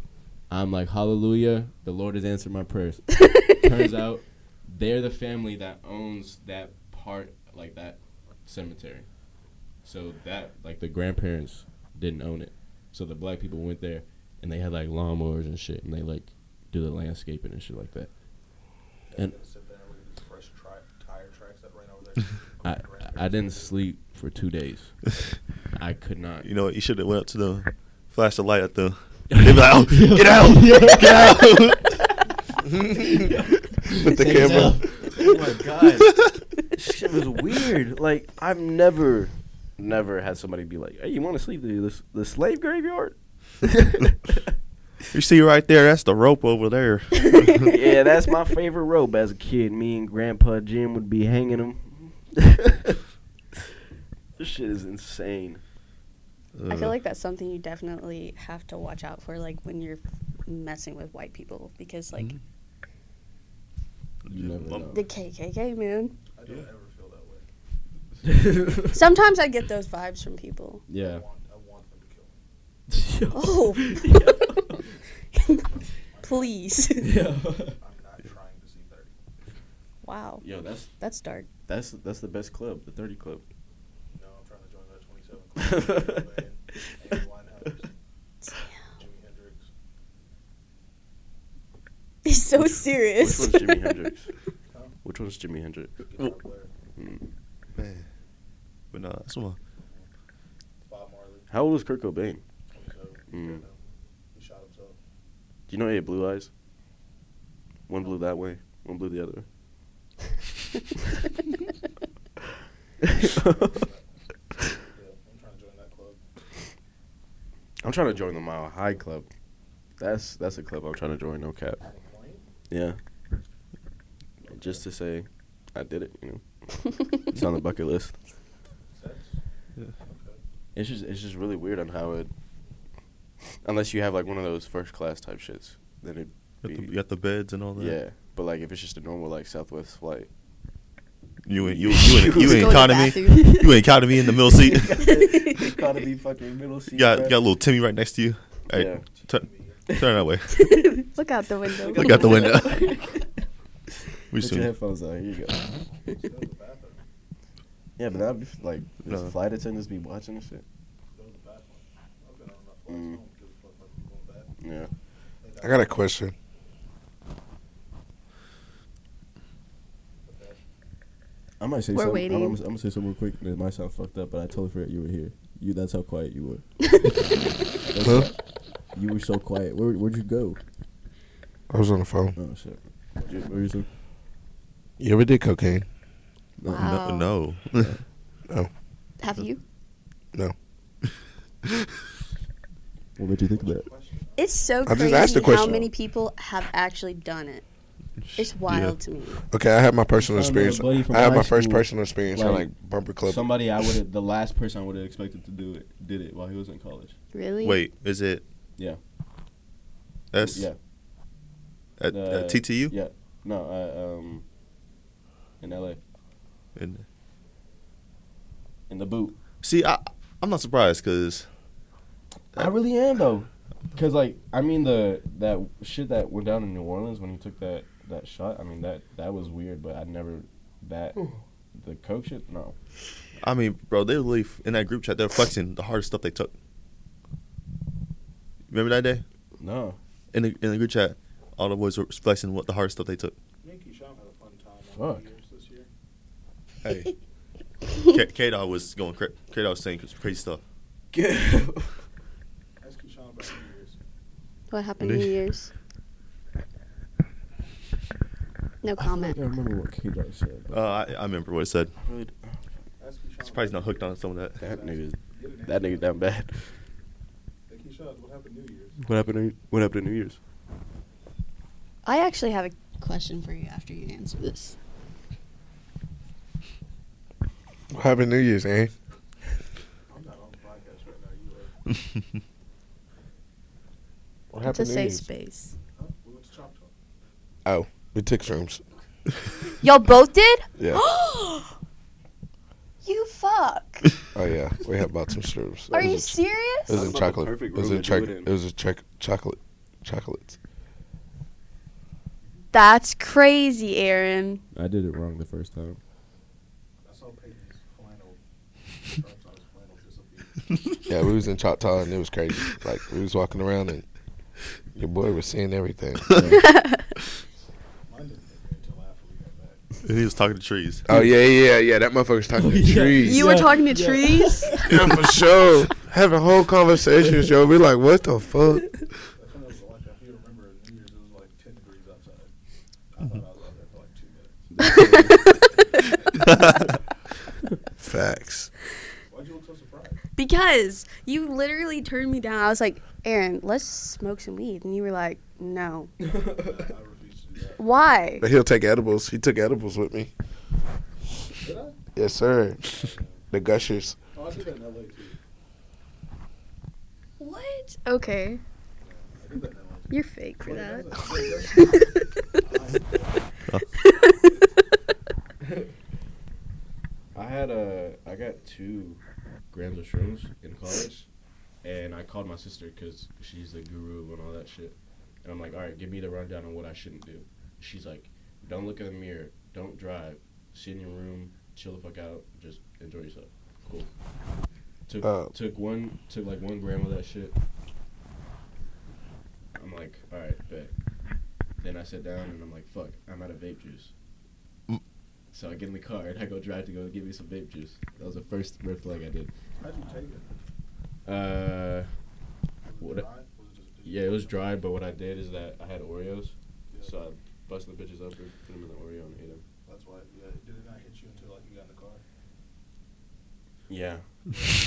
Speaker 12: I'm like, hallelujah, the Lord has answered my prayers. Turns out they're the family that owns that part, like that cemetery. So that, like the grandparents didn't own it. So the black people went there and they had like lawnmowers and shit and they like do the landscaping and shit like that. And-
Speaker 6: fresh tri- tire tracks that ran over there.
Speaker 12: I, I didn't sleep for two days. I could not.
Speaker 1: You know, what, you should have went up to them, flashed the light at them. They'd be like, oh, get out, get out.
Speaker 3: Put the camera.
Speaker 2: Oh my god, shit was weird. Like I've never, never had somebody be like, "Hey, you want to sleep in this the slave graveyard?"
Speaker 1: You see right there, that's the rope over there.
Speaker 2: yeah, that's my favorite rope as a kid. Me and Grandpa Jim would be hanging them. this shit is insane.
Speaker 4: I feel like that's something you definitely have to watch out for, like when you're messing with white people, because like
Speaker 1: Mm-hmm.
Speaker 12: You never know.
Speaker 4: the KKK, man.
Speaker 6: I don't ever feel that way.
Speaker 4: Sometimes I get those vibes from people.
Speaker 12: Yeah.
Speaker 6: I want, I want them to kill me.
Speaker 4: Oh, please.
Speaker 6: I'm not trying to see 30.
Speaker 4: Wow,
Speaker 2: Yo, that's
Speaker 4: that's dark.
Speaker 2: that's that's the best club, the thirty club.
Speaker 6: No, I'm trying to join that 27 club. Amy Winehouse, Jimi Hendrix.
Speaker 4: He's so
Speaker 2: Which
Speaker 4: serious.
Speaker 2: one's Jimi Hendrix? Which one's Jimi Hendrix?
Speaker 7: Oh.
Speaker 2: Hmm.
Speaker 6: Guitar player,
Speaker 1: But no, that's one.
Speaker 6: Bob Marley,
Speaker 2: How old is Kurt Cobain?
Speaker 6: 27.
Speaker 2: Mm.
Speaker 6: He shot himself.
Speaker 2: Do you know he had blue eyes? One blew that way, one blew the other way.
Speaker 6: Yeah, I'm trying to join that club.
Speaker 2: I'm trying to join the Mile High Club. That's that's a club I'm trying to join. No cap. Yeah. Just to say, I did it. You know, it's on the bucket list. It's just it's just really weird on how it. Unless you have like one of those first class type shits, then it.
Speaker 1: You got, the,
Speaker 2: Be,
Speaker 1: you got the beds and all that.
Speaker 2: yeah, but like if it's just a normal like Southwest flight,
Speaker 1: You in you you in, you in
Speaker 4: Go to the
Speaker 1: economy.
Speaker 4: bathroom.
Speaker 1: You in economy in the middle seat.
Speaker 2: it's gotta be fucking middle
Speaker 1: You
Speaker 2: seat.
Speaker 1: got got a little Timmy right next to you. Hey,
Speaker 2: Yeah.
Speaker 1: turn turn that way.
Speaker 4: Look out the window.
Speaker 1: Look out the window. we
Speaker 2: Put your
Speaker 1: soon.
Speaker 2: headphones on. Here you go.
Speaker 6: Let's go to the bathroom.
Speaker 2: Yeah, but that'd be like
Speaker 1: No.
Speaker 2: no. flight attendants be watching and shit.
Speaker 6: Go to the
Speaker 2: Mm.
Speaker 6: bathroom. I've been on enough flights. I don't give a fuck about people going back.
Speaker 2: Yeah.
Speaker 3: I got a question.
Speaker 2: I might say
Speaker 4: We're
Speaker 2: something.
Speaker 4: waiting.
Speaker 2: I'm, I'm gonna say something real quick. and It might sound fucked up, but I totally forgot you were here. You. That's how quiet you were. That's- You were so quiet. Where, where'd you go?
Speaker 5: I was on the phone.
Speaker 2: Oh shit. You- where you so-
Speaker 5: You ever did cocaine?
Speaker 4: Wow.
Speaker 1: Oh, No,
Speaker 5: Uh,
Speaker 4: Have you?
Speaker 2: What made you think of that?
Speaker 4: It's so
Speaker 5: just
Speaker 4: crazy
Speaker 5: asked the
Speaker 4: how
Speaker 5: question.
Speaker 4: many people have actually done it. It's wild to me.
Speaker 5: Okay, I had my personal
Speaker 2: I don't know,
Speaker 5: experience.
Speaker 2: buddy from
Speaker 5: I had
Speaker 2: high
Speaker 5: my first
Speaker 2: school,
Speaker 5: personal experience at
Speaker 2: like,
Speaker 5: like bumper club.
Speaker 2: Somebody I would have, the last person I would have expected to do it, did it while he was in college.
Speaker 4: Really?
Speaker 1: wait, is it?
Speaker 2: Yeah.
Speaker 1: That's
Speaker 2: Yeah.
Speaker 1: at,
Speaker 2: Uh,
Speaker 1: at TTU.
Speaker 2: Yeah. No, uh, um, in LA.
Speaker 1: And
Speaker 2: In the boot.
Speaker 1: see, I I'm not surprised because
Speaker 2: I really am though, cause like I mean the that shit that went down in New Orleans when he took that that shot. I mean that that was weird, but I never that the coke shit. No,
Speaker 1: I mean, bro, they were really f- in that group chat. They're flexing the hardest stuff they took. Remember that day
Speaker 2: no.
Speaker 1: in the in the group chat, all the boys were flexing what the hardest stuff they took.
Speaker 7: Yankee Sham had a fun time
Speaker 2: Fuck.
Speaker 7: on New Year's this year.
Speaker 1: K Dog was going cra- K Dog was saying crazy stuff.
Speaker 7: Ask Keyshawn about New Year's.
Speaker 4: What happened New Year's? No
Speaker 2: I
Speaker 4: comment.
Speaker 2: can't remember what K-Dot said.
Speaker 1: Uh, I, I remember what it said.
Speaker 7: Ask Keyshawn.
Speaker 1: Surprised not hooked on some of that.
Speaker 13: That nigga,
Speaker 7: Get an
Speaker 13: that nigga down bad.
Speaker 7: answer. Hey, Keyshawn, what happened New Year's?
Speaker 13: What happened? To, what happened to New Year's?
Speaker 4: I actually have a question for you after you answer this.
Speaker 5: What happened New Year's, eh?
Speaker 7: I'm not on the podcast right now. You are.
Speaker 4: It's a
Speaker 5: What happened New
Speaker 4: safe
Speaker 5: Year's?
Speaker 4: space.
Speaker 7: Huh? We went to Chop Talk.
Speaker 5: We took shrooms.
Speaker 4: Y'all both did?
Speaker 5: Yeah.
Speaker 4: you fuck.
Speaker 5: oh yeah. We had bought some shrooms.
Speaker 4: Are
Speaker 5: It was
Speaker 4: you
Speaker 5: a ch-
Speaker 4: serious?
Speaker 5: It was in
Speaker 13: Sounds like a
Speaker 5: chocolate. It
Speaker 13: perfect
Speaker 5: was
Speaker 13: room
Speaker 5: in
Speaker 13: to do
Speaker 5: choc-
Speaker 13: it in.
Speaker 5: It was a choc- chocolate. Chocolates.
Speaker 4: That's crazy, Aaron.
Speaker 2: I did it wrong the first time.
Speaker 7: I saw Peyton's flannel. Perhaps I was flannel disappear.
Speaker 5: Yeah, we was in Choctaw and it was crazy. Like we was walking around and your boy was seeing everything.
Speaker 7: Mine didn't hit me until after we got back.
Speaker 1: he was talking to trees.
Speaker 5: oh yeah, yeah, yeah. That motherfucker's talking to trees.
Speaker 4: You were talking to trees?
Speaker 5: yeah, for sure. Having whole conversations, yo. We like, what the fuck?
Speaker 7: That's when it was like, if you remember, New Year's, it was like 10 degrees outside. I thought I was out there for like two minutes.
Speaker 5: Facts.
Speaker 7: Why'd you look so surprised?
Speaker 4: because you literally turned me down. I was like, Aaron, let's smoke some weed. And you were like, no.
Speaker 7: I refused to do that.
Speaker 4: Why?
Speaker 5: But he'll take edibles. He took edibles with me.
Speaker 7: Did I?
Speaker 5: Yes, sir. The gushers.
Speaker 7: Oh, I did that in LA too.
Speaker 4: What? Okay.
Speaker 7: I did that in LA.
Speaker 4: You're fake for
Speaker 7: I
Speaker 4: that.
Speaker 7: was like, wait, that's-
Speaker 2: I had a I got two grams of shrooms in college, and I called my sister because she's the guru and all that shit. And I'm like, all right, give me the rundown on what I shouldn't do. She's like, don't look in the mirror, don't drive, sit in your room, chill the fuck out, just enjoy yourself. Cool. Took
Speaker 5: Uh,
Speaker 2: took one took like one gram of that shit. I'm like, all right, bet. Then I sit down and I'm like, fuck, I'm out of vape juice. So I get in the car and I go drive to go give me some vape juice. That was the first red flag I did.
Speaker 7: How'd you take it?
Speaker 2: Uh,
Speaker 7: Was
Speaker 2: What-
Speaker 7: it dry? Was it just a dude?
Speaker 2: yeah, it was dry, but what I did is that I had Oreos, so I busted the bitches up and put them in the Oreo and ate them.
Speaker 7: That's why, yeah, it did not hit you until like you got in the car.
Speaker 2: Yeah,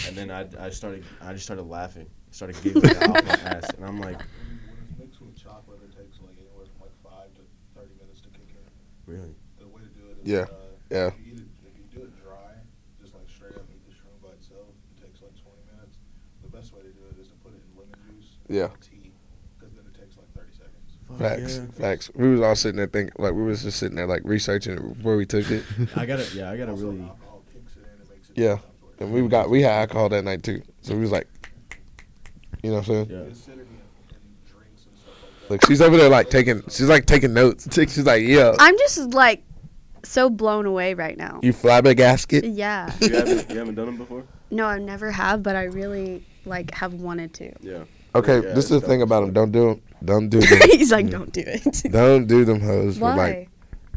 Speaker 2: and then I, I started I just started laughing, started giggling off my ass, and I'm like,
Speaker 7: When you- when it's mixed with chocolate, it takes like anywhere from like five to thirty minutes to kick in.
Speaker 2: really?
Speaker 7: The way to do it is
Speaker 5: Yeah,
Speaker 7: uh,
Speaker 5: yeah.
Speaker 7: If you, eat it, if you do it dry, just like straight up eat the shroom by itself, it takes like twenty minutes. The best way to do it is to put it in lemon juice.
Speaker 5: Yeah.
Speaker 7: Or tea, because then it takes like thirty seconds.
Speaker 5: Facts. Facts. We was all sitting there thinking, like we was just sitting there, like researching it before we took it.
Speaker 2: I gotta yeah I gotta
Speaker 7: Also,
Speaker 2: really
Speaker 7: alcohol kicks it in and makes it.
Speaker 5: Yeah.
Speaker 7: sometimes worse.
Speaker 5: And we got we had alcohol that night too, so we was like, you know what I'm saying?
Speaker 2: yeah
Speaker 7: The acidity and, and drinks and stuff like that.
Speaker 5: Like she's over there like taking, she's like taking notes. She's like, yeah,
Speaker 4: I'm just like so blown away right now.
Speaker 5: you flabbergasted.
Speaker 4: Yeah.
Speaker 13: You haven't, you haven't done them before.
Speaker 4: No, I never have, but I really like have wanted to.
Speaker 13: Yeah.
Speaker 5: Okay,
Speaker 13: Yeah,
Speaker 5: this is the
Speaker 13: that
Speaker 5: thing
Speaker 13: was
Speaker 5: about them. Don't do them. Don't do them.
Speaker 4: He's like, don't do it.
Speaker 5: don't do them hoes. but,
Speaker 4: Why?
Speaker 5: Like,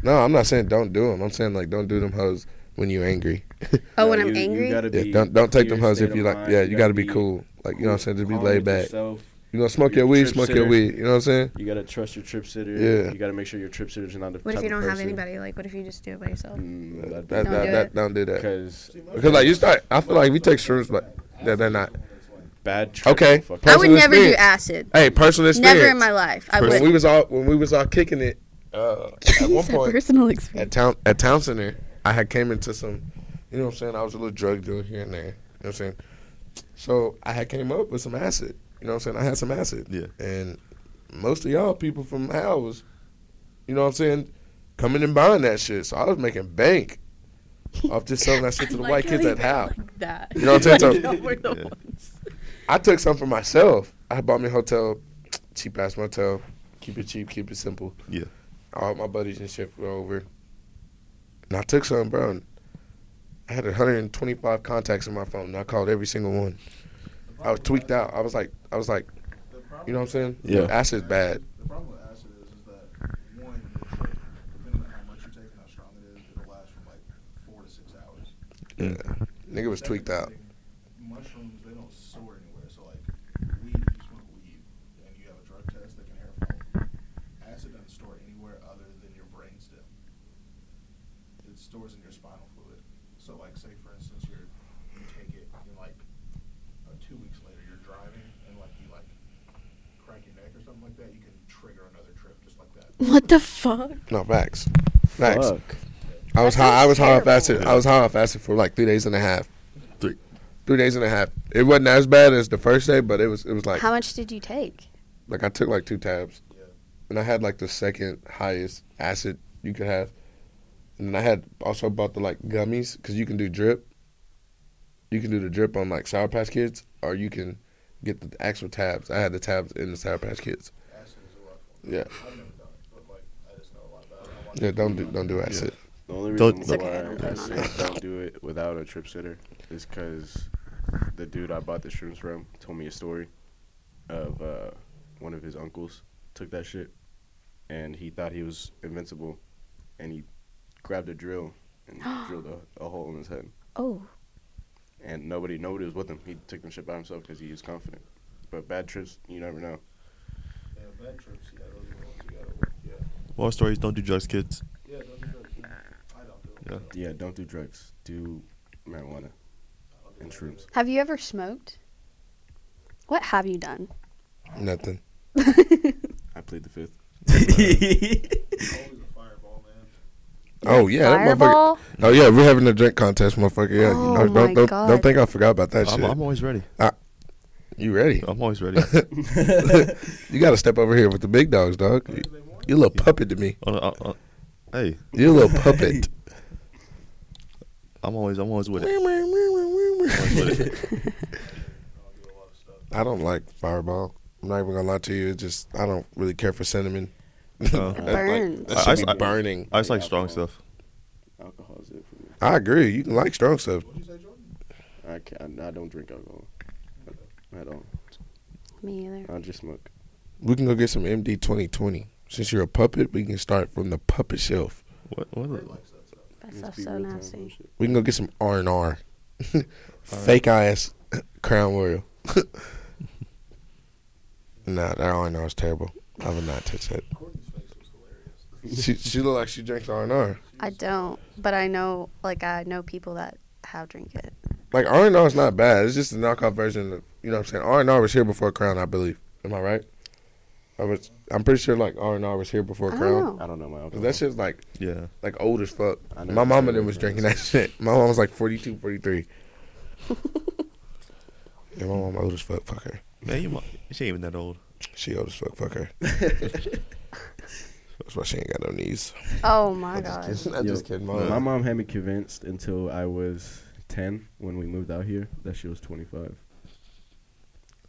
Speaker 5: no, I'm not saying don't do them. I'm saying like don't do them hoes when you're angry.
Speaker 2: No,
Speaker 4: Oh, when I'm
Speaker 2: you- you
Speaker 4: angry.
Speaker 2: gotta
Speaker 5: Yeah,
Speaker 2: be
Speaker 5: don't don't take them
Speaker 2: clear
Speaker 5: hugs if
Speaker 2: state
Speaker 5: you
Speaker 2: of
Speaker 5: like.
Speaker 2: mind.
Speaker 5: Yeah, you got to be cool. Like you know what I'm saying. Just be
Speaker 2: calm
Speaker 5: laid
Speaker 2: with
Speaker 5: back.
Speaker 2: yourself.
Speaker 5: You know, smoke your weed,
Speaker 2: Trip
Speaker 5: smoke your
Speaker 2: sitter.
Speaker 5: weed. You know what I'm saying?
Speaker 2: You gotta trust your trip sitter.
Speaker 5: Yeah.
Speaker 2: You gotta make sure your trip sitter's not the
Speaker 14: What if
Speaker 2: type
Speaker 14: you
Speaker 2: of
Speaker 14: don't have
Speaker 2: person-
Speaker 14: anybody? Like, what if you just do it by yourself?
Speaker 2: Mm, that'd
Speaker 5: That, that,
Speaker 14: Don't
Speaker 5: that,
Speaker 14: do
Speaker 5: that,
Speaker 14: it.
Speaker 5: don't do that.
Speaker 2: because
Speaker 5: Because like you start, I feel like if you take shrooms, like yeah, they're not.
Speaker 2: bad trip.
Speaker 5: Okay,
Speaker 2: will fuck
Speaker 4: I
Speaker 2: up.
Speaker 4: would
Speaker 5: personal
Speaker 4: never do
Speaker 5: experience.
Speaker 4: acid.
Speaker 5: Hey, personal experience.
Speaker 4: Never in my life. I
Speaker 5: When we
Speaker 4: would.
Speaker 5: was all when we was all kicking it, uh, at one point
Speaker 14: personal
Speaker 5: at
Speaker 14: experience.
Speaker 5: town at town center, I had came into some, you know what I'm saying. I was a little drug dealer here and there. You know what I'm saying. So I had came up with some acid. You know what I'm saying. I had some acid.
Speaker 1: Yeah.
Speaker 5: And most of y'all people from Hal was, you know what I'm saying, coming and buying that shit. So I was making bank off just selling that shit to the white kids at Hal.
Speaker 14: Like that.
Speaker 5: You know what I'm saying? So
Speaker 14: We're the
Speaker 1: Yeah.
Speaker 14: ones.
Speaker 5: I took some for myself. I bought me a hotel, cheap ass motel. Keep it cheap, keep it simple.
Speaker 1: Yeah.
Speaker 5: All my buddies and shit were over. And I took some, bro. And I had 125 contacts in my phone. And I called every single one. I was tweaked out. I was like, I was like,
Speaker 7: The problem
Speaker 5: you know what I'm saying?
Speaker 15: Yeah.
Speaker 5: Acid's bad.
Speaker 7: The problem with acid is, is that one, the trip, depending on how much you take and how strong it is, it'll last from like four to six hours.
Speaker 5: Yeah. Nigga was tweaked out.
Speaker 7: Second thing, Mushrooms, they don't soar anywhere. So like weed, you smoke weed, and you have a drug test, they can hair fall. Acid doesn't store anywhere other than your brain stem. It stores in your spinal fluid. So like, say for instance, you're, you take it, and like uh, two weeks later, you're driving, and like you like crack your neck or something like that, you can trigger another trip just like that.
Speaker 14: What the fuck?
Speaker 5: No, facts. Facts.
Speaker 15: Fuck.
Speaker 5: I was
Speaker 14: That
Speaker 5: high. I was high off
Speaker 14: sounds
Speaker 5: acid. I was high off acid for like three days and a half.
Speaker 1: Three.
Speaker 5: Three days and a half. It wasn't as bad as the first day, but it was. It was like
Speaker 4: How much did you take?
Speaker 5: like I took like two tabs, and I had like the second highest acid you could have, and then I had also bought the like gummies because you can do drip. You can do the drip on like Sour Patch Kids, or you can get the actual tabs. I had the tabs in the Sour Patch Kids.
Speaker 7: Acid is a lot.
Speaker 5: Yeah,
Speaker 7: I've never done it, but like I just know a lot about it. I watch
Speaker 5: yeah. Don't do don't do acid.
Speaker 2: The only
Speaker 1: Don't-
Speaker 2: reason
Speaker 1: It's
Speaker 4: okay,
Speaker 2: why
Speaker 4: don't
Speaker 2: I,
Speaker 4: plan on
Speaker 2: say don't do it without a trip sitter is because the dude I bought the shrooms from told me a story of uh, one of his uncles took that shit, and he thought he was invincible, and he grabbed a drill and drilled a, a hole in his head,
Speaker 4: Oh,
Speaker 2: and nobody nobody was with him. He took the shit by himself because he was confident. But bad trips, you never know.
Speaker 7: Yeah, bad trips. Yeah, those are the ones you gotta work. Yeah,
Speaker 1: War stories don't do drugs, kids.
Speaker 7: yeah, those are the. I don't do it.
Speaker 1: Yeah.
Speaker 2: Yeah, don't do drugs. Do marijuana and shrooms.
Speaker 4: have you ever smoked? What have you done?
Speaker 5: Nothing.
Speaker 2: I played the fifth.
Speaker 7: Always a fireball, man.
Speaker 5: Oh yeah, that motherfucker.
Speaker 4: Fireball.
Speaker 5: Oh yeah, we're having a drink contest, motherfucker. Yeah,
Speaker 4: Oh,
Speaker 5: don't
Speaker 4: my
Speaker 5: don't, don't,
Speaker 4: God.
Speaker 5: don't think I forgot about that
Speaker 1: I'm,
Speaker 5: shit.
Speaker 1: I'm always ready.
Speaker 5: you ready?
Speaker 1: I'm always ready.
Speaker 5: You got to step over here with the big dogs, dog. You, you a little puppet to me.
Speaker 1: On a- on- on- hey,
Speaker 5: You a little puppet.
Speaker 1: I'm always I'm always with it.
Speaker 5: I don't like Fireball. I'm not even gonna lie to you. It's just I don't really care for cinnamon.
Speaker 1: Uh,
Speaker 5: That's
Speaker 4: Burns.
Speaker 5: Like, that
Speaker 1: I-
Speaker 5: should
Speaker 1: I-
Speaker 5: be burning.
Speaker 1: I just like strong stuff.
Speaker 2: Alcohol is it for me.
Speaker 5: I agree. You can like strong stuff.
Speaker 7: What'd you say, Jordan?
Speaker 2: I can't, I don't drink alcohol at all.
Speaker 4: Me either.
Speaker 2: I just smoke.
Speaker 5: We can go get some MD 2020. Since you're a puppet, we can start from the puppet shelf.
Speaker 1: What what is it?
Speaker 4: That
Speaker 2: Let's
Speaker 4: stuff's
Speaker 2: be
Speaker 4: so
Speaker 2: real time on
Speaker 4: nasty.
Speaker 2: shit.
Speaker 5: We can go get some R and R. Fake ass Crown Royal. nah, that R and R is terrible. I would not touch that.
Speaker 7: Courtney's face was hilarious.
Speaker 5: she she looked like she drinks R and R.
Speaker 4: I don't, but I know, like, I know people that have drink it.
Speaker 5: Like R and R is not bad. It's just a knockoff version. Of, you know what I'm saying? R and R was here before Crown, I believe. Am I right? I was. I'm pretty sure like R and R was here before
Speaker 4: I
Speaker 5: Crown.
Speaker 4: don't know.
Speaker 2: I don't know my alcohol.
Speaker 5: 'Cause That shit's like
Speaker 1: Yeah.
Speaker 5: like old as fuck.
Speaker 2: I know
Speaker 5: My
Speaker 2: it's
Speaker 5: mama
Speaker 2: better
Speaker 5: then was
Speaker 2: than
Speaker 5: drinking that shit. My mom was like 42, 43. yeah, my mom old as fuck. Fuck her.
Speaker 1: Man, you mo- she ain't even that old.
Speaker 5: She old as fuck. Fuck her. That's why she ain't got no knees.
Speaker 4: Oh my
Speaker 5: I'm just
Speaker 4: god.
Speaker 5: kidding. I'm just kidding. Mom.
Speaker 2: My mom had me convinced until I was 10 when we moved out here that she was 25.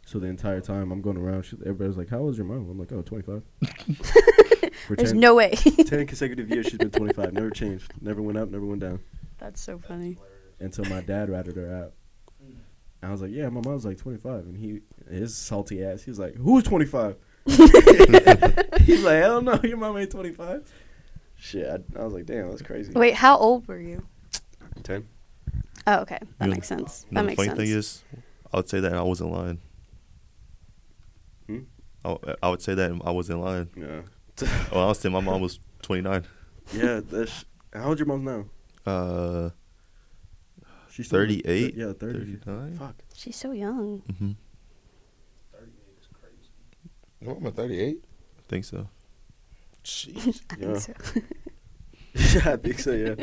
Speaker 2: So the entire time I'm going around, she, everybody's like, How old is your mom? I'm like, Oh, 25. For
Speaker 4: There's no way.
Speaker 2: 10 consecutive years, she's been 25. Never changed. Never went up, never went down.
Speaker 4: That's so funny.
Speaker 2: Until my dad ratted her out. I was like, Yeah, my mom's like 25. And he, his salty ass, he was like, Who's 25? He's like, Hell no, your mom ain't 25. Shit, I, I was like, Damn, that's crazy.
Speaker 4: Wait, how old were you?
Speaker 2: ten.
Speaker 4: Oh, okay. That
Speaker 1: You know-
Speaker 4: makes sense.
Speaker 1: You know, the
Speaker 4: that makes
Speaker 1: funny
Speaker 4: sense.
Speaker 1: thing is, I would say that and I wasn't lying.
Speaker 2: Hmm?
Speaker 1: I, I would say that and I wasn't lying.
Speaker 2: Yeah.
Speaker 1: Well, I was saying my mom was 29.
Speaker 2: yeah. That's how old your mom now?
Speaker 1: Uh,
Speaker 2: She's still-
Speaker 1: 38?
Speaker 2: Yeah, thirty.
Speaker 1: 39?
Speaker 2: Fuck.
Speaker 4: She's so young.
Speaker 1: Mm-hmm.
Speaker 5: No, I'm a 38.
Speaker 1: I think so.
Speaker 4: I
Speaker 2: Yeah.
Speaker 4: think so.
Speaker 2: yeah, I think so. Yeah.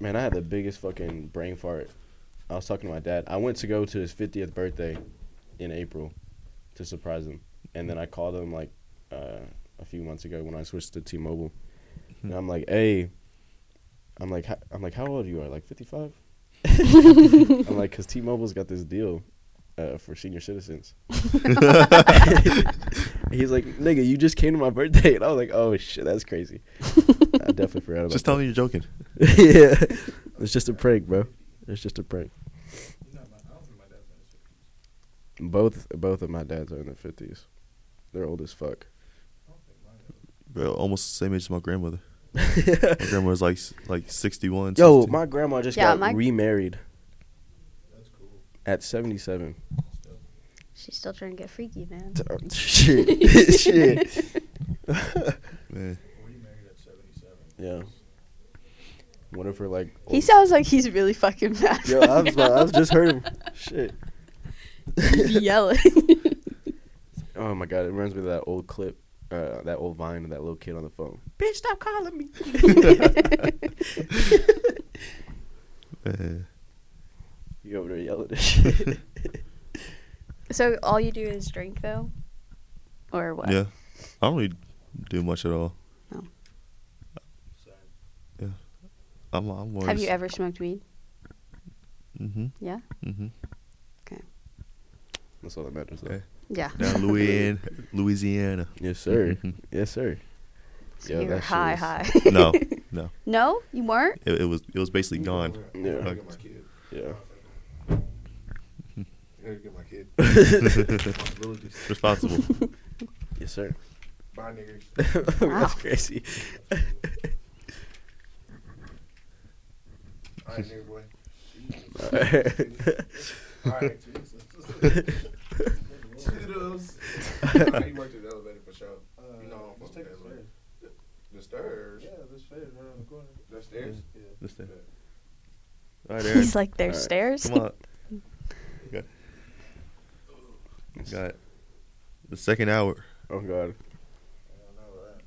Speaker 2: Man, I had the biggest fucking brain fart. I was talking to my dad. I went to go to his 50th birthday in April to surprise him, and then I called him like uh, a few months ago when I switched to T-Mobile, and I'm like, "Hey, I'm like, "How- I'm like, how old you are? Like 55?" I'm like, "Cause T-Mobile's got this deal uh, for senior citizens." He's like, "Nigga, you just came to my birthday," and I was like, "Oh shit, that's crazy." I definitely forgot about
Speaker 1: Just
Speaker 2: that
Speaker 1: tell me you're joking.
Speaker 2: yeah. It's just a prank, bro. It's just a prank. Both both of my dads are in their fifties. They're old as fuck.
Speaker 1: Bro, almost the same age as my grandmother. My grandmother's like s- like 61.
Speaker 2: Yo,
Speaker 1: 62.
Speaker 2: my grandma just
Speaker 4: Yeah,
Speaker 2: got
Speaker 4: my-
Speaker 2: remarried. At seventy seven.
Speaker 16: She's still trying to get freaky, man.
Speaker 2: uh, Shit. Shit.
Speaker 1: Man.
Speaker 2: Yeah. What if we're like
Speaker 4: He sounds like he's really fucking mad.
Speaker 2: Yo,
Speaker 4: right
Speaker 2: I was
Speaker 4: now.
Speaker 2: I was just heard him. Shit.
Speaker 4: He's yelling.
Speaker 2: Oh my god, it reminds me of that old clip, uh, that old vine of that little kid on the phone. Bitch, stop calling me.
Speaker 1: Man.
Speaker 2: You over there yelling at shit.
Speaker 4: so all you do is drink though, or what?
Speaker 1: Yeah. I don't really do much at all.
Speaker 4: No.
Speaker 1: Yeah. I'm, I'm always,
Speaker 4: Have you ever smoked weed?
Speaker 1: Mm-hmm.
Speaker 4: Yeah?
Speaker 1: Mm-hmm.
Speaker 2: That's all that matters. Though.
Speaker 1: Yeah.
Speaker 4: Yeah.
Speaker 1: Down Louisiana. Louisiana.
Speaker 2: Yes, sir. yes, sir.
Speaker 4: So
Speaker 2: Yeah,
Speaker 4: you were
Speaker 2: that shit
Speaker 4: high,
Speaker 2: was-
Speaker 4: high.
Speaker 1: no, no.
Speaker 4: no, you weren't.
Speaker 1: It, it was it was basically gone.
Speaker 2: Yeah.
Speaker 1: Like,
Speaker 2: Yeah.
Speaker 3: I gotta get my kid. Responsibilities.
Speaker 1: responsible.
Speaker 2: Yes, sir.
Speaker 3: Bye, niggas.
Speaker 2: That's crazy.
Speaker 3: All right, nigga boy. All
Speaker 2: Alright.
Speaker 3: right, Jesus. Toodles. Nah, you worked at the elevator for sure.
Speaker 6: Uh,
Speaker 3: You know I don't fuck with the elevator. The stairs.
Speaker 6: Yeah, this fair right around the corner.
Speaker 3: The stairs.
Speaker 1: This thing. All right, Aaron.
Speaker 4: He's like there's
Speaker 2: Alright.
Speaker 4: stairs.
Speaker 1: Come on. Got, got the second hour.
Speaker 2: oh God.
Speaker 6: I don't know that.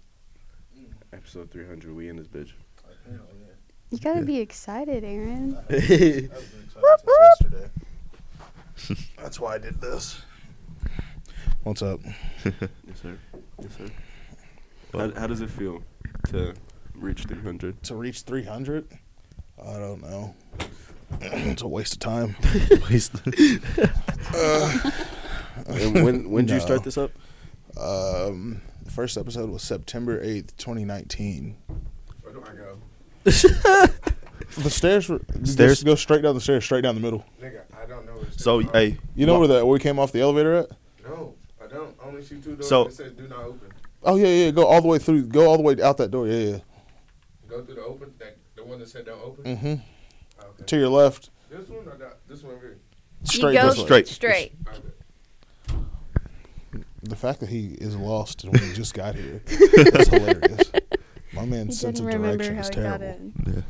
Speaker 2: Episode 300. We in this bitch.
Speaker 6: Apparently, yeah.
Speaker 4: You gotta be excited, Aaron.
Speaker 6: I've been excited since yesterday.
Speaker 3: That's why I did this.
Speaker 7: What's up?
Speaker 2: Yes, sir. Yes, sir. How, how does it feel to reach 300?
Speaker 7: To reach 300? I don't know. it's a waste of time.
Speaker 1: Waste.
Speaker 2: and when when did you
Speaker 7: No.
Speaker 2: start this up?
Speaker 7: Um, the first episode was September 8th, 2019.
Speaker 3: Where do I go?
Speaker 7: The stairs were. you
Speaker 1: Stairs?
Speaker 7: Just go straight down the stairs, straight down the middle.
Speaker 3: Nigga, I don't know where the
Speaker 1: so
Speaker 3: stairs are.
Speaker 1: hey,
Speaker 7: You know where, the, where we came off the elevator at?
Speaker 3: No, I don't. I only see two doors.
Speaker 1: So-
Speaker 3: it says do not open.
Speaker 7: Oh, yeah, yeah. Go all the way through. Go all the way out that door. Yeah,
Speaker 3: Go through the open, that, the one that said don't open.
Speaker 7: yeah. hmm
Speaker 3: Okay.
Speaker 7: To your left.
Speaker 3: This one or that? This one over here?
Speaker 7: Straight
Speaker 4: you go
Speaker 7: this way.
Speaker 1: Straight.
Speaker 4: Straight.
Speaker 3: Okay.
Speaker 7: The fact that he is lost when he just got here is hilarious. My
Speaker 4: He
Speaker 7: man's sense
Speaker 4: didn't
Speaker 7: of
Speaker 4: remember
Speaker 7: direction
Speaker 4: how
Speaker 7: is
Speaker 4: he got
Speaker 7: terrible.
Speaker 4: in.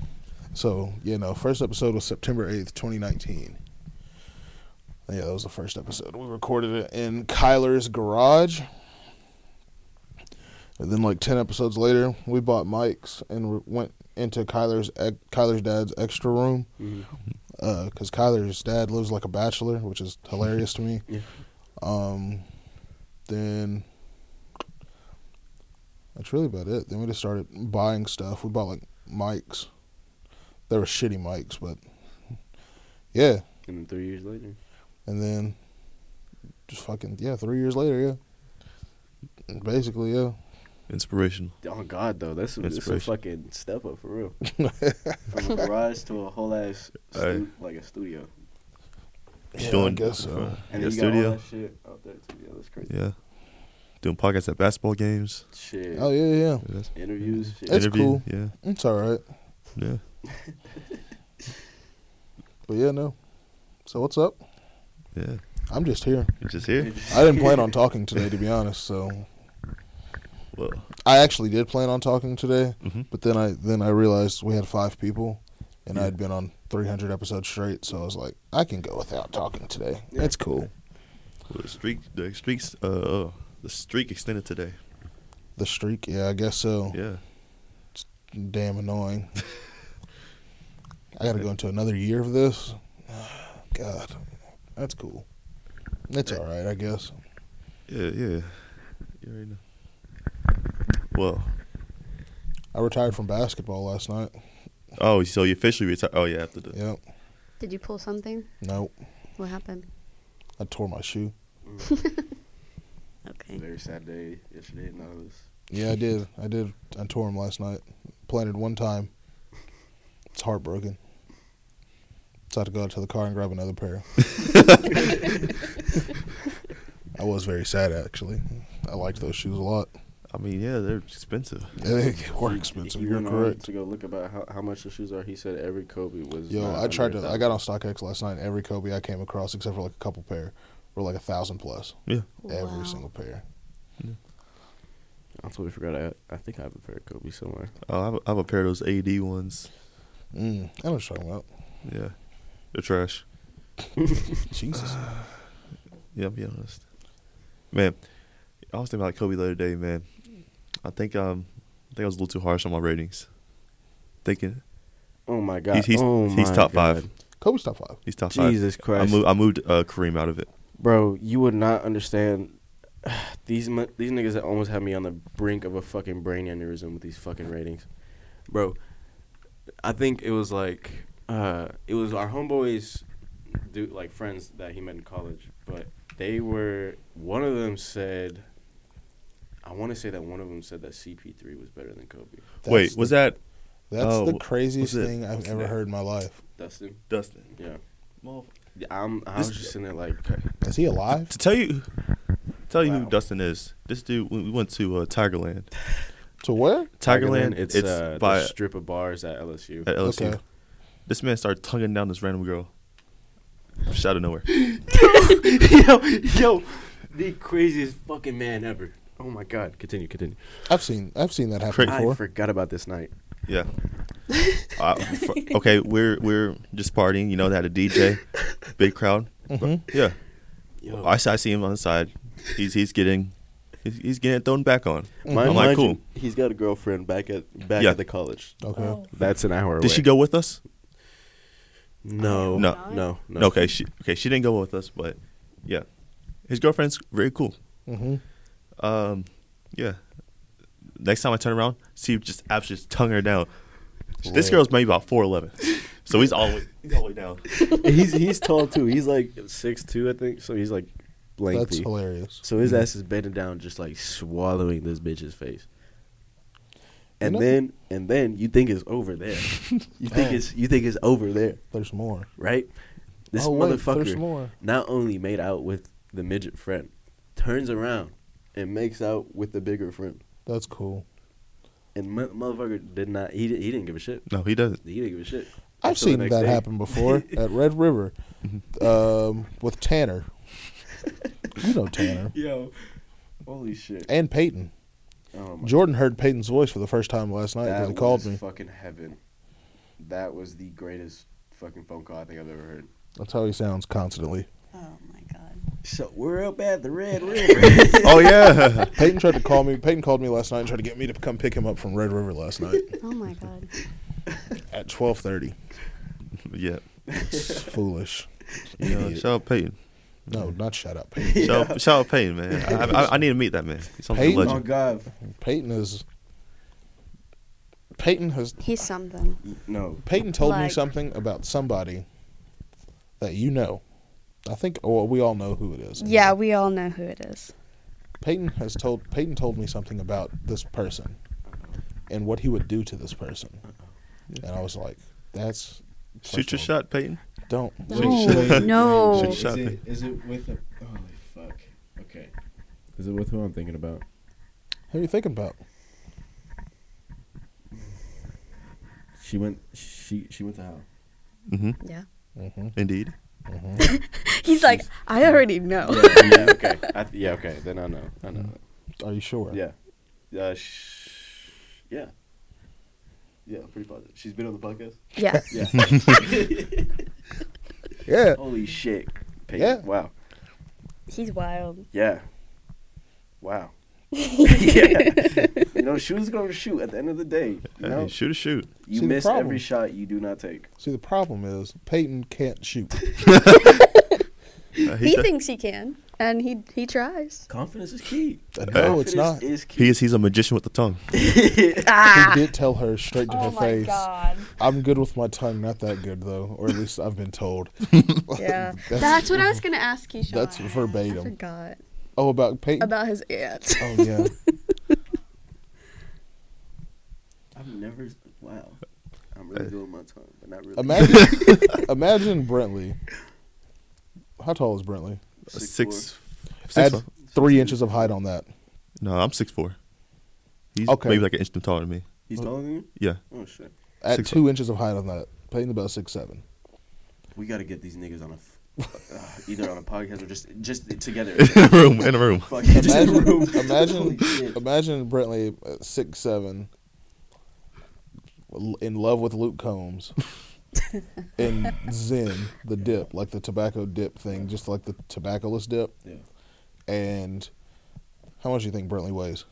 Speaker 7: So, you know, first episode was September 8th, 2019. Yeah, that was the first episode. We recorded it in Kyler's garage. And then, like 10 episodes later, we bought mics and re- went into Kyler's ex- Kyler's dad's extra room.
Speaker 2: Mhm.
Speaker 7: Because uh, Kyler's dad lives like a bachelor, which is hilarious to me.
Speaker 2: Yeah.
Speaker 7: Um, then that's really about it. Then we just started buying stuff. We bought like mics. They were shitty mics, but yeah.
Speaker 2: And then three years later.
Speaker 7: And then just fucking yeah, three years later, yeah. Basically, yeah.
Speaker 1: inspirational.
Speaker 2: Oh God, though, that's, that's a
Speaker 1: Inspiration.
Speaker 2: fucking step up for real. From a garage to a whole ass stu-
Speaker 1: Hey.
Speaker 2: like a studio,
Speaker 7: yeah I
Speaker 1: Doing-
Speaker 7: guess so.
Speaker 2: and
Speaker 1: Your
Speaker 2: then you got all
Speaker 1: studio.
Speaker 2: that shit out there too. Yeah, that's crazy.
Speaker 1: Yeah. doing podcasts at basketball games.
Speaker 2: Shit.
Speaker 7: Oh yeah, yeah.
Speaker 2: Interviews. Shit.
Speaker 7: It's
Speaker 1: interview.
Speaker 7: cool.
Speaker 1: Yeah,
Speaker 7: It's all right.
Speaker 1: yeah.
Speaker 7: But yeah, no. So what's up?
Speaker 1: Yeah,
Speaker 7: I'm just here.
Speaker 1: you just here.
Speaker 7: I didn't plan on talking today, to be honest. So
Speaker 1: Well,
Speaker 7: I actually did plan on talking today,
Speaker 1: Mhm.
Speaker 7: but then I then I realized we had five people, and I'd been on 300 episodes straight. So I was like, I can go without talking today. It's cool.
Speaker 1: well, the streak, the streaks, uh, uh, the streak extended today.
Speaker 7: The streak, yeah, I guess so.
Speaker 1: Yeah,
Speaker 7: Damn annoying. I got to go into another year of this. God, that's cool. It's all right, I guess.
Speaker 1: yeah, yeah. You already know. Well,
Speaker 7: I retired from basketball last night.
Speaker 1: oh, so you officially retired? Oh yeah, after the
Speaker 7: Yep.
Speaker 16: Did you pull something?
Speaker 7: Nope.
Speaker 16: What happened?
Speaker 7: I tore my shoe.
Speaker 16: Okay.
Speaker 2: Very sad day yesterday, and I was.
Speaker 7: Yeah, I did. I did. I tore him last night. Planted one time. It's heartbroken. So I had to go out to the car and grab another pair. I was very sad, actually. I liked those shoes a lot.
Speaker 1: I mean, yeah, they're expensive.
Speaker 7: They were expensive.
Speaker 2: He
Speaker 7: You're
Speaker 2: went on
Speaker 7: correct.
Speaker 2: To go look about how, how much the shoes are. He said every Kobe was.
Speaker 7: Yo,
Speaker 2: not
Speaker 7: I tried to.
Speaker 2: under
Speaker 7: I
Speaker 2: a
Speaker 7: got on StockX last night. and Every Kobe I came across, except for like a couple pair, were like a thousand plus.
Speaker 1: Yeah.
Speaker 7: Every
Speaker 16: Wow.
Speaker 7: single pair.
Speaker 2: thousand. I totally forgot. I I think I have a pair of Kobe somewhere.
Speaker 1: Oh, I have, I have a pair of those AD ones.
Speaker 7: Mm, I know what you're talking about.
Speaker 1: Yeah, they're trash.
Speaker 7: Jesus.
Speaker 1: Yeah, I'll be honest. Man, I was thinking about Kobe the other day, man. I think um I think I was a little too harsh on my ratings. Thinking
Speaker 2: Oh my god.
Speaker 1: he's he's,
Speaker 2: oh
Speaker 1: he's
Speaker 2: my
Speaker 1: top
Speaker 2: God.
Speaker 1: five.
Speaker 7: Kobe's top five.
Speaker 1: He's top five.
Speaker 2: Jesus
Speaker 1: I
Speaker 2: Christ,
Speaker 1: moved I moved uh, Kareem out of it.
Speaker 2: bro! You would not understand. These mu- these niggas that almost had me on the brink of a fucking brain aneurysm with these fucking ratings, bro. I think it was like uh, it was our homeboys, do like friends that he met in college, but they were one of them said. I want to say that one of them said that CP3 was better than Kobe.
Speaker 7: That's
Speaker 1: Wait,
Speaker 7: the-
Speaker 1: was that
Speaker 7: That's
Speaker 1: oh,
Speaker 7: the
Speaker 1: what's
Speaker 7: craziest
Speaker 1: it-
Speaker 7: thing I've
Speaker 1: what's
Speaker 7: ever
Speaker 1: that?
Speaker 7: heard in my life.
Speaker 2: Dustin,
Speaker 1: Dustin?
Speaker 2: yeah. Yeah, I'm, I was
Speaker 1: This-
Speaker 2: just sitting there like,
Speaker 7: Is he alive?
Speaker 1: To tell you tell you
Speaker 2: Wow.
Speaker 1: who Dustin is. This dude we we went to uh, Tigerland.
Speaker 7: To where?
Speaker 1: Tigerland,
Speaker 2: it's,
Speaker 1: it's,
Speaker 2: uh,
Speaker 1: by
Speaker 2: the strip of bars at LSU.
Speaker 1: at LSU.
Speaker 7: Okay.
Speaker 1: This man started tonguing down this random girl. Just out of nowhere.
Speaker 2: yo, yo, the craziest fucking man ever. Oh my god, continue, continue.
Speaker 7: I've seen I've seen that happen
Speaker 1: Cra-
Speaker 2: I
Speaker 7: before.
Speaker 2: forgot about this night.
Speaker 1: Yeah. uh, fr- okay, we're we're just partying. You know, they had a DJ, big crowd.
Speaker 7: Mhm.
Speaker 1: Yeah,
Speaker 2: Yo,
Speaker 1: I, s- I see him on the side. He's he's getting he's, he's getting thrown back on.
Speaker 2: mind-
Speaker 1: I'm like,
Speaker 2: mind
Speaker 1: cool.
Speaker 2: you, he's got a girlfriend back at back
Speaker 1: Yeah.
Speaker 2: at the college.
Speaker 7: Okay.
Speaker 2: Oh. That's an hour away.
Speaker 1: Did she go with us?
Speaker 2: No,
Speaker 1: No.
Speaker 2: no, no.
Speaker 1: No. Okay, she okay she didn't go with us, but yeah, his girlfriend's very cool.
Speaker 7: Mm-hmm.
Speaker 1: Um, yeah. Next time I turn around, see just absolutely just tongue her down. This
Speaker 7: Right.
Speaker 1: girl's maybe about four eleven, so he's all the way, he's all the way down.
Speaker 2: he's he's tall too. He's like six two, I think. So he's like
Speaker 7: That's
Speaker 2: lengthy.
Speaker 7: hilarious.
Speaker 2: So
Speaker 1: Mm-hmm.
Speaker 2: his ass is bending down, just like swallowing this bitch's face. And
Speaker 7: know-
Speaker 2: then, and then you think it's over there. You think
Speaker 7: Oh.
Speaker 2: it's you think it's over there,
Speaker 7: There's more.
Speaker 2: right? This
Speaker 7: Oh, wait, there's
Speaker 2: motherfucker
Speaker 7: more.
Speaker 2: not only made out with the midget friend, turns around and makes out with the bigger friend.
Speaker 7: That's cool.
Speaker 2: And mo- motherfucker did not. He di- he didn't give a shit.
Speaker 1: No, he doesn't.
Speaker 2: He didn't give a shit.
Speaker 7: I've
Speaker 2: Until the
Speaker 7: seen
Speaker 2: next
Speaker 7: that
Speaker 2: day. Mm-hmm.
Speaker 7: happen before at Red River um, with Tanner. You know Tanner.
Speaker 2: Yo, holy shit!
Speaker 7: And Peyton.
Speaker 2: Oh my
Speaker 7: Jordan heard Peyton's voice for the first time last night because he called
Speaker 2: was
Speaker 7: me.
Speaker 2: fucking heaven. That was the greatest fucking phone call I think I've ever heard.
Speaker 7: That's how he sounds constantly.
Speaker 16: Oh my god.
Speaker 2: So we're up at the Red River.
Speaker 1: Oh yeah,
Speaker 7: Peyton tried to call me. Peyton called me last night and tried to get me to come pick him up from Red River last night
Speaker 16: Oh my god.
Speaker 7: at 12:30.
Speaker 1: yeah.
Speaker 7: It's foolish.
Speaker 1: You know,
Speaker 7: Idiot.
Speaker 1: shout out Peyton.
Speaker 7: No, not shut up, Peyton.
Speaker 1: Shout, out- shout out Payton, man. I, I, I need to meet that man. He's something
Speaker 7: Payton?
Speaker 1: legend.
Speaker 2: Oh God.
Speaker 7: Peyton is. Peyton has
Speaker 16: He's something.
Speaker 2: No.
Speaker 7: Peyton told me
Speaker 16: Like-
Speaker 7: something about somebody that you know. I think well, we all know who it is.
Speaker 16: Yeah, we all know who it is.
Speaker 7: Peyton has told Peyton told me something about this person and what he would do to this person. And I was like, that's
Speaker 1: Shoot your
Speaker 7: first of all,
Speaker 1: shot, Peyton.
Speaker 7: Don't.
Speaker 16: No, no.
Speaker 1: Shoot your
Speaker 17: Is
Speaker 1: shot, Peyton.
Speaker 2: oh,
Speaker 17: it, is it with a? Holy fuck. Okay. Is it with who I'm thinking about?
Speaker 7: Who are you thinking about?
Speaker 17: She went. She she went to hell.
Speaker 1: Mm-hmm.
Speaker 16: Yeah.
Speaker 7: Mm-hmm.
Speaker 1: Indeed.
Speaker 4: He's like, I already know.
Speaker 2: Yeah, yeah, okay. I th- yeah, okay. Then I know. I know.
Speaker 7: Are you sure?
Speaker 2: Mm-hmm. Yeah. Uh, sh- yeah. Yeah, pretty positive. She's been on the podcast.
Speaker 16: Yeah.
Speaker 7: Yeah.
Speaker 2: Holy shit. Peyton.
Speaker 7: Yeah.
Speaker 2: Wow.
Speaker 16: He's wild.
Speaker 2: Yeah. Wow. yeah. You know, shoot's going to shoot at the end of the day. You, know?
Speaker 1: Uh, Hey, shoot a shoot.
Speaker 2: you
Speaker 7: See, the
Speaker 2: miss
Speaker 7: problem-
Speaker 2: every shot you do not take.
Speaker 7: See, the problem is Peyton can't shoot.
Speaker 1: Uh,
Speaker 4: He
Speaker 1: does-
Speaker 4: thinks he can, and he he tries.
Speaker 2: Confidence is key.
Speaker 7: No, it's not.
Speaker 2: Confidence is
Speaker 1: he
Speaker 2: key.
Speaker 1: is. He's a magician with the tongue.
Speaker 7: He did tell her straight to
Speaker 16: Ah. Oh
Speaker 7: her
Speaker 16: my
Speaker 7: face.
Speaker 16: god.
Speaker 7: I'm good with my tongue, not that good though, or at least I've been told.
Speaker 16: Yeah.
Speaker 7: That's,
Speaker 4: That's what I was gonna ask Keyshawn.
Speaker 7: that's
Speaker 4: I
Speaker 7: verbatim.
Speaker 4: forgot
Speaker 7: Oh, about Peyton.
Speaker 4: about his aunt.
Speaker 7: oh yeah.
Speaker 2: I've never. Wow. I'm really doing my time, but not really.
Speaker 7: Imagine, imagine Brentley. How tall is Brentley?
Speaker 1: Six.
Speaker 2: Six
Speaker 1: six,
Speaker 7: Add
Speaker 1: foot-
Speaker 7: three inches of height on that.
Speaker 1: no, I'm six four. He's
Speaker 7: Okay.
Speaker 1: maybe like an inch taller than me.
Speaker 2: He's taller than you?
Speaker 1: Yeah.
Speaker 2: Oh, shit.
Speaker 7: Add
Speaker 1: Six
Speaker 7: two inches of height on that. Peyton's about six seven.
Speaker 2: We got to get these niggas on a. F- uh, either on a podcast or just just together.
Speaker 1: in a room. In a room.
Speaker 2: Fuck, just in a
Speaker 7: Imagine,
Speaker 2: room.
Speaker 7: imagine,
Speaker 2: Holy shit.
Speaker 7: imagine Brentley at six seven, l- in love with Luke Combs, and Zen the dip, like the tobacco dip thing, just like the tobaccoless dip.
Speaker 17: Yeah.
Speaker 7: And how much do you think Brentley weighs?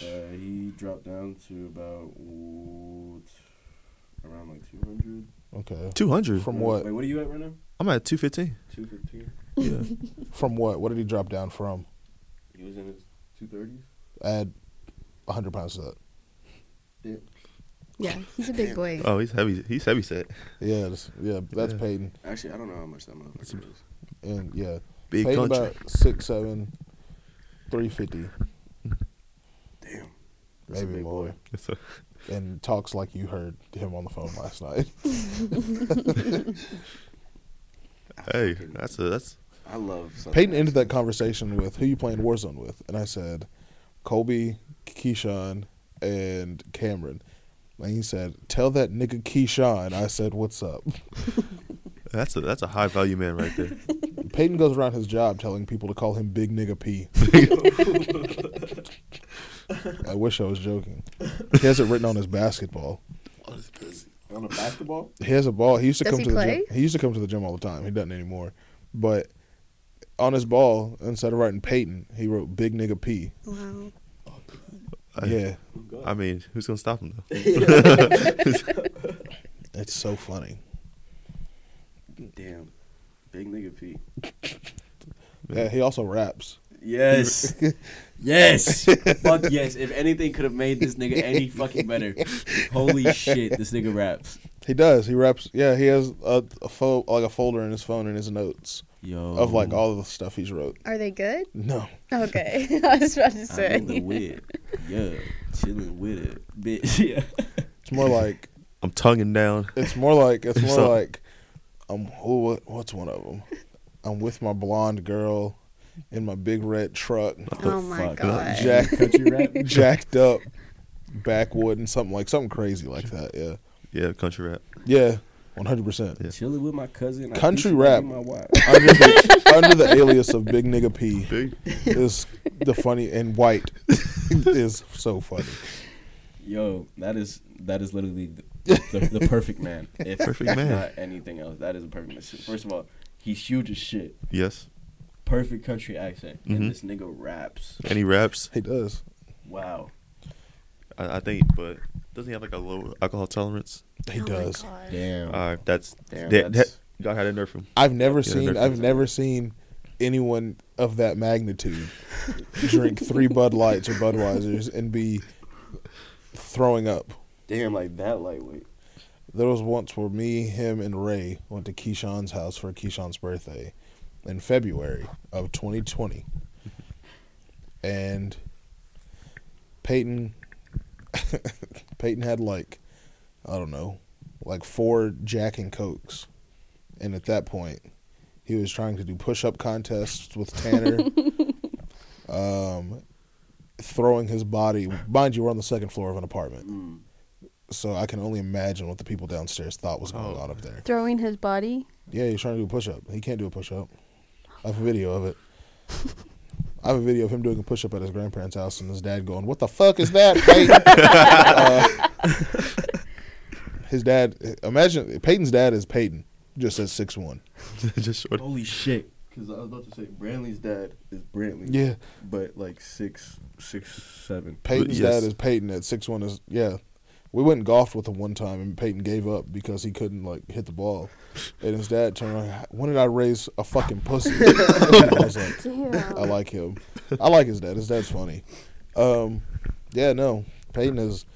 Speaker 17: Uh, he dropped down to about ooh, t- around like 200.
Speaker 7: Okay.
Speaker 1: Two hundred.
Speaker 7: From what?
Speaker 17: Wait, what are you at right now?
Speaker 1: I'm at two fifteen.
Speaker 17: 215.
Speaker 7: From what? What did he drop down from?
Speaker 17: He was in his 230s.
Speaker 7: Add hundred pounds to that.
Speaker 16: Yeah. He's a big boy.
Speaker 1: Oh, he's heavy. He's heavy set.
Speaker 7: Yeah, that's, yeah, that's
Speaker 1: Yeah.
Speaker 7: Peyton,
Speaker 2: Actually, I don't know how much that motherfucker is.
Speaker 7: and yeah,
Speaker 1: Big
Speaker 7: Peyton
Speaker 1: country.
Speaker 7: about six seven, three fifty,
Speaker 2: Damn. That's a
Speaker 7: maybe
Speaker 2: big
Speaker 7: more,
Speaker 2: boy.
Speaker 1: It's a-
Speaker 7: and talks like you heard him on the phone last night.
Speaker 1: hey, that's a that's
Speaker 2: I love Southern
Speaker 7: Peyton ended
Speaker 2: accents.
Speaker 7: that conversation with, "Who you playing Warzone with?" And I said, "Colby, Keyshawn, and Cameron." And he said, "Tell that nigga Keyshawn." I said, "What's up?"
Speaker 1: that's a that's a high value man right there.
Speaker 7: Peyton goes around his job telling people to call him Big Nigga P. I wish I was joking. He has it written on his basketball.
Speaker 17: On a basketball?
Speaker 7: He has a ball. He used to
Speaker 16: Does
Speaker 7: come
Speaker 16: he
Speaker 7: to the
Speaker 16: play?
Speaker 7: gym. He used to come to the gym all the time. He doesn't anymore. But on his ball, instead of writing Peyton, he wrote Big Nigga P.
Speaker 16: Wow.
Speaker 1: I-
Speaker 7: yeah,
Speaker 1: I mean, who's gonna stop him though?
Speaker 7: it's so funny.
Speaker 2: Damn. Big nigga P.
Speaker 7: Yeah, he also raps.
Speaker 2: Yes. yes. Fuck yes. If anything could have made this nigga any fucking better. Holy shit, this nigga raps.
Speaker 7: He does. He raps. Yeah, he has a, a fo- like a folder in his phone in his notes
Speaker 2: Yo.
Speaker 7: of like all the stuff he's wrote.
Speaker 16: Are they good?
Speaker 7: No,
Speaker 16: Okay. I was about to
Speaker 2: I'm in the
Speaker 16: say.
Speaker 2: whip. Yeah. Chilling with it. Bitch. Yeah.
Speaker 7: it's more like
Speaker 1: I'm tonguing down.
Speaker 7: It's more like it's more
Speaker 1: So-
Speaker 7: like I'm who what, what's one of them? I'm with my blonde girl in my big red truck,
Speaker 16: Oh my
Speaker 2: Fuck.
Speaker 16: god.
Speaker 7: jack,
Speaker 17: Country rap?
Speaker 7: jacked up, backwood and something like something crazy like that. Yeah,
Speaker 1: Yeah, country rap.
Speaker 7: yeah, one hundred percent.
Speaker 1: Yeah.
Speaker 2: Chilling with my cousin. I
Speaker 7: Country
Speaker 2: think she
Speaker 7: rap.
Speaker 2: could be My wife.
Speaker 7: Under the, under the alias of Big Nigga P
Speaker 1: Big.
Speaker 7: is the funny and white is so funny.
Speaker 2: Yo, that is that is literally the, the, the perfect man. If,
Speaker 1: Perfect
Speaker 2: if
Speaker 1: man.
Speaker 2: not anything else, that is a perfect man. First of all, he's huge as shit.
Speaker 1: Yes,
Speaker 2: Perfect country accent,
Speaker 1: Mhm.
Speaker 7: Mm-hmm.
Speaker 2: and this nigga raps.
Speaker 1: and he raps.
Speaker 7: He does.
Speaker 2: Wow.
Speaker 1: I, I think, but doesn't he have like a low alcohol tolerance?
Speaker 7: He
Speaker 16: Oh my
Speaker 7: does.
Speaker 16: God.
Speaker 17: Damn.
Speaker 1: Uh, that's,
Speaker 2: Damn,
Speaker 1: that-
Speaker 2: that's-
Speaker 1: that- God had a nerf him.
Speaker 7: I've never
Speaker 1: Yeah,
Speaker 7: seen
Speaker 1: they're
Speaker 7: I've
Speaker 1: fixing
Speaker 7: never seen anyone of that magnitude drink three Bud Lights or Budweisers and be throwing up.
Speaker 2: Damn, like that lightweight.
Speaker 7: There was once where me, him, and Ray went to Keyshawn's house for Keyshawn's birthday in February of 2020, and Peyton Peyton had like I don't know, like four Jack and Cokes, and at that point, he was trying to do push-up contests with Tanner. um, throwing his body. Mind you, we're on the second floor of an apartment, so I can only imagine what the people downstairs thought was going on up there.
Speaker 4: Throwing his body.
Speaker 7: Yeah, he's trying to do a push up. He can't do a push up. I have a video of it. I have a video of him doing a push up at his grandparents' house and his dad going, What the fuck is that? Peyton?" Uh, his dad, imagine Peyton's dad is Peyton, just at 6'1.
Speaker 1: Just short.
Speaker 2: Holy shit. Because I was about to say Brantley's dad is Brantley.
Speaker 7: Yeah.
Speaker 2: But like six, six, seven.
Speaker 7: Peyton's
Speaker 1: Yes.
Speaker 7: dad is Peyton at 6'1. Is, yeah. We went and golfed with him one time and Peyton gave up because he couldn't like hit the ball. And his dad turned around, When did I raise a fucking pussy? I was like,
Speaker 4: Damn.
Speaker 7: I like him. I like his dad. His dad's funny. Um, yeah, no. Peyton is.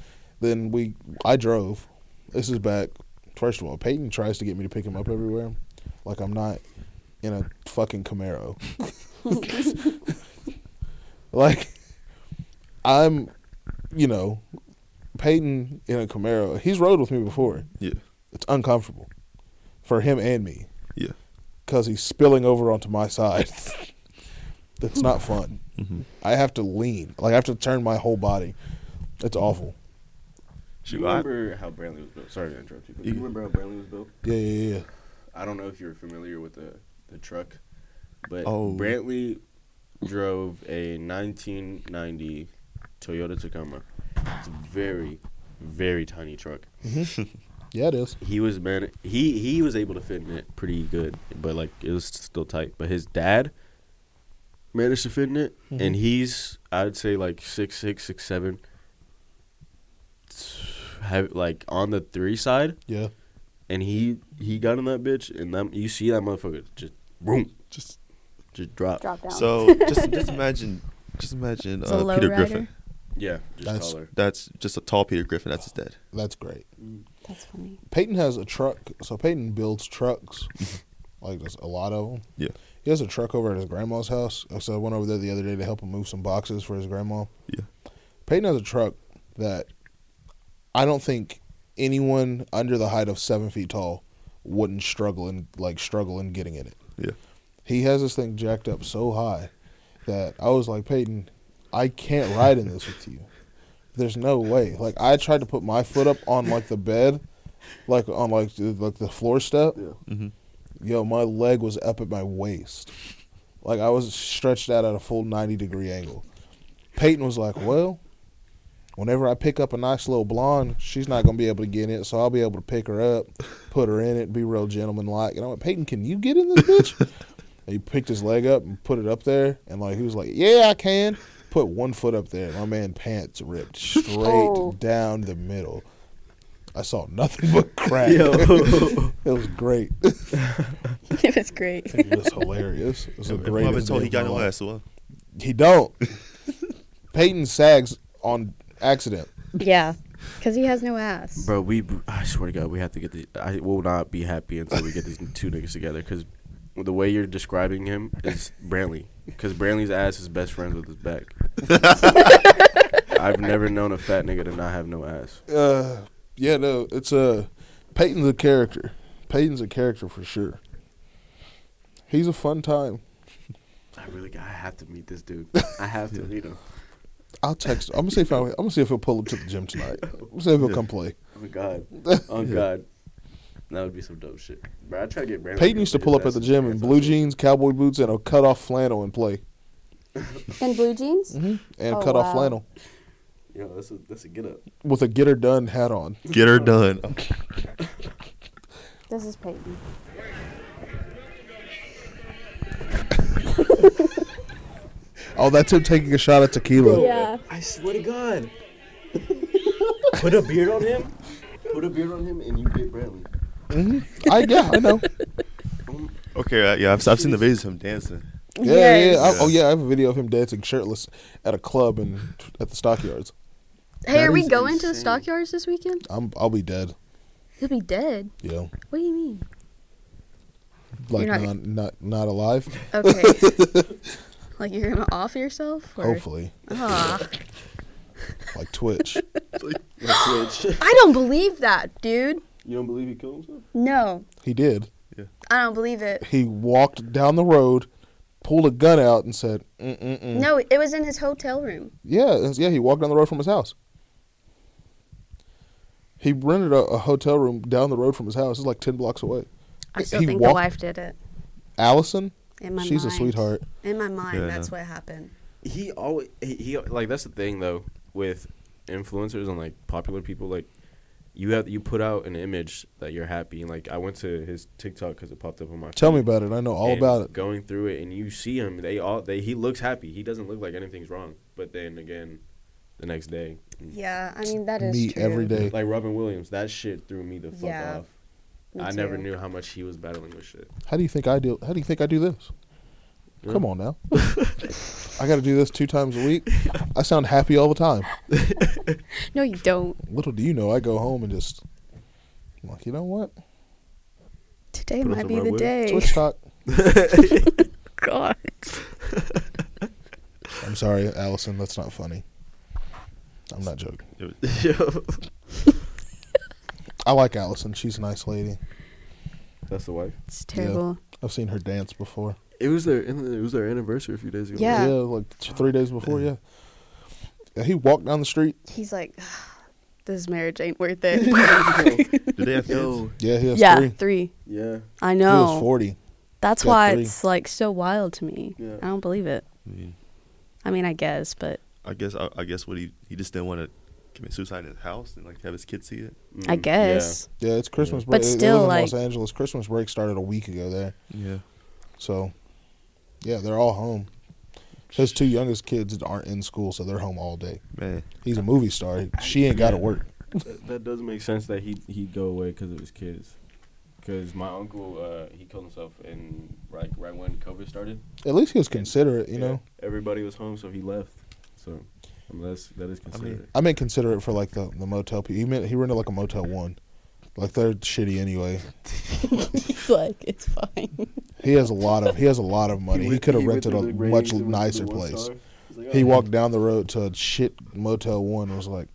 Speaker 7: Then we, I drove. This is back. First of all, Peyton tries to get me to pick him up everywhere, like I'm not in a fucking Camaro. like I'm, you know, Peyton in a Camaro. He's rode with me before.
Speaker 1: Yeah.
Speaker 7: It's uncomfortable for him and me
Speaker 1: Yeah.
Speaker 7: because he's spilling over onto my side. That's not fun.
Speaker 1: Mm-hmm.
Speaker 7: I have to lean. Like I have to turn my whole body. It's awful.
Speaker 1: Shoot,
Speaker 2: you
Speaker 1: I-
Speaker 2: remember how Brantley was built? Sorry to interrupt you, but you
Speaker 1: You-
Speaker 2: remember how Brantley was built?
Speaker 7: Yeah, yeah, yeah.
Speaker 2: I don't know if you're familiar with the, the truck, but
Speaker 1: Oh.
Speaker 2: Brantley drove a 1990 Toyota Tacoma. It's a very, very tiny truck.
Speaker 7: Yeah, it is.
Speaker 2: He was man. He he was able to fit in it pretty good, but like it was still tight. But his dad managed to fit in it, and he's I'd say like six six six seven. Have like on the three side,
Speaker 7: Yeah.
Speaker 2: and he he got in that bitch, and that, you see that motherfucker just boom,
Speaker 1: Just
Speaker 2: just drop.
Speaker 4: Drop down.
Speaker 1: so just just imagine just imagine
Speaker 18: It's a
Speaker 1: uh,
Speaker 18: low
Speaker 1: Peter
Speaker 18: rider.
Speaker 1: Griffin.
Speaker 2: Yeah, just
Speaker 7: That's-
Speaker 2: taller.
Speaker 1: That's just a tall Peter Griffin. That's his dad.
Speaker 7: That's great.
Speaker 4: That's funny.
Speaker 7: Peyton has a truck. So Peyton builds trucks, like there's a lot of them.
Speaker 1: Yeah.
Speaker 7: He has a truck over at his grandma's house. So I went over there the other day to help him move some boxes for his grandma.
Speaker 1: Yeah.
Speaker 7: Peyton has a truck that I don't think anyone under the height of seven feet tall wouldn't struggle in like struggle in getting in it.
Speaker 1: Yeah.
Speaker 7: He has this thing jacked up so high that I was like, Peyton, I can't ride in this with you. There's no way. Like I tried to put my foot up on like the bed, like on like the, like the floor step.
Speaker 1: Mhm.
Speaker 7: Yo, my leg was up at my waist. Like I was stretched out at a full ninety degree angle. Peyton was like, "Well, whenever I pick up a nice little blonde, she's not gonna be able to get in it, so I'll be able to pick her up, put her in it, be real gentlemanlike." And I went, "Peyton, can you get in this bitch?" And he picked his leg up and put it up there, and like he was like, "Yeah, I can." Put one foot up there. My man pants ripped straight
Speaker 4: Oh.
Speaker 7: down the middle. I saw nothing but crack.
Speaker 2: Yo.
Speaker 7: it was great. it
Speaker 18: it was great.
Speaker 7: was hilarious. It was a
Speaker 1: And
Speaker 7: great.
Speaker 1: I've been told he got no ass. uh, Well,
Speaker 7: He don't. Peyton sags on accident.
Speaker 18: yeah, because he has no ass.
Speaker 19: Bro, we I swear to God, we have to get the. I will not be happy until we get these two niggas together. Cause
Speaker 2: The way you're describing him is Brantley, because Brantley's ass is best friends with his back. I've never known a fat nigga to not have no ass.
Speaker 7: Uh, yeah, no, it's uh, Peyton's a character. Peyton's a character for sure. He's a fun time.
Speaker 2: I really, I have to meet this dude. I have to meet him.
Speaker 7: I'll text. I'm gonna see if I, I'm gonna see if he'll pull up to the gym tonight. I'm gonna see if he'll come play.
Speaker 2: Oh god. Oh god. That would be some dope shit. Bro, I try to get Brandon.
Speaker 7: Peyton used to pull up at the gym in blue jeans, cowboy boots, and a cut off flannel and play,
Speaker 4: And blue jeans.
Speaker 7: and
Speaker 4: Oh,
Speaker 7: cut off
Speaker 4: wow.
Speaker 7: flannel
Speaker 2: Yo, that's a that's a get up.
Speaker 7: with a get her done hat on.
Speaker 1: get her done.
Speaker 4: This is Peyton.
Speaker 7: Oh, that's him taking a shot at tequila.
Speaker 4: Yeah.
Speaker 2: I swear to God. Put a beard on him. Put a beard on him, and you get Brantley.
Speaker 7: I yeah, I know.
Speaker 1: Okay, uh, yeah, I've, I've seen the videos of him dancing.
Speaker 7: Yeah,
Speaker 18: Yes.
Speaker 7: yeah. I, oh yeah, I have a video of him dancing shirtless at a club and at the stockyards.
Speaker 4: Hey,
Speaker 7: That
Speaker 4: are we
Speaker 7: is
Speaker 4: going to the
Speaker 2: insane.
Speaker 4: stockyards this weekend?
Speaker 7: I'm I'll be dead.
Speaker 4: You'll be dead.
Speaker 7: Yeah,
Speaker 4: What do you mean?
Speaker 7: like
Speaker 18: You're not-
Speaker 7: not
Speaker 18: e-
Speaker 7: not not, alive.
Speaker 18: Okay. like you're gonna off yourself? Or?
Speaker 7: Hopefully,
Speaker 18: Ah,
Speaker 7: like Twitch.
Speaker 4: I don't believe that, dude.
Speaker 2: You don't believe he killed himself?
Speaker 18: no,
Speaker 7: he did.
Speaker 18: I don't believe it.
Speaker 7: He walked down the road, pulled a gun out and said, mm mm mm.
Speaker 16: No, it was in his hotel room.
Speaker 7: Yeah, it was- yeah, he walked down the road from his house. He rented a, a hotel room down the road from his house. It's like 10 blocks away.
Speaker 16: I still
Speaker 7: He
Speaker 16: think
Speaker 7: walked-
Speaker 16: the wife did it.
Speaker 7: Allison,
Speaker 16: In my
Speaker 7: she's
Speaker 16: mind.
Speaker 7: a sweetheart.
Speaker 16: In my mind,
Speaker 1: Yeah.
Speaker 16: that's what happened.
Speaker 2: he always he, he like that's the thing though with influencers and like popular people like you have you put out an image that you're happy and like I went to his TikTok because it popped up on my
Speaker 7: Tell
Speaker 2: feed,
Speaker 7: me about it. I know all
Speaker 2: and
Speaker 7: about it.
Speaker 2: going through it and you see him they all they he looks happy he doesn't look like anything's wrong but then again the next day
Speaker 16: Yeah, I mean that is
Speaker 7: Me
Speaker 16: true.
Speaker 7: every day.
Speaker 2: like Robin Williams that shit threw me the fuck
Speaker 16: Yeah,
Speaker 2: off
Speaker 16: Me
Speaker 2: I never
Speaker 16: too.
Speaker 2: knew how much he was battling with shit
Speaker 7: How do you think I do? How do you think I do this?
Speaker 2: Yeah.
Speaker 7: Come on now. I got to do this two times a week. I sound happy all the time.
Speaker 16: No, you don't.
Speaker 7: Little do you know, I go home and just I'm like, you know what?
Speaker 16: Today
Speaker 1: Put up
Speaker 16: might
Speaker 1: some
Speaker 16: be
Speaker 1: red
Speaker 16: the
Speaker 1: wood.
Speaker 16: day.
Speaker 7: Twitch talk.
Speaker 16: God.
Speaker 7: I'm sorry, Allison. That's not funny. I'm not joking. I like Allison. She's a nice lady.
Speaker 2: that's the wife
Speaker 16: It's terrible.
Speaker 7: I've seen her dance before.
Speaker 2: it was their it was their anniversary a few days ago
Speaker 16: Yeah.
Speaker 7: Yeah, like t- three days before. Yeah. Yeah, he walked down the street.
Speaker 16: He's like, this marriage ain't worth it.
Speaker 1: Do they have kids?
Speaker 7: Yeah, he has
Speaker 16: yeah,
Speaker 7: three.
Speaker 16: three.
Speaker 7: He
Speaker 2: yeah
Speaker 16: I
Speaker 7: was
Speaker 16: know.
Speaker 7: forty.
Speaker 16: That's
Speaker 7: got
Speaker 16: why
Speaker 7: three.
Speaker 16: it's like so wild to me.
Speaker 2: Yeah.
Speaker 16: I don't believe it.
Speaker 1: I mean,
Speaker 16: I mean, I guess, but
Speaker 1: I guess I, I guess what he he just didn't want to commit suicide in his house and like have his kids see it.
Speaker 16: I
Speaker 2: Mm,
Speaker 16: guess.
Speaker 7: Yeah, it's Christmas
Speaker 16: But
Speaker 7: break. They live
Speaker 16: still,
Speaker 7: in
Speaker 16: like-
Speaker 7: Los Angeles. Christmas break started a week ago there.
Speaker 1: Yeah.
Speaker 7: So, yeah, they're all home. His two youngest kids aren't in school, so they're home all day.
Speaker 1: Man.
Speaker 7: He's a movie star. She ain't got to work.
Speaker 17: That, that does make sense that he he'd go away because of his kids. Because my uncle, uh, he killed himself in right right when COVID started.
Speaker 7: At least he was considerate, you
Speaker 17: Yeah.
Speaker 7: know.
Speaker 17: everybody was home, so he left. So I mean, that's that is
Speaker 1: mean-
Speaker 17: considered.
Speaker 7: I meant considerate for like the, the motel. pe- He meant he rented like a motel one. Like they're shitty anyway.
Speaker 16: It's like, it's fine.
Speaker 7: He has a lot of he has a lot of money. He, could have rented a much nicer place.
Speaker 2: "Oh,
Speaker 7: He walked down the road to a shit motel one. and Was like,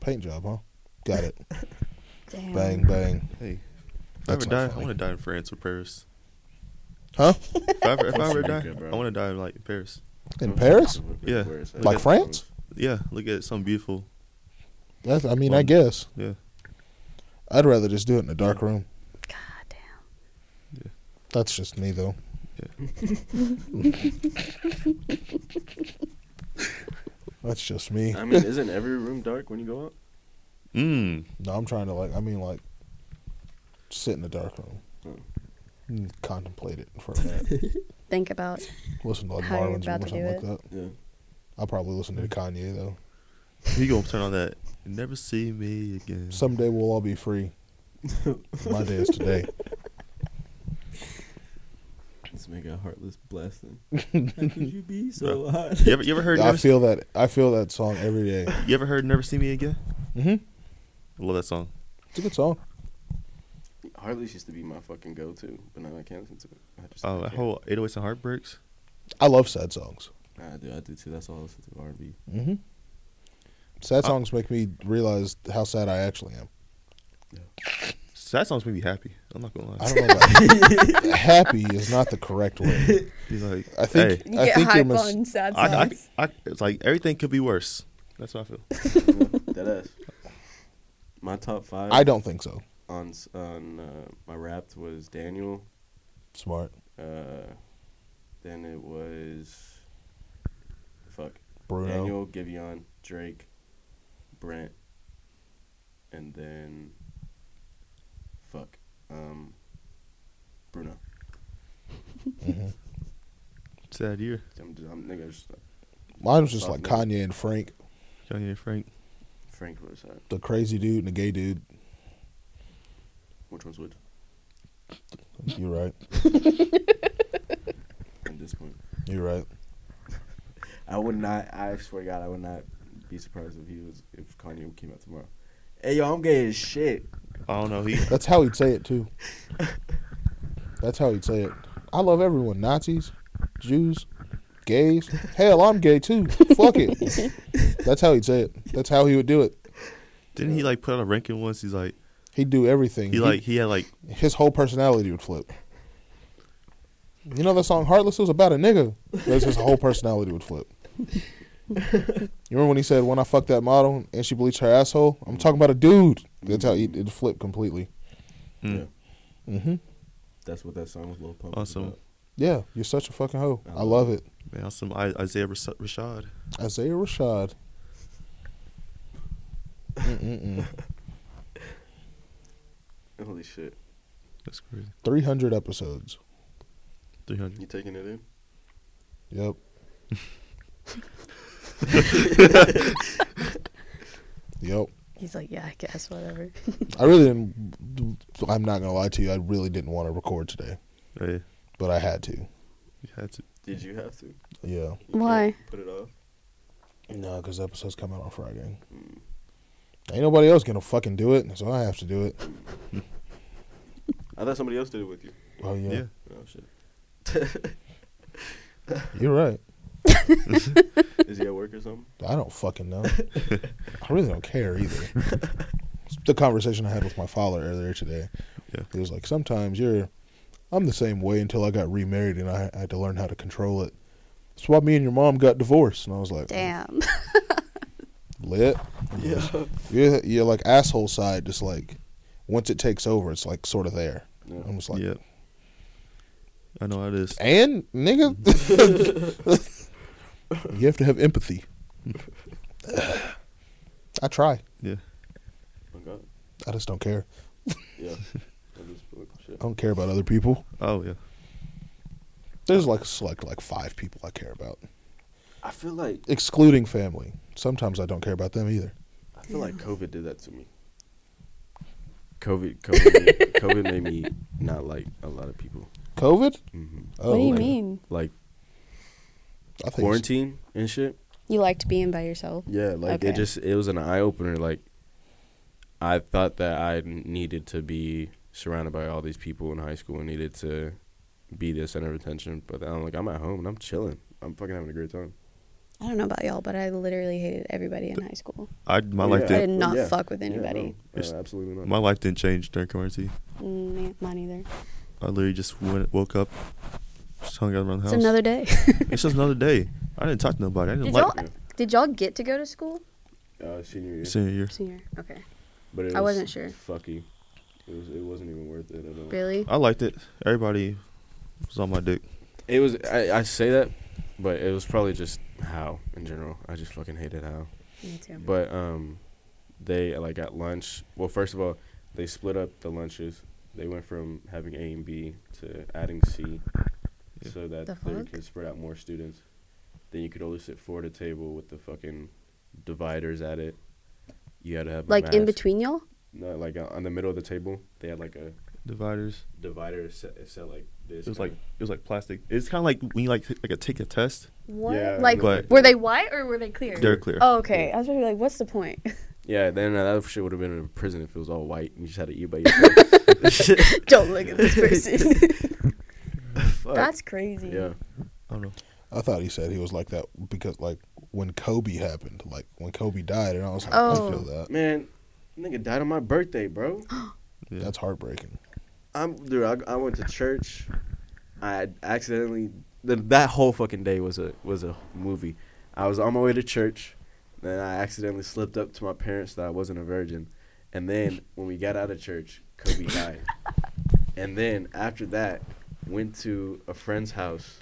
Speaker 7: paint job, huh? Got it.
Speaker 16: Damn.
Speaker 7: Bang bang.
Speaker 1: Hey. If I
Speaker 7: That's
Speaker 1: ever
Speaker 7: not
Speaker 1: die, I
Speaker 7: funny.
Speaker 1: want to die in France or Paris.
Speaker 7: Huh?
Speaker 1: If I ever, if I ever die,
Speaker 17: Jamaica, bro.
Speaker 1: I want to die in like Paris.
Speaker 7: In Paris?
Speaker 1: Yeah.
Speaker 7: Like France?
Speaker 1: Yeah, look at something beautiful.
Speaker 7: That's, I mean, I guess.
Speaker 1: Yeah.
Speaker 7: I'd rather just do it in a dark room.
Speaker 16: God damn.
Speaker 7: That's just me though. That's just me.
Speaker 2: I mean, isn't every room dark when you go out?
Speaker 1: Mm.
Speaker 7: No, I'm trying to like. I mean, like, sit in a dark room, and contemplate it for a minute.
Speaker 16: Think about
Speaker 7: listen to like
Speaker 16: How you're
Speaker 7: Marlins
Speaker 16: about
Speaker 7: or
Speaker 16: to
Speaker 7: something
Speaker 16: do
Speaker 7: like
Speaker 16: it.
Speaker 7: that.
Speaker 2: Yeah.
Speaker 7: I'll probably listen to Kanye though.
Speaker 1: He gonna turn on that. Never see me again.
Speaker 7: Someday we'll all be free. My day is today.
Speaker 17: Let's make a heartless blasting. How could you be so hot?
Speaker 1: You ever, you ever heard?
Speaker 7: I
Speaker 1: Never,
Speaker 7: feel that. I feel that song every day.
Speaker 1: you ever heard? Never see me again.
Speaker 7: Mhm.
Speaker 1: I love that song.
Speaker 7: It's a good song.
Speaker 2: Heartless used to be my fucking go-to, but now I can't listen to it. I just
Speaker 1: Oh, that
Speaker 2: can't.
Speaker 1: whole 808s and heartbreaks.
Speaker 7: I love sad songs.
Speaker 17: I do, I do too. That's all I listen to R&B.
Speaker 7: hmm Sad songs make me realize how sad I actually am.
Speaker 1: Sad songs make me happy. I'm not gonna lie.
Speaker 7: I don't know. About happy is not the correct word.
Speaker 1: Be like,
Speaker 7: I think.
Speaker 1: hey,
Speaker 16: You
Speaker 7: I
Speaker 16: get
Speaker 7: think
Speaker 16: hype
Speaker 7: you're mis-
Speaker 16: on sad
Speaker 1: I, I,
Speaker 16: songs.
Speaker 1: I, it's like everything could be worse. That's what I feel.
Speaker 2: Deadass. My top five
Speaker 7: I don't think so.
Speaker 2: on s- on uh, my Wrapped was Daniel.
Speaker 7: Smart.
Speaker 2: Uh, then it was fuck
Speaker 7: Bruno.
Speaker 2: Daniel, Giveon, Drake, Brent, and then fuck um, Bruno.
Speaker 1: Sad year.
Speaker 2: I'm, just, I'm nigga, just,
Speaker 7: Mine was just like
Speaker 2: Soft
Speaker 7: Kanye and Frank,
Speaker 1: Kanye and Frank.
Speaker 2: Frank was that.
Speaker 7: the crazy dude and the gay dude.
Speaker 2: Which one's which?
Speaker 7: You're right.
Speaker 2: At this point,
Speaker 7: You're right.
Speaker 2: I would not. I swear to God, I would not be surprised if he was if Kanye came out tomorrow. Hey yo, I'm gay as shit.
Speaker 1: I don't know. He
Speaker 7: That's how he'd say it too. That's how he'd say it. I love everyone. Nazis, Jews, gays. Hell, I'm gay too. Fuck it. That's how he'd say it. That's how he would do it.
Speaker 1: didn't he like put out a ranking once. He's like
Speaker 7: He'd do everything.
Speaker 1: he
Speaker 7: He-
Speaker 1: like he had like
Speaker 7: his whole personality would flip. You know that song Heartless It was about a nigga. That's his whole personality would flip. You remember when he said, "When I fucked that model and she bleached her asshole"? I'm talking about a dude. That's how he, it flipped completely.
Speaker 1: Mm.
Speaker 7: Mm-hmm.
Speaker 17: That's what that song was Lil Pump. was
Speaker 1: Awesome.
Speaker 17: about.
Speaker 7: Yeah, you're such a fucking hoe. I love it.
Speaker 1: Man, awesome. I, Isaiah Ras- Rashad.
Speaker 7: Isaiah Rashad. Mm-mm-mm.
Speaker 2: Holy shit.
Speaker 1: That's crazy.
Speaker 7: 300 episodes.
Speaker 1: 300.
Speaker 2: You taking it in?
Speaker 7: Yep. yep.
Speaker 16: He's like, yeah, I guess whatever.
Speaker 7: I really didn't. I'm not gonna lie to you. I really didn't want to record today,
Speaker 1: Hey,
Speaker 7: but I had to.
Speaker 1: you had to.
Speaker 2: Did you have to? You
Speaker 7: Yeah.
Speaker 2: can't
Speaker 16: Why?
Speaker 2: Put it off.
Speaker 7: No, because episodes come out on Friday. Ain't nobody else gonna fucking do it, so I have to do it.
Speaker 2: I thought somebody else did it with you.
Speaker 7: Oh yeah,
Speaker 1: Yeah.
Speaker 2: Oh shit.
Speaker 7: you're right.
Speaker 2: Is he at work or something?
Speaker 7: I don't fucking know. I really don't care either. It's the conversation I had with my father earlier today.
Speaker 1: Yeah.
Speaker 7: He was like, sometimes you're. I'm the same way until I got remarried and I had to learn how to control it. That's why me and your mom got divorced. And I was like,
Speaker 16: Damn.
Speaker 7: lit. Yeah. You're, you're like asshole side, just like once it takes over, it's like sort of there.
Speaker 2: Oh,
Speaker 7: I'm just like,
Speaker 1: Yep. I know how it is.
Speaker 7: and nigga, you have to have empathy. I try.
Speaker 2: My God.
Speaker 7: I just don't care.
Speaker 2: Yeah. I just feel like shit.
Speaker 7: I don't care about other people.
Speaker 1: Oh yeah.
Speaker 7: There's like select like five people I care about,
Speaker 2: I feel like
Speaker 7: excluding family. Sometimes I don't care about them either.
Speaker 2: I feel like COVID did that to me. COVID, COVID, COVID made me not like a lot of people.
Speaker 7: COVID?
Speaker 2: Mm-hmm.
Speaker 7: Oh,
Speaker 16: what do you
Speaker 7: okay.
Speaker 16: mean?
Speaker 2: Like
Speaker 7: I think it's-
Speaker 2: quarantine and shit.
Speaker 16: You liked being by yourself?
Speaker 2: Yeah, like
Speaker 16: Okay.
Speaker 2: it just it was an eye opener. Like I thought that I needed to be surrounded by all these people in high school and needed to be the center of attention. But then I'm like, I'm at home and I'm chilling. I'm fucking having a great time.
Speaker 16: I don't know about y'all, but I literally hated everybody in high school.
Speaker 1: I my
Speaker 2: Oh,
Speaker 1: life
Speaker 2: yeah.
Speaker 16: I
Speaker 1: didn't
Speaker 16: did not
Speaker 2: Yeah.
Speaker 16: fuck with
Speaker 2: Yeah, no.
Speaker 16: anybody.
Speaker 2: Yeah,
Speaker 1: It's-
Speaker 2: absolutely not.
Speaker 1: my life didn't change during quarantine.
Speaker 16: Mm, mine either.
Speaker 1: I literally just went, woke up, just hung out around the
Speaker 16: It's
Speaker 1: house.
Speaker 16: another day.
Speaker 1: it's just another day. I didn't talk to nobody. I didn't
Speaker 16: Did
Speaker 1: like
Speaker 16: y'all did y'all get to go to school?
Speaker 2: uh, senior year,
Speaker 1: senior year.
Speaker 16: Senior. Okay.
Speaker 2: but it
Speaker 16: I
Speaker 2: was
Speaker 16: wasn't sure.
Speaker 2: Fucky, it was it wasn't even worth it. I don't
Speaker 16: Really?
Speaker 1: I liked it. Everybody was on my dick.
Speaker 2: It was. I, I say that, but it was probably just how in general. I just fucking hated how.
Speaker 16: Me too.
Speaker 2: But um, they like at lunch. Well, first of all, they split up the lunches. They went from having A and B to adding C, so that
Speaker 16: The
Speaker 2: they
Speaker 16: fuck?
Speaker 2: could spread out more students. Then you could only sit four at a table with the fucking dividers at it. You had to have a
Speaker 16: like in
Speaker 2: mask.
Speaker 16: between y'all?
Speaker 2: No, like uh, on the middle of the table, they had like a
Speaker 1: Dividers.
Speaker 2: divider set, set like this.
Speaker 1: It was like it was like plastic. It's kind of like when you like t- like a take a test.
Speaker 16: What?
Speaker 2: Yeah,
Speaker 16: like
Speaker 1: but-
Speaker 16: were they white or were they clear?
Speaker 1: They're clear.
Speaker 16: Oh, okay. I was gonna be like, what's the point?
Speaker 2: Yeah, then uh, that shit would have been in prison if it was all white and you just had to eat by yourself.
Speaker 16: Don't look at this person. That's crazy.
Speaker 2: yeah.
Speaker 1: I don't know.
Speaker 7: I thought he said he was like that because like when Kobe happened, like when Kobe died, and I was like, I
Speaker 16: Oh.
Speaker 7: feel that.
Speaker 2: Man, nigga died on my birthday, bro.
Speaker 1: Yeah.
Speaker 7: That's heartbreaking.
Speaker 2: I'm dude. I, I went to church. I accidentally the, that whole fucking day was a was a movie. I was on my way to church, then I accidentally slipped up to my parents that I wasn't a virgin, and then when we got out of church, Kobe died, and then after that, went to a friend's house,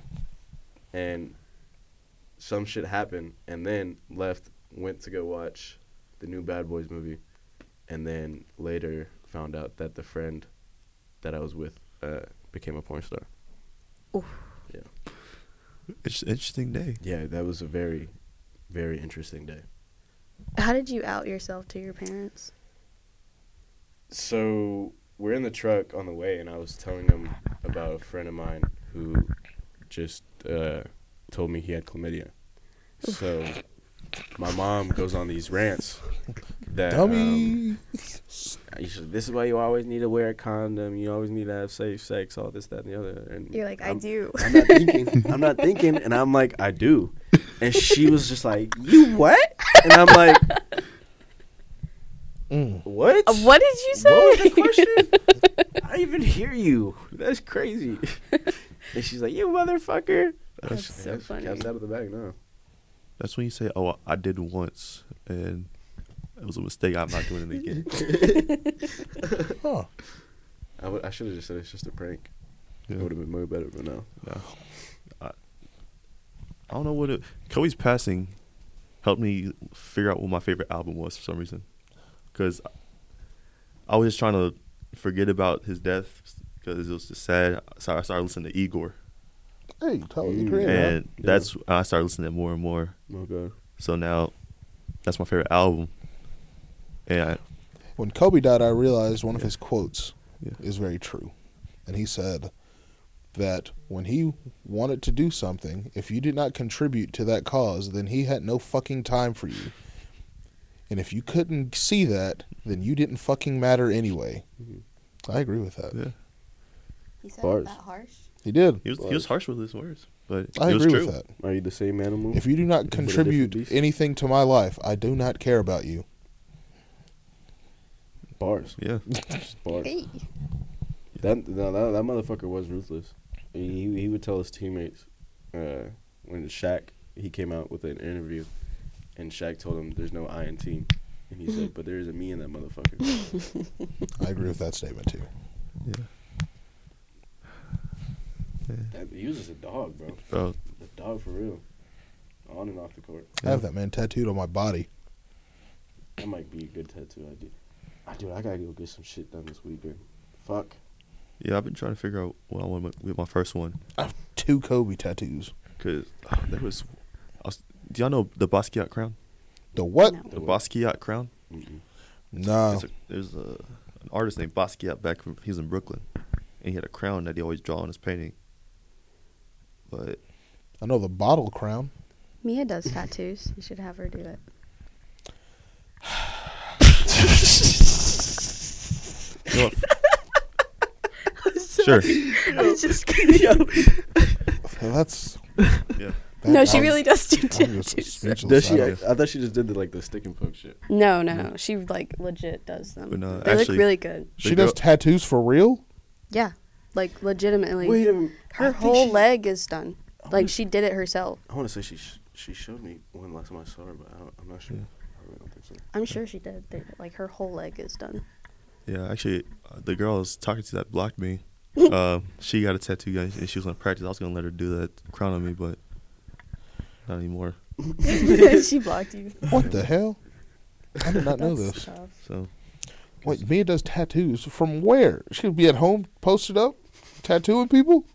Speaker 2: and some shit happened, and then left. Went to go watch the new Bad Boys movie, and then later found out that the friend that I was with uh, became a porn star.
Speaker 1: It's an interesting day.
Speaker 2: Yeah, that was a very, very interesting day.
Speaker 16: How did you out yourself to your parents?
Speaker 2: So we're in the truck on the way, and I was telling him about a friend of mine who just uh, told me he had chlamydia. So my mom goes on these rants that um,
Speaker 7: Dummy.
Speaker 2: you should- this is why you always need to wear a condom. You always need to have safe sex, all this, that, and the other. And
Speaker 16: You're like, i
Speaker 2: I'm-
Speaker 16: do.
Speaker 2: I'm not thinking. I'm not thinking. And I'm like, I do. And she was just like, You what? And I'm like,
Speaker 7: Mm.
Speaker 2: What?
Speaker 16: Uh, what did you say?
Speaker 2: What was the question? I didn't even hear you. That's crazy.
Speaker 12: And she's like, "You motherfucker!"
Speaker 16: That's so funny.
Speaker 12: Cats out of the bag now.
Speaker 1: That's when you say, "Oh, I did once, and it was a mistake. I'm not doing it again."
Speaker 7: Huh.
Speaker 2: I, w- I should have just said it's just a prank.
Speaker 1: Yeah.
Speaker 2: It would have been more better, but no.
Speaker 1: I don't know what it, Kobe's passing helped me figure out what my favorite album was for some reason, because I was just trying to forget about his death because it was just sad. So I started listening to Igor,
Speaker 7: Hey, totally agree. man.
Speaker 1: and that's I started listening to more and more.
Speaker 2: Okay.
Speaker 1: So now that's my favorite album, and I,
Speaker 7: When Kobe died, I realized one of his quotes
Speaker 1: Yeah.
Speaker 7: is very true. And he said that when he wanted to do something, if you did not contribute to that cause, then he had no fucking time for you. And if you couldn't see that, then you didn't fucking matter anyway. I agree with that.
Speaker 1: Mm-hmm. Yeah.
Speaker 16: He said
Speaker 2: Bars.
Speaker 16: it that harsh.
Speaker 7: He did.
Speaker 1: he was he was harsh with his words, but
Speaker 7: I
Speaker 1: it was
Speaker 7: agree
Speaker 1: true.
Speaker 7: with that.
Speaker 2: Are you the same animal?
Speaker 7: If you do not
Speaker 2: different
Speaker 7: contribute
Speaker 2: beast.
Speaker 7: anything to my life, I do not care about you.
Speaker 2: Bars.
Speaker 1: Yeah,
Speaker 2: Just bars.
Speaker 16: Hey.
Speaker 2: That, no, that that motherfucker was ruthless. He he would tell his teammates uh, when Shaq he came out with an interview, and Shaq told him there's no I in team, and he said, but there is a me in that motherfucker.
Speaker 7: I agree with that statement too.
Speaker 2: That- he was just a dog, bro.
Speaker 1: bro.
Speaker 2: A dog for real, on and off the court.
Speaker 7: I have that man tattooed on my body.
Speaker 2: That might be a good tattoo idea. I dude, I gotta go get some shit done this weekend. Fuck.
Speaker 1: Yeah, I've been trying to figure out what I want with- with my first one.
Speaker 7: I have two Kobe tattoos.
Speaker 1: Cause uh, there was, I was, do y'all know the Basquiat crown?
Speaker 7: The what?
Speaker 16: No.
Speaker 1: The Basquiat crown.
Speaker 2: Mm-mm.
Speaker 7: Nah.
Speaker 1: There's, a, there's a, an artist named Basquiat back from he's in Brooklyn, and he had a crown that he always draw on his painting. But
Speaker 7: I know the bottle crown.
Speaker 16: Mia does tattoos. You should have her do it.
Speaker 1: you know what? sure,
Speaker 16: I was just kidding.
Speaker 7: Well, that's.
Speaker 1: Yeah.
Speaker 7: that-
Speaker 4: No, she
Speaker 7: I'm-
Speaker 4: really does do
Speaker 7: I'm just
Speaker 4: tattoos.
Speaker 7: speechless.
Speaker 2: Does she?
Speaker 7: I
Speaker 2: I,
Speaker 7: don't-
Speaker 2: thought she just did the like the stick and poke shit.
Speaker 4: No, no, no. She like legit does them.
Speaker 1: But no,
Speaker 4: they
Speaker 1: actually-
Speaker 4: look really good.
Speaker 7: She
Speaker 1: The
Speaker 7: does
Speaker 1: girl-
Speaker 7: tattoos for real?
Speaker 4: Yeah, like legitimately.
Speaker 2: Wait a minute. I
Speaker 4: Her
Speaker 2: think
Speaker 4: whole
Speaker 2: she-
Speaker 4: leg is done.
Speaker 2: I wanna-
Speaker 4: Like she did it herself.
Speaker 2: I want to say she sh- she showed me one last time I saw her, but I don't, I'm not sure. I really don't think so.
Speaker 4: I'm sure she did. They, like her whole leg is done.
Speaker 1: yeah. Actually, uh, the girl I was talking to that blocked me. uh, she got a tattoo guys, and she was gonna practice. I was gonna let her do that crown on me, but not anymore.
Speaker 4: she blocked you.
Speaker 7: What the hell? I did not know
Speaker 4: That's
Speaker 7: this.
Speaker 4: tough.
Speaker 1: So
Speaker 7: Wait, Mia does tattoos from where? She could be at home posted up, tattooing people?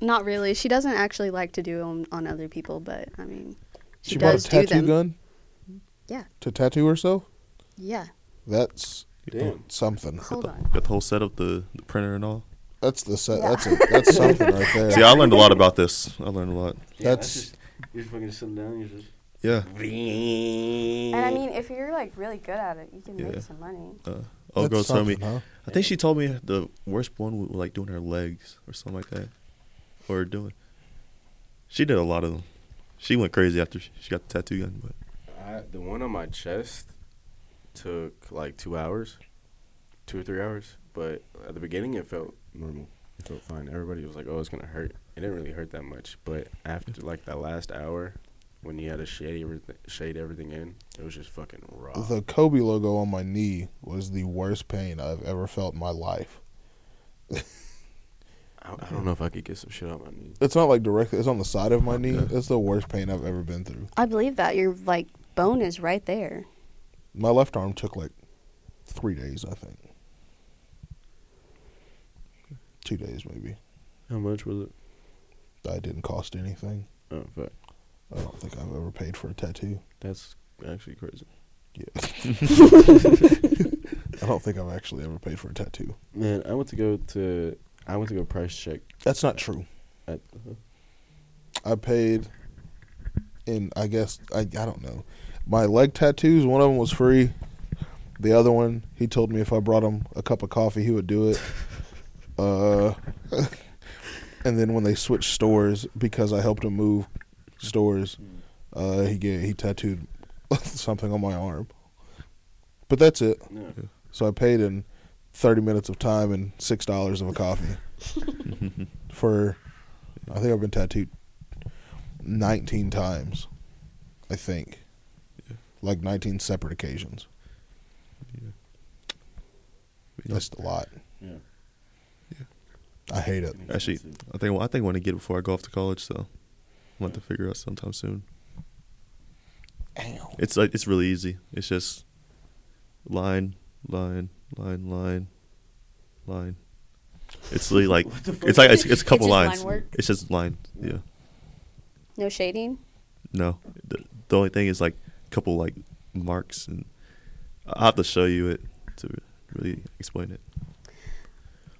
Speaker 4: Not really. She doesn't actually like to do them on other people, but I mean, she,
Speaker 7: bought a
Speaker 4: does do
Speaker 7: tattoo
Speaker 4: them.
Speaker 7: gun?
Speaker 4: Yeah.
Speaker 7: To tattoo herself?
Speaker 4: Yeah.
Speaker 7: That's
Speaker 2: Damn.
Speaker 7: something.
Speaker 4: Hold on.
Speaker 1: got the whole setup, the, the printer and all.
Speaker 7: That's the set.
Speaker 16: Yeah.
Speaker 7: That's a, that's something right there.
Speaker 1: See, I learned a lot about this. I learned a lot.
Speaker 7: That's-
Speaker 2: just, you're just fucking sitting down. You're just.
Speaker 1: Yeah.
Speaker 16: And I mean, if you're like really good at it, you can
Speaker 1: Yeah.
Speaker 16: make some money.
Speaker 1: Oh,
Speaker 7: That's
Speaker 1: girl told me.
Speaker 7: something, huh?
Speaker 1: I think she told me the worst one was like doing her legs or something like that, or doing. She did a lot of them. She went crazy after she she got the tattoo gun, but
Speaker 2: I, the one on my chest took like two hours, two or three hours. But at the beginning, it felt normal. It felt fine. Everybody was like, "Oh, it's gonna hurt." It didn't really hurt that much. But after like that last hour, when you had to shade everything, shade everything in, it was just fucking raw.
Speaker 7: The Kobe logo on my knee was the worst pain I've ever felt in my life.
Speaker 2: I, I don't know if I could get some shit on my knee.
Speaker 7: It's not like directly. It's on the side of my knee. It's the worst pain I've ever been through.
Speaker 4: I believe that your like bone is right there.
Speaker 7: My left arm took like three days, I think. Two days, maybe.
Speaker 2: How much was it?
Speaker 7: That didn't cost anything.
Speaker 2: Oh fuck,
Speaker 7: I don't think I've ever paid for a tattoo.
Speaker 2: that's actually crazy.
Speaker 7: I don't think I've actually ever paid for a tattoo.
Speaker 2: Man, I went to go to I went to go price check
Speaker 7: That's not true.
Speaker 2: at
Speaker 7: I paid, in I guess I I don't know. My leg tattoos. One of them was free. The other one, he told me if I brought him a cup of coffee, he would do it. Uh, and then when they switched stores because I helped him move stores, uh, he get he tattooed something on my arm. But that's it.
Speaker 2: no.
Speaker 7: So I paid in thirty minutes of time and six dollars of a coffee for I think I've been tattooed 19 times. I think. Like 19 separate occasions. That's a lot.
Speaker 2: Yeah.
Speaker 7: I hate it.
Speaker 1: Actually, I think I think I want to get it before I go off to college. So, I'm going to figure out sometime soon.
Speaker 7: Ow.
Speaker 1: It's like it's really easy. It's just line, line, line, line, line. It's really like it's like it's, it's a couple
Speaker 4: It's just line
Speaker 1: lines.
Speaker 4: work?
Speaker 1: It's just line. Yeah.
Speaker 4: No shading.
Speaker 1: No. The, the only thing is like a couple like marks, and I have to show you it to really explain it.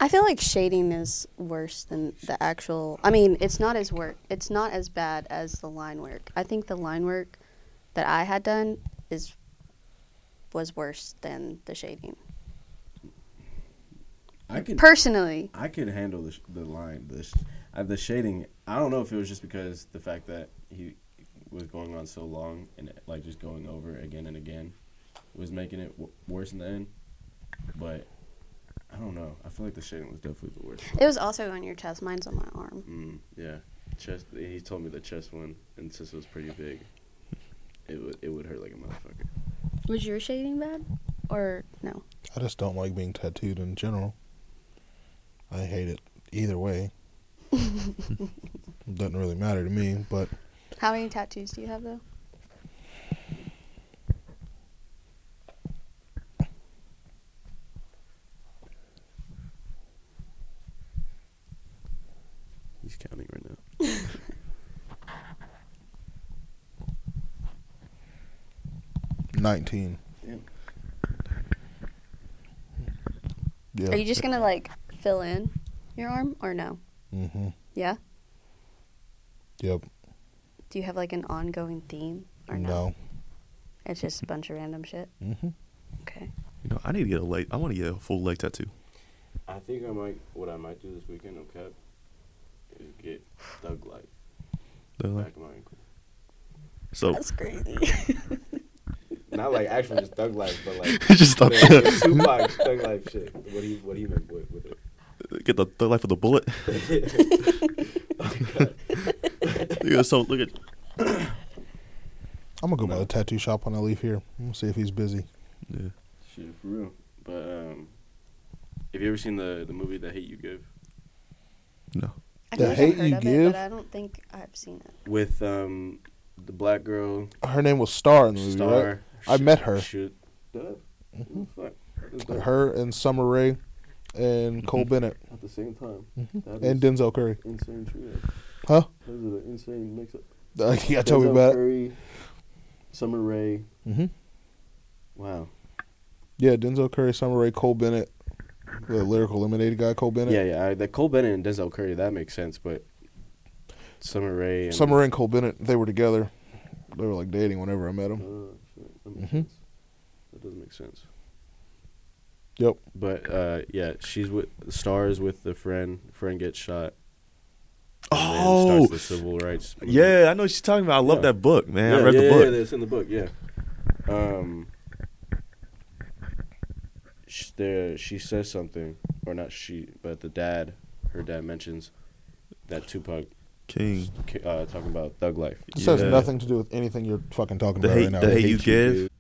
Speaker 4: I feel like shading is worse than the actual. I mean, it's not as work. It's not as bad as the line work. I think the line work that I had done is was worse than the shading.
Speaker 2: I can
Speaker 4: Personally,
Speaker 2: I could handle the, sh- the line, the, sh- uh, the shading. I don't know if it was just because the fact that he was going on so long and like just going over again and again was making it w- worse in the end. But I don't know. I feel like the shading was definitely the worst.
Speaker 4: it was also on your chest. Mine's on my arm.
Speaker 2: Mm, yeah, chest. He told me the chest one, and since it was pretty big, it would it would hurt like a motherfucker.
Speaker 4: Was your shading bad, or no?
Speaker 7: I just don't like being tattooed in general. I hate it either way. Doesn't really matter to me, but
Speaker 4: How many tattoos do you have though?
Speaker 2: He's counting right now.
Speaker 7: nineteen.
Speaker 2: Damn.
Speaker 7: Yeah.
Speaker 4: Are you just gonna like fill in your arm, or no?
Speaker 7: mm-hmm.
Speaker 4: Yeah.
Speaker 7: Yep.
Speaker 4: Do you have like an ongoing theme, or no?
Speaker 7: No.
Speaker 4: It's just a bunch of random shit.
Speaker 7: Mm-hmm.
Speaker 4: Okay.
Speaker 1: You know, I need to get a leg. I want to get a full leg tattoo.
Speaker 2: I think I might. What I might do this weekend, okay, is get thug life
Speaker 1: They're like-
Speaker 2: back of my ankle.
Speaker 1: So
Speaker 4: That's crazy.
Speaker 2: Not like actual just thug life, but like
Speaker 1: just
Speaker 2: the,
Speaker 1: the,
Speaker 2: the Tupac thug life shit. What he what he meant with, with it.
Speaker 1: get the, the life of the bullet. look at so look at
Speaker 7: I'm gonna go by the tattoo shop when I leave here. I'm gonna see if he's busy.
Speaker 1: yeah.
Speaker 2: Shit for real. But um, have you ever seen the the movie The Hate You Give
Speaker 1: no.
Speaker 4: I
Speaker 7: The
Speaker 4: think
Speaker 7: hate
Speaker 4: I've heard
Speaker 7: you
Speaker 4: of it,
Speaker 7: give?
Speaker 4: but I don't think I've seen it.
Speaker 2: with um the black girl
Speaker 7: Her name was Star in the movie,
Speaker 2: Star? Mm-hmm.
Speaker 7: right? I met her.
Speaker 2: Shoot. Duh. Who the fuck? That was dope.
Speaker 7: Her and Summer Rae and Cole Bennett
Speaker 2: At the same time. That
Speaker 7: and
Speaker 2: is
Speaker 7: Denzel Curry.
Speaker 2: insane trio.
Speaker 7: Huh?
Speaker 2: Those are the insane mix up.
Speaker 7: you gotta tell me
Speaker 2: Denzel
Speaker 7: about it.
Speaker 2: Curry, Summer Rae.
Speaker 7: Mhm.
Speaker 2: Wow.
Speaker 7: Yeah, Denzel Curry, Summer Rae, Cole Bennett, the lyrical eliminated guy, Cole Bennett.
Speaker 2: Yeah, yeah. I, the Cole Bennett and Denzel Curry, that makes sense, but Summer Rae and
Speaker 7: Summer Rae and Cole Bennett, they were together. They were like dating whenever I met
Speaker 2: Oh,
Speaker 7: them.
Speaker 2: shit. That makes
Speaker 1: Mm-hmm.
Speaker 7: Mhm.
Speaker 2: sense. That does make sense.
Speaker 7: Yep.
Speaker 2: But uh, yeah, she's with stars with the friend. Friend gets shot. and then
Speaker 1: Oh.
Speaker 2: starts the civil rights. movement.
Speaker 1: Yeah, I know what you're talking about. I love
Speaker 2: Yeah.
Speaker 1: that book, man. I
Speaker 2: Yeah,
Speaker 1: read
Speaker 2: yeah,
Speaker 1: the
Speaker 2: yeah,
Speaker 1: book.
Speaker 2: Yeah, it's in the book. Yeah. Um. sh- There, she says something, or not she, but the dad, her dad mentions that Tupac
Speaker 1: King.
Speaker 2: uh, talking about thug life.
Speaker 7: This has
Speaker 1: Yeah.
Speaker 7: nothing to do with anything you're fucking talking
Speaker 1: The
Speaker 7: about
Speaker 1: hate,
Speaker 7: right now.
Speaker 1: the hate you give.